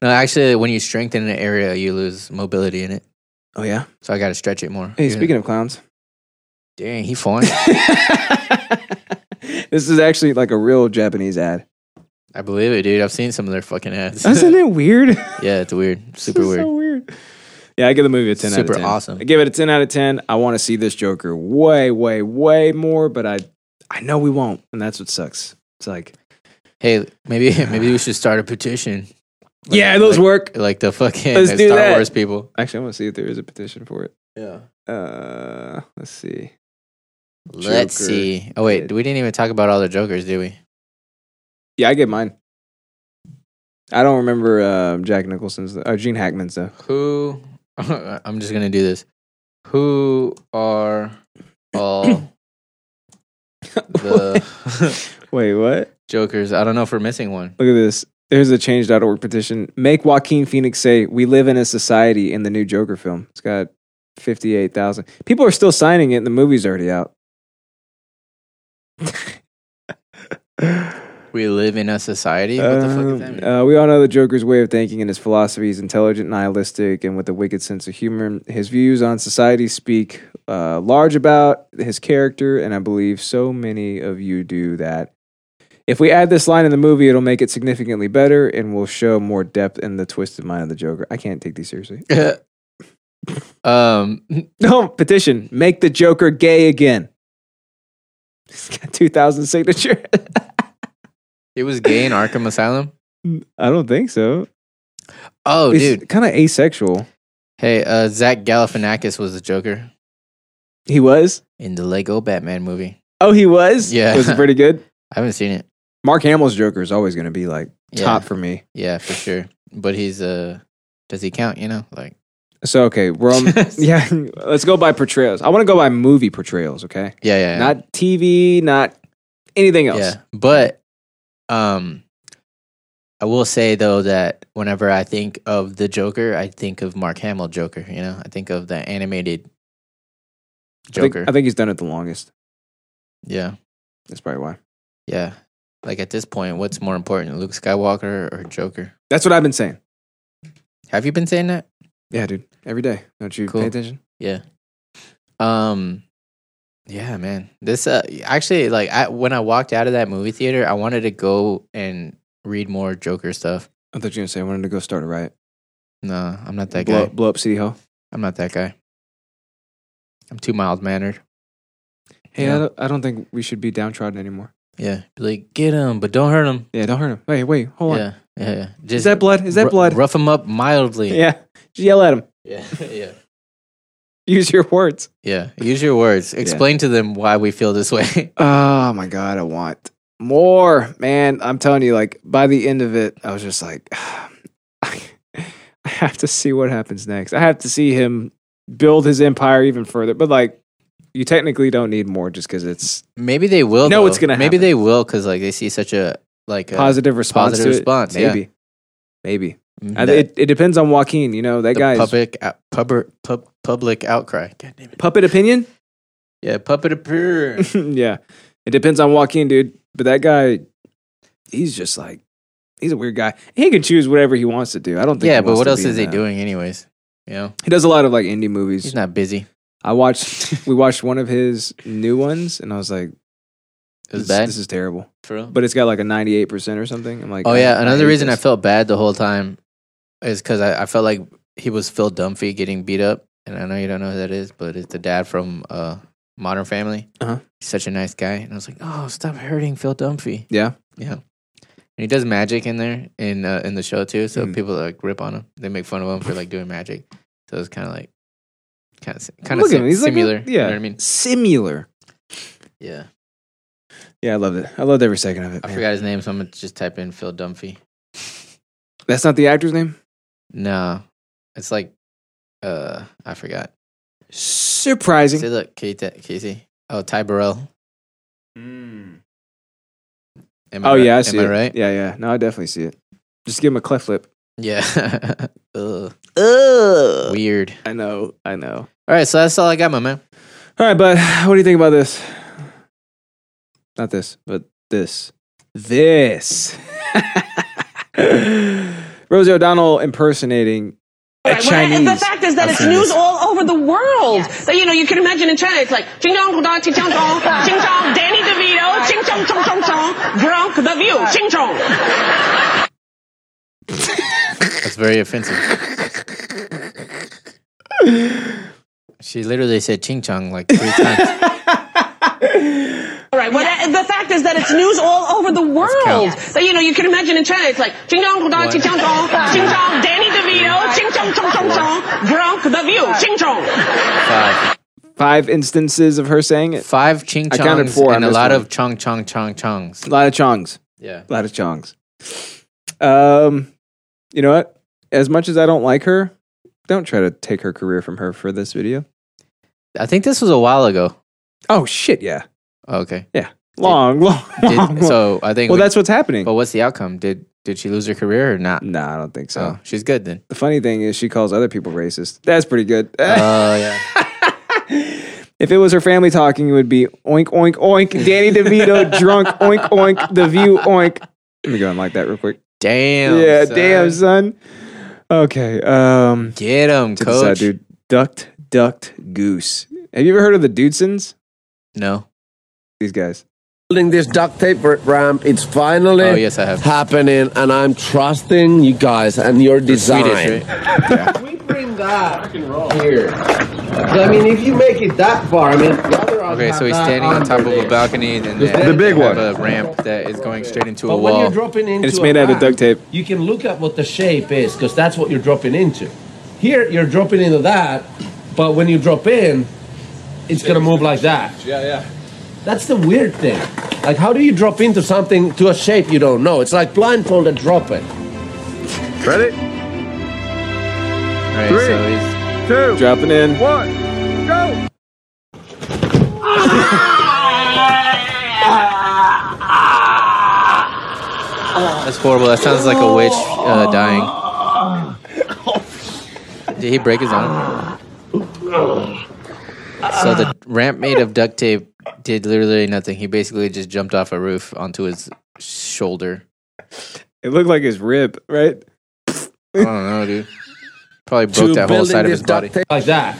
No, actually, when you strengthen an area, you lose mobility in it. Oh yeah. So I got to stretch it more. Hey, Even- speaking of clowns, dang, he fine. this is actually like a real Japanese ad. I believe it, dude. I've seen some of their fucking ads. Isn't it weird? yeah, it's weird, super This is weird. So weird. Yeah, I give the movie a ten out of Super ten. awesome. I give it a ten out of ten. I want to see this Joker way, way, way more, but I, I know we won't, and that's what sucks. It's like, Hey, maybe maybe we should start a petition, yeah, those like- work. like the fucking Let's Star do that. Wars people. Actually, I want to see if there is a petition for it. Yeah. Uh, let's see. Let's Joker. see. Oh wait, Kid. we didn't even talk about all the jokers, did we? Yeah, I get mine. I don't remember um, Jack Nicholson's or Gene Hackman's though. Who? I'm just gonna do this. Who are all the Wait, what? jokers? I don't know if we're missing one. Look at this. There's a change.org petition. Make Joaquin Phoenix say, We live in a society in the new Joker film. It's got 58,000. People are still signing it, and the movie's already out. We live in a society. What the fuck is that? Um, mean? uh, we all know the Joker's way of thinking and his philosophy. He's intelligent, nihilistic, and with a wicked sense of humor. His views on society speak uh, large about his character, and I believe so many of you do that. If we add this line in the movie, it'll make it significantly better and will show more depth in the twisted mind of the Joker. I can't take these seriously. uh, um, No, petition. Make the Joker gay again. It's got 2,000 signatures. it was gay in Arkham Asylum. I don't think so. Oh, it's dude. kind of asexual. Hey, uh, Zach Galifianakis was the Joker He was? in the Lego Batman movie. Oh, he was. Yeah. was it pretty good? I haven't seen it. Mark Hamill's Joker is always going to be like Yeah. top for me. Yeah, for sure. But he's uh does he count, you know? Like So okay, we're on, yeah. Let's go by portrayals. I want to go by movie portrayals. Okay, Yeah, yeah. not TV, not anything yeah. else. yeah. But um I will say though that whenever I think of the Joker, I think of Mark Hamill Joker, you know? I think of the animated I think, Joker. I think he's done it the longest. yeah. That's probably why. Yeah. Like at this point, what's more important, Luke Skywalker or Joker? That's what I've been saying. Have you been saying that? Yeah, dude. Every day. Don't you Cool. pay attention? Yeah. Um yeah, man. This uh actually like I when I walked out of that movie theater, I wanted to go and read more Joker stuff. I thought you were going to say I wanted to go start a riot. No, I'm not that blow, guy. blow up City Hall. I'm not that guy. I'm too mild mannered. Hey, Yeah. I, don't, I don't think we should be downtrodden anymore. Yeah. Be like, get him, but don't hurt him. Yeah, don't hurt him. Wait, wait, hold on. Yeah. Yeah. Just Is that blood? Is that ru- blood? Rough them up mildly. Yeah. Just yell at him. Yeah. yeah. Use your words. Yeah. Use your words. Explain to them why we feel this way. Oh my god, I want more, man. I'm telling you, like by the end of it, I was just like, I have to see what happens next. I have to see him build his empire even further. But like, you technically don't need more just because it's Maybe they will. No, though. it's gonna Maybe happen. they will because like they see such a like a, positive response. positive to it. response, yeah. maybe, maybe. that- And It, it depends on Joaquin. You know that the guy's public out- pubber, pub, public outcry. God damn it. puppet opinion. Yeah, puppet appear. yeah, it depends on Joaquin, dude. But that guy, he's just like he's a weird guy. He can choose whatever he wants to do. I don't think. yeah, he but wants what to else be is in he that. doing anyways? You know, He does a lot of like indie movies. he's not busy. I watched we watched one of his new ones, and I was like, It was this, bad this is terrible. for real. But it's got like a ninety eight percent or something. I'm like, oh yeah, another hate reason I this. felt bad the whole time is because I, I felt like he was Phil Dunphy getting beat up, and I know you don't know who that is, but it's the dad from uh, Modern Family. Uh-huh. He's such a nice guy, and I was like, oh, stop hurting Phil Dunphy. Yeah. yeah. And he does magic in there in uh, in the show too, so Mhm. people like rip on him. They make fun of him for like doing magic. So it's kind of like kind of kind of Look at him. sim- He's similar. Like, a- you know yeah, what I mean, similar. yeah. Yeah, I loved it. I loved every second of it. I man. forgot his name, so I'm gonna just type in Phil Dunphy. That's not the actor's name. No, it's like, uh, I forgot. See, Surprising. look, Kate, Casey. Oh, Ty Burrell. Am I Hmm. right? Oh yeah, I see Am it. I right? Yeah, yeah. No, I definitely see it. Just give him a cleft lip. Yeah. Ugh. Ugh. Weird. I know. I know. All right, so that's all I got, my man. All right, bud. What do you think about this? Not this, but this. This. Rosie O'Donnell impersonating a Right, well, Chinese. and the fact is that I've it's seen news this. all over the world. So, you know, you can imagine in China, it's like, ching chong, dong, ching chong, dong, ching chong, Danny DeVito, ching chong, chong, chong, chong, drunk, the view, ching chong. That's very offensive. she literally said "ching chong" like three times. All right, well, and the fact is that it's news all over the world. count. So, you know, you can imagine in China, it's like, ching chong, dong, ching chong, dong, ching chong, Danny DeVito, ching chong, chong, chong, chong, drunk, the view, ching chong. Five, Five instances of her saying it. five "ching I counted chongs" four, I and a missed lot one. of "chong chong chong chongs." A lot of chongs. Yeah, A lot of chongs. Um, you know what? As much as I don't like her, don't try to take her career from her for this video. I think this was a while ago. Oh, Oh shit! Yeah, Okay, yeah. Long, long, long. Did, so Oh. I think. well, we- that's what's happening. But what's the outcome? Did did she lose her career or not? No, I don't think so. So she's good then. The funny thing is, she calls other people racist. That's pretty good. Oh yeah. if it was her family talking, it would be oink, oink, oink, Danny DeVito drunk, oink, oink, The View, oink. Let me go and like that real quick. Damn. yeah, son. damn, son. Okay. Um, Get him, to the side, coach. dude. Ducked, ducked, goose. Have you ever heard of the Dudesons? No. These guys. building this duct tape ramp. It's finally Oh yes, I have. happening, and I'm trusting you guys and your design. Swedish, right? We bring that here. So I mean, if you make it that far, I mean, the other odds Okay, have so he's that standing on top of there. a balcony, and then The big one, have a ramp that is going straight into a But when wall. you're dropping into it's a made out of ramp, duct tape. You can look at what the shape is because that's what you're dropping into. Here, you're dropping into that, but when you drop in, it's gonna move like that. Yeah, yeah. That's the weird thing. Like, how do you drop into something to a shape you don't know? It's like blindfolded dropping. Ready? Right, Three. so he's, Two, Dropping in. one, go! that's horrible. That sounds like a witch uh, dying. Did he break his arm? So the ramp made of duct tape did literally nothing. He basically just jumped off a roof onto his shoulder. It looked like his rib, right? I don't know, dude. Probably broke To that whole building side of this his body. duct tape. Like that.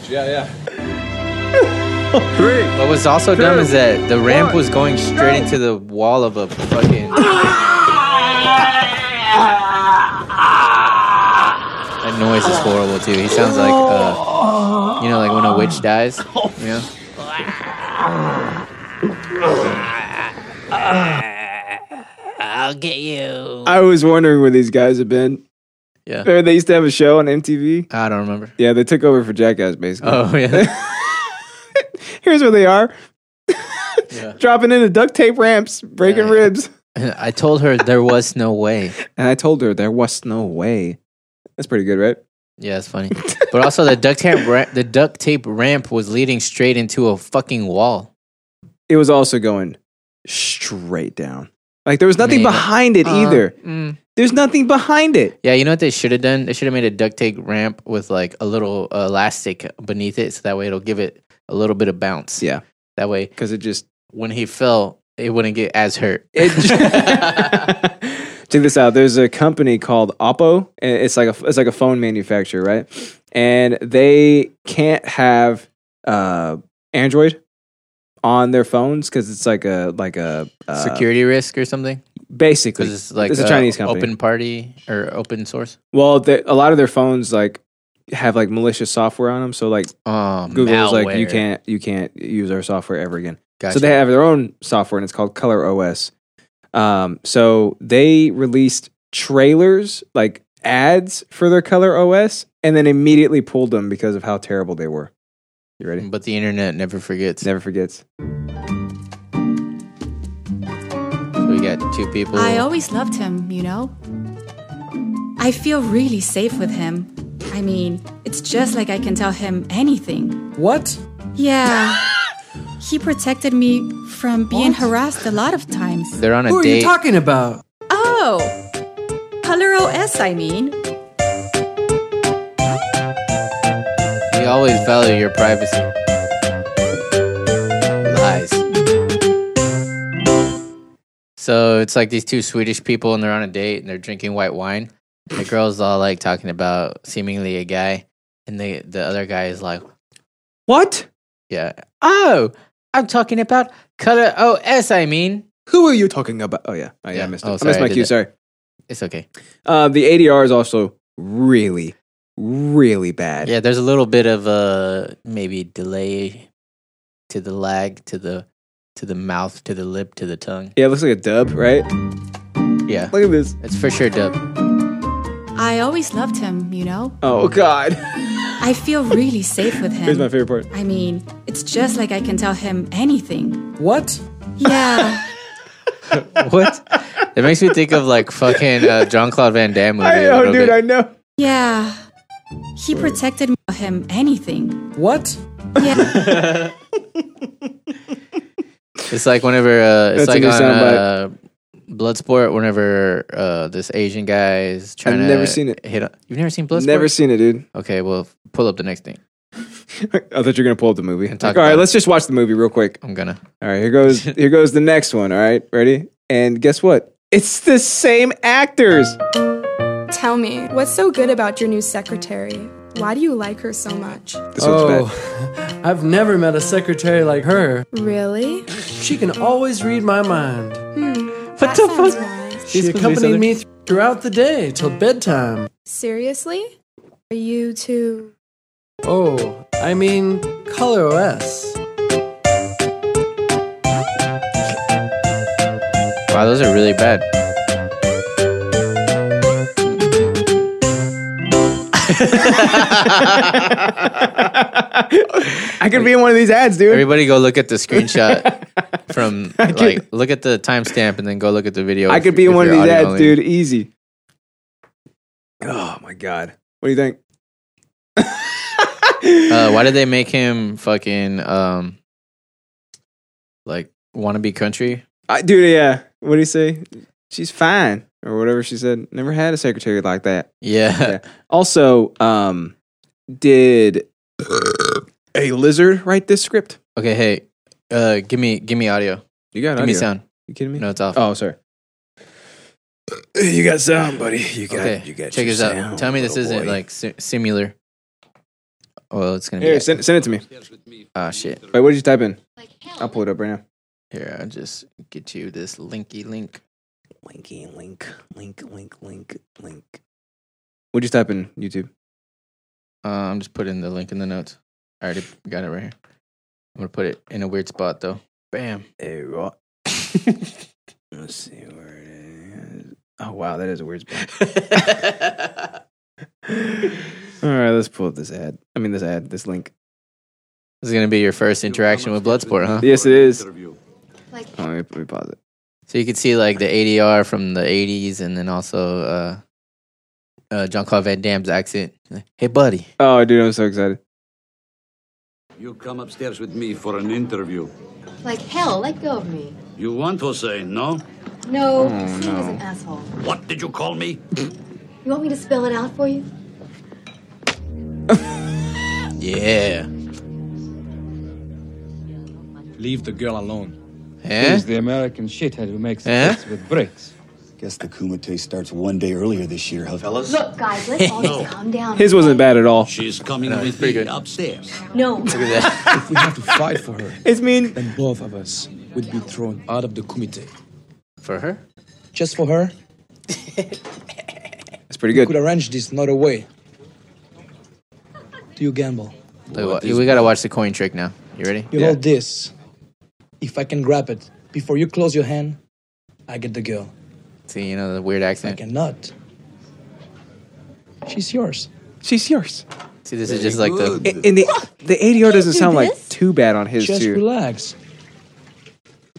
Three, What was also dumb is that the ramp one, was going straight into the wall of a fucking. that noise is horrible too. He sounds like, uh, you know, like when a witch dies. You know? I'll get you. I was wondering where these guys have been. Yeah. Remember they used to have a show on MTV. I don't remember. Yeah, they took over for Jackass basically. Oh yeah. Here's where they are. Yeah. Dropping into duct tape ramps, breaking Yeah. ribs. I told her there was no way. And I told her there was no way. That's pretty good, right? Yeah, it's funny. But also the duct tape ra- the duct tape ramp was leading straight into a fucking wall. It was also going straight down. Like there was nothing Man. behind it either. Mm. There's nothing behind it. Yeah, you know what they should have done? They should have made a duct tape ramp with like a little uh, elastic beneath it, so that way it'll give it a little bit of bounce. Yeah, That way, because it just when he fell, it wouldn't get as hurt. It check this out. There's a company called Oppo. and It's like a it's like a phone manufacturer, right? And they can't have uh, Android on their phones because it's like a like a uh, Security risk or something? Basically, Because it's like it's a Chinese company. open party or open source. well, they, a lot of their phones like have like malicious software on them. So like Um, Google's like you malware. can't you can't use our software ever again. Gotcha. So they have their own software, and it's called Color OS. Um, so they released trailers, like ads for their Color OS, and then immediately pulled them because of how terrible they were. You ready? But the internet never forgets. Never forgets. So we got two people. I always loved him, you know? I feel really safe with him. I mean, it's just like I can tell him anything. What? Yeah. he protected me from being harassed a lot of times. They're on a Who are date. you talking about? Oh! Color OS, I mean. We always value your privacy. Lies. So it's like these two Swedish people and they're on a date and they're drinking white wine. The girl's all like talking about seemingly a guy, and the the other guy is like, What? "Yeah, oh, I'm talking about color OS. I mean, Who are you talking about? Oh yeah, oh, yeah, Yeah. I missed it. Oh, I sorry, missed I my did cue. that. Sorry. it's okay. Uh, the ADR is also really, really bad. Yeah, there's a little bit of a maybe delay to the lag to the to the mouth to the lip to the tongue. Yeah, it looks like a dub, right? Yeah, Look at this. it's for sure dub. I always loved him, you know? Oh God. I feel really safe with Here's my him. favorite part. I mean, it's just like I can tell him anything. What? Yeah. What? it makes me think of like fucking uh, John Claude Van Damme movie. I a know, little oh, dude. bit. I know. yeah. He protected me from him anything. What? Yeah. It's like whenever uh, it's That's a like new on soundbite. uh, Bloodsport. Whenever uh, this Asian guy is trying to never seen it. Hit on, you've never seen Bloodsport. Never seen it, dude. Okay, well, pull up the next thing. I thought you were gonna pull up the movie. talk Like, all right, about it. let's just watch the movie real quick. I'm gonna. All right, here goes here goes the next one. All right, ready? And guess what? It's the same actors. Tell me, what's so good about your new secretary? Why do you like her so much? This one's bad. Oh, I've never met a secretary like her. Really? She can always read my mind. What the fuck? Nice. She accompanied me th- throughout the day till bedtime. Seriously? Are you two? Oh, I mean, Color OS. Wow, those are really bad. I could be in one of these ads, dude. Everybody, go look at the screenshot from like look at the timestamp and then go look at the video. I if- could be in if one of you're these audio ads, only. dude. Easy. Oh my god. What do you think? Uh, why did they make him fucking um like wannabe country? I, dude, yeah. What do you say? She's fine or whatever she said. Never had a secretary like that. Yeah, Also, um, did a lizard write this script? Okay, hey, uh, give me give me audio. You got Give me sound. You kidding me? No, it's off. Oh, sorry. You got sound, buddy. You got. okay. You got. Check your this out. sound, Tell me this little isn't boy. like si- similar. Well, it's gonna be. Here, send, send it to me. oh shit! Wait, what did you type in? I'll pull it up right now. Here, I'll just get you this linky link. Linky link, link, link, link, link. What'd you type in YouTube? Uh, I'm just putting the link in the notes. I already got it right here. I'm gonna put it in a weird spot though. Bam. Hey, what? Let's see where it Oh wow, that is a weird spot. All right, let's pull up this ad. I mean, this ad, this link. This is gonna be your first interaction with Bloodsport, huh? Yes, it is. Like, oh, let, me, let me pause it. So you can see like the ADR from the '80s, and then also uh, uh, John Claude Van Damme's accent. Hey, buddy. Oh, dude, I'm so excited. You come upstairs with me for an interview. Like hell, let go of me. You want to say no? Oh, No, Sam is an asshole. What did you call me? You want me to spell it out for you? Yeah. Leave the girl alone. Eh? He's the American shithead who makes Eh? sex with bricks. Guess the Kumite starts one day earlier this year, huh, fellas? Look, guys, let's all just calm down. His wasn't bad at all. She's coming with me upstairs. No. if we had to fight for her, it's mean. then both of us would be thrown out of the kumite. For her? Just for her? That's pretty We good. could arrange this another way. Do you gamble? Look, we we gotta watch the coin trick now. You ready? You know this. If I can grab it before you close your hand, I get the girl. See, you know the weird I accent. cannot. She's yours. She's yours. See, this is just like the. A- And the the ADR doesn't do sound like this. too bad on his Just too. relax.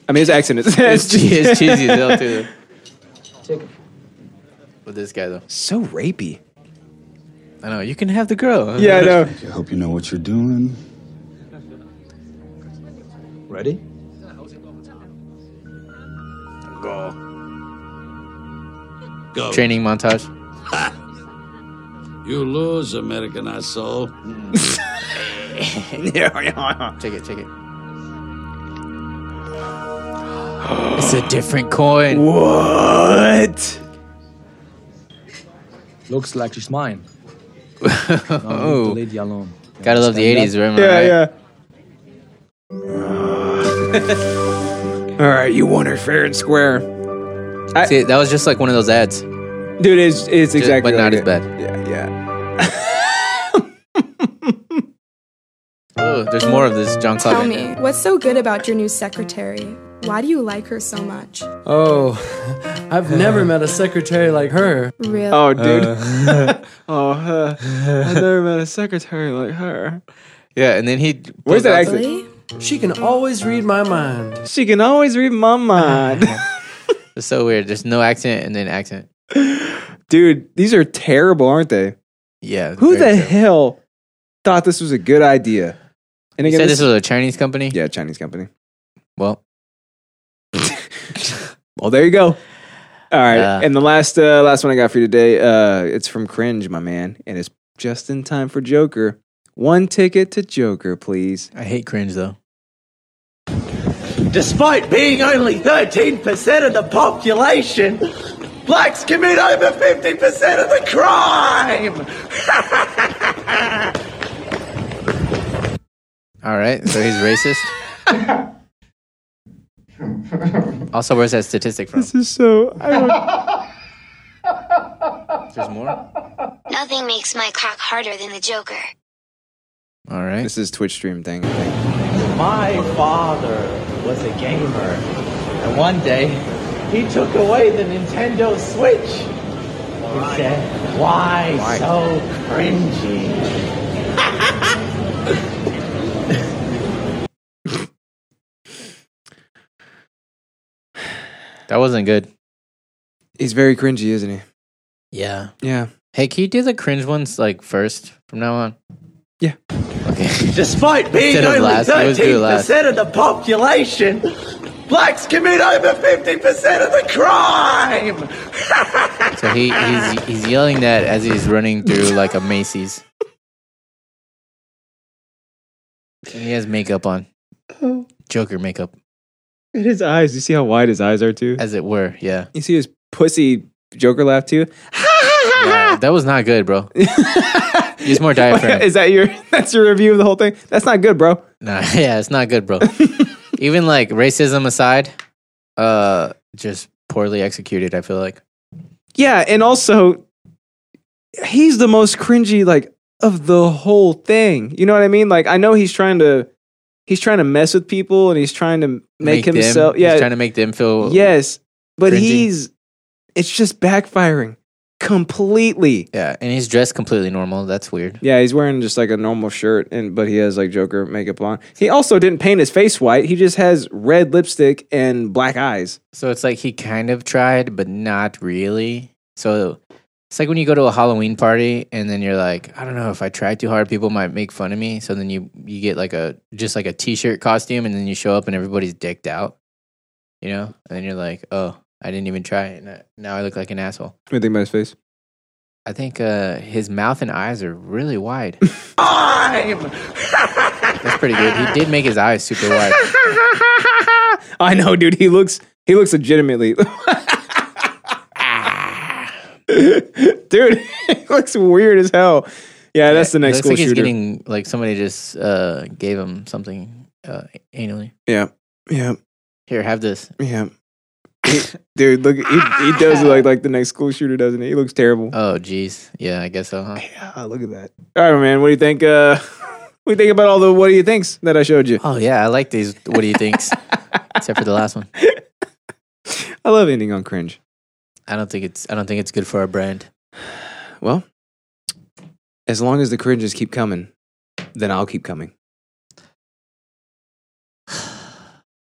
I mean, his accent is It's, che- it's cheesy as hell too. With this guy though, so rapey. I know you can have the girl. Yeah, I know. I hope you know what you're doing. Ready? Go. Training montage. You lose, American asshole. Check it. Check it. It's a different coin. What? Looks like she's mine. Now leave the oh, lady alone. gotta love the Understand '80s, remember? Yeah, right? yeah. All right, you won her fair and square, yeah. See, that was just like one of those ads. dude. It's it's Just- exactly but not like as it. bad. Yeah, yeah. Oh, there's more of this John Claude. Tell Van me, Damme. what's so good about your new secretary? Why do you like her so much? Oh, I've never met a secretary like her. Really? Oh, dude. oh, uh, I never met a secretary like her. Yeah, and then he. pulls Where's that out- accent? Really? She can always read my mind. She can always read my mind, It's so weird. There's no accent and then accent. dude. These are terrible, aren't they? Yeah. Who very the true. hell thought this was a good idea? And You again, said this- this was a Chinese company. yeah, Chinese company. Well, Well, there you go. All right, Yeah. and the last uh, last one I got for you today, uh, it's from Cringe, my man, and it's just in time for Joker. One ticket to Joker, please. I hate cringe though. Despite being only 13% of the population, blacks commit over 50% of the crime! All right, so he's racist. also, where's that statistic from? This is so. I don't, There's more. All Nothing makes my cock harder than the Joker. right. this is Twitch stream thing. I think. My father was a gamer, and one day he took away the Nintendo Switch. He said, Why, so cringy? That wasn't good. He's very cringy, isn't he? Yeah. Yeah. Hey, can you do the cringe ones like first from now on? Yeah. Okay. Despite being Instead of only last, it was due last. 13% of the population, blacks commit over 50% of the crime! So he he's he's yelling that as he's running through like a Macy's. And he has makeup on. Oh. Joker makeup, And his eyes. You see how wide his eyes are too. as it were. Yeah. You see his pussy Joker laugh too. Yeah, that was not good, bro. Use more diaphragm. Is that your? That's your review of the whole thing. That's not good, bro. Nah, yeah, it's not good, bro. Even like racism aside, uh, just poorly executed. I feel like. Yeah, and also, he's the most cringy like of the whole thing. You know what I mean? Like I know he's trying to, he's trying to mess with people, and he's trying to make, them- himself. yeah, he's trying to make them feel. yes, but cringy. he's It's just backfiring completely. Yeah, and he's dressed completely normal. That's weird. Yeah, he's wearing just like a normal shirt, and but he has like Joker makeup on. He also didn't paint his face white. He just has red lipstick and black eyes. So it's like he kind of tried, but not really. So it's like when you go to a Halloween party and then you're like, I don't know, if I try too hard, people might make fun of me. So then you you get like a just like a t-shirt costume, and then you show up and everybody's dicked out. You know, and then you're like, oh, I didn't even try, and I- now I look like an asshole. What do you think about his face? I think uh, his mouth and eyes are really wide. That's pretty good. He did make his eyes super wide. I know, dude. He looks he looks legitimately. dude, he looks weird as hell. Yeah, that's the next Looks school like he's shooter. getting like somebody just uh, gave him something uh, anally. yeah, yeah, Here, have this. yeah. He- dude, look, he, he does look like, like the next school shooter, doesn't he? He looks terrible. Oh, jeez. Yeah, I guess so. Huh? Yeah, look at that. All right, man. What do you think? Uh, what do you think about all the what do you thinks that I showed you? Oh yeah, I like these. What do you thinks? Except for the last one. I love ending on cringe. I don't think it's. I don't think it's good for our brand. Well, as long as the cringes keep coming, then I'll keep coming.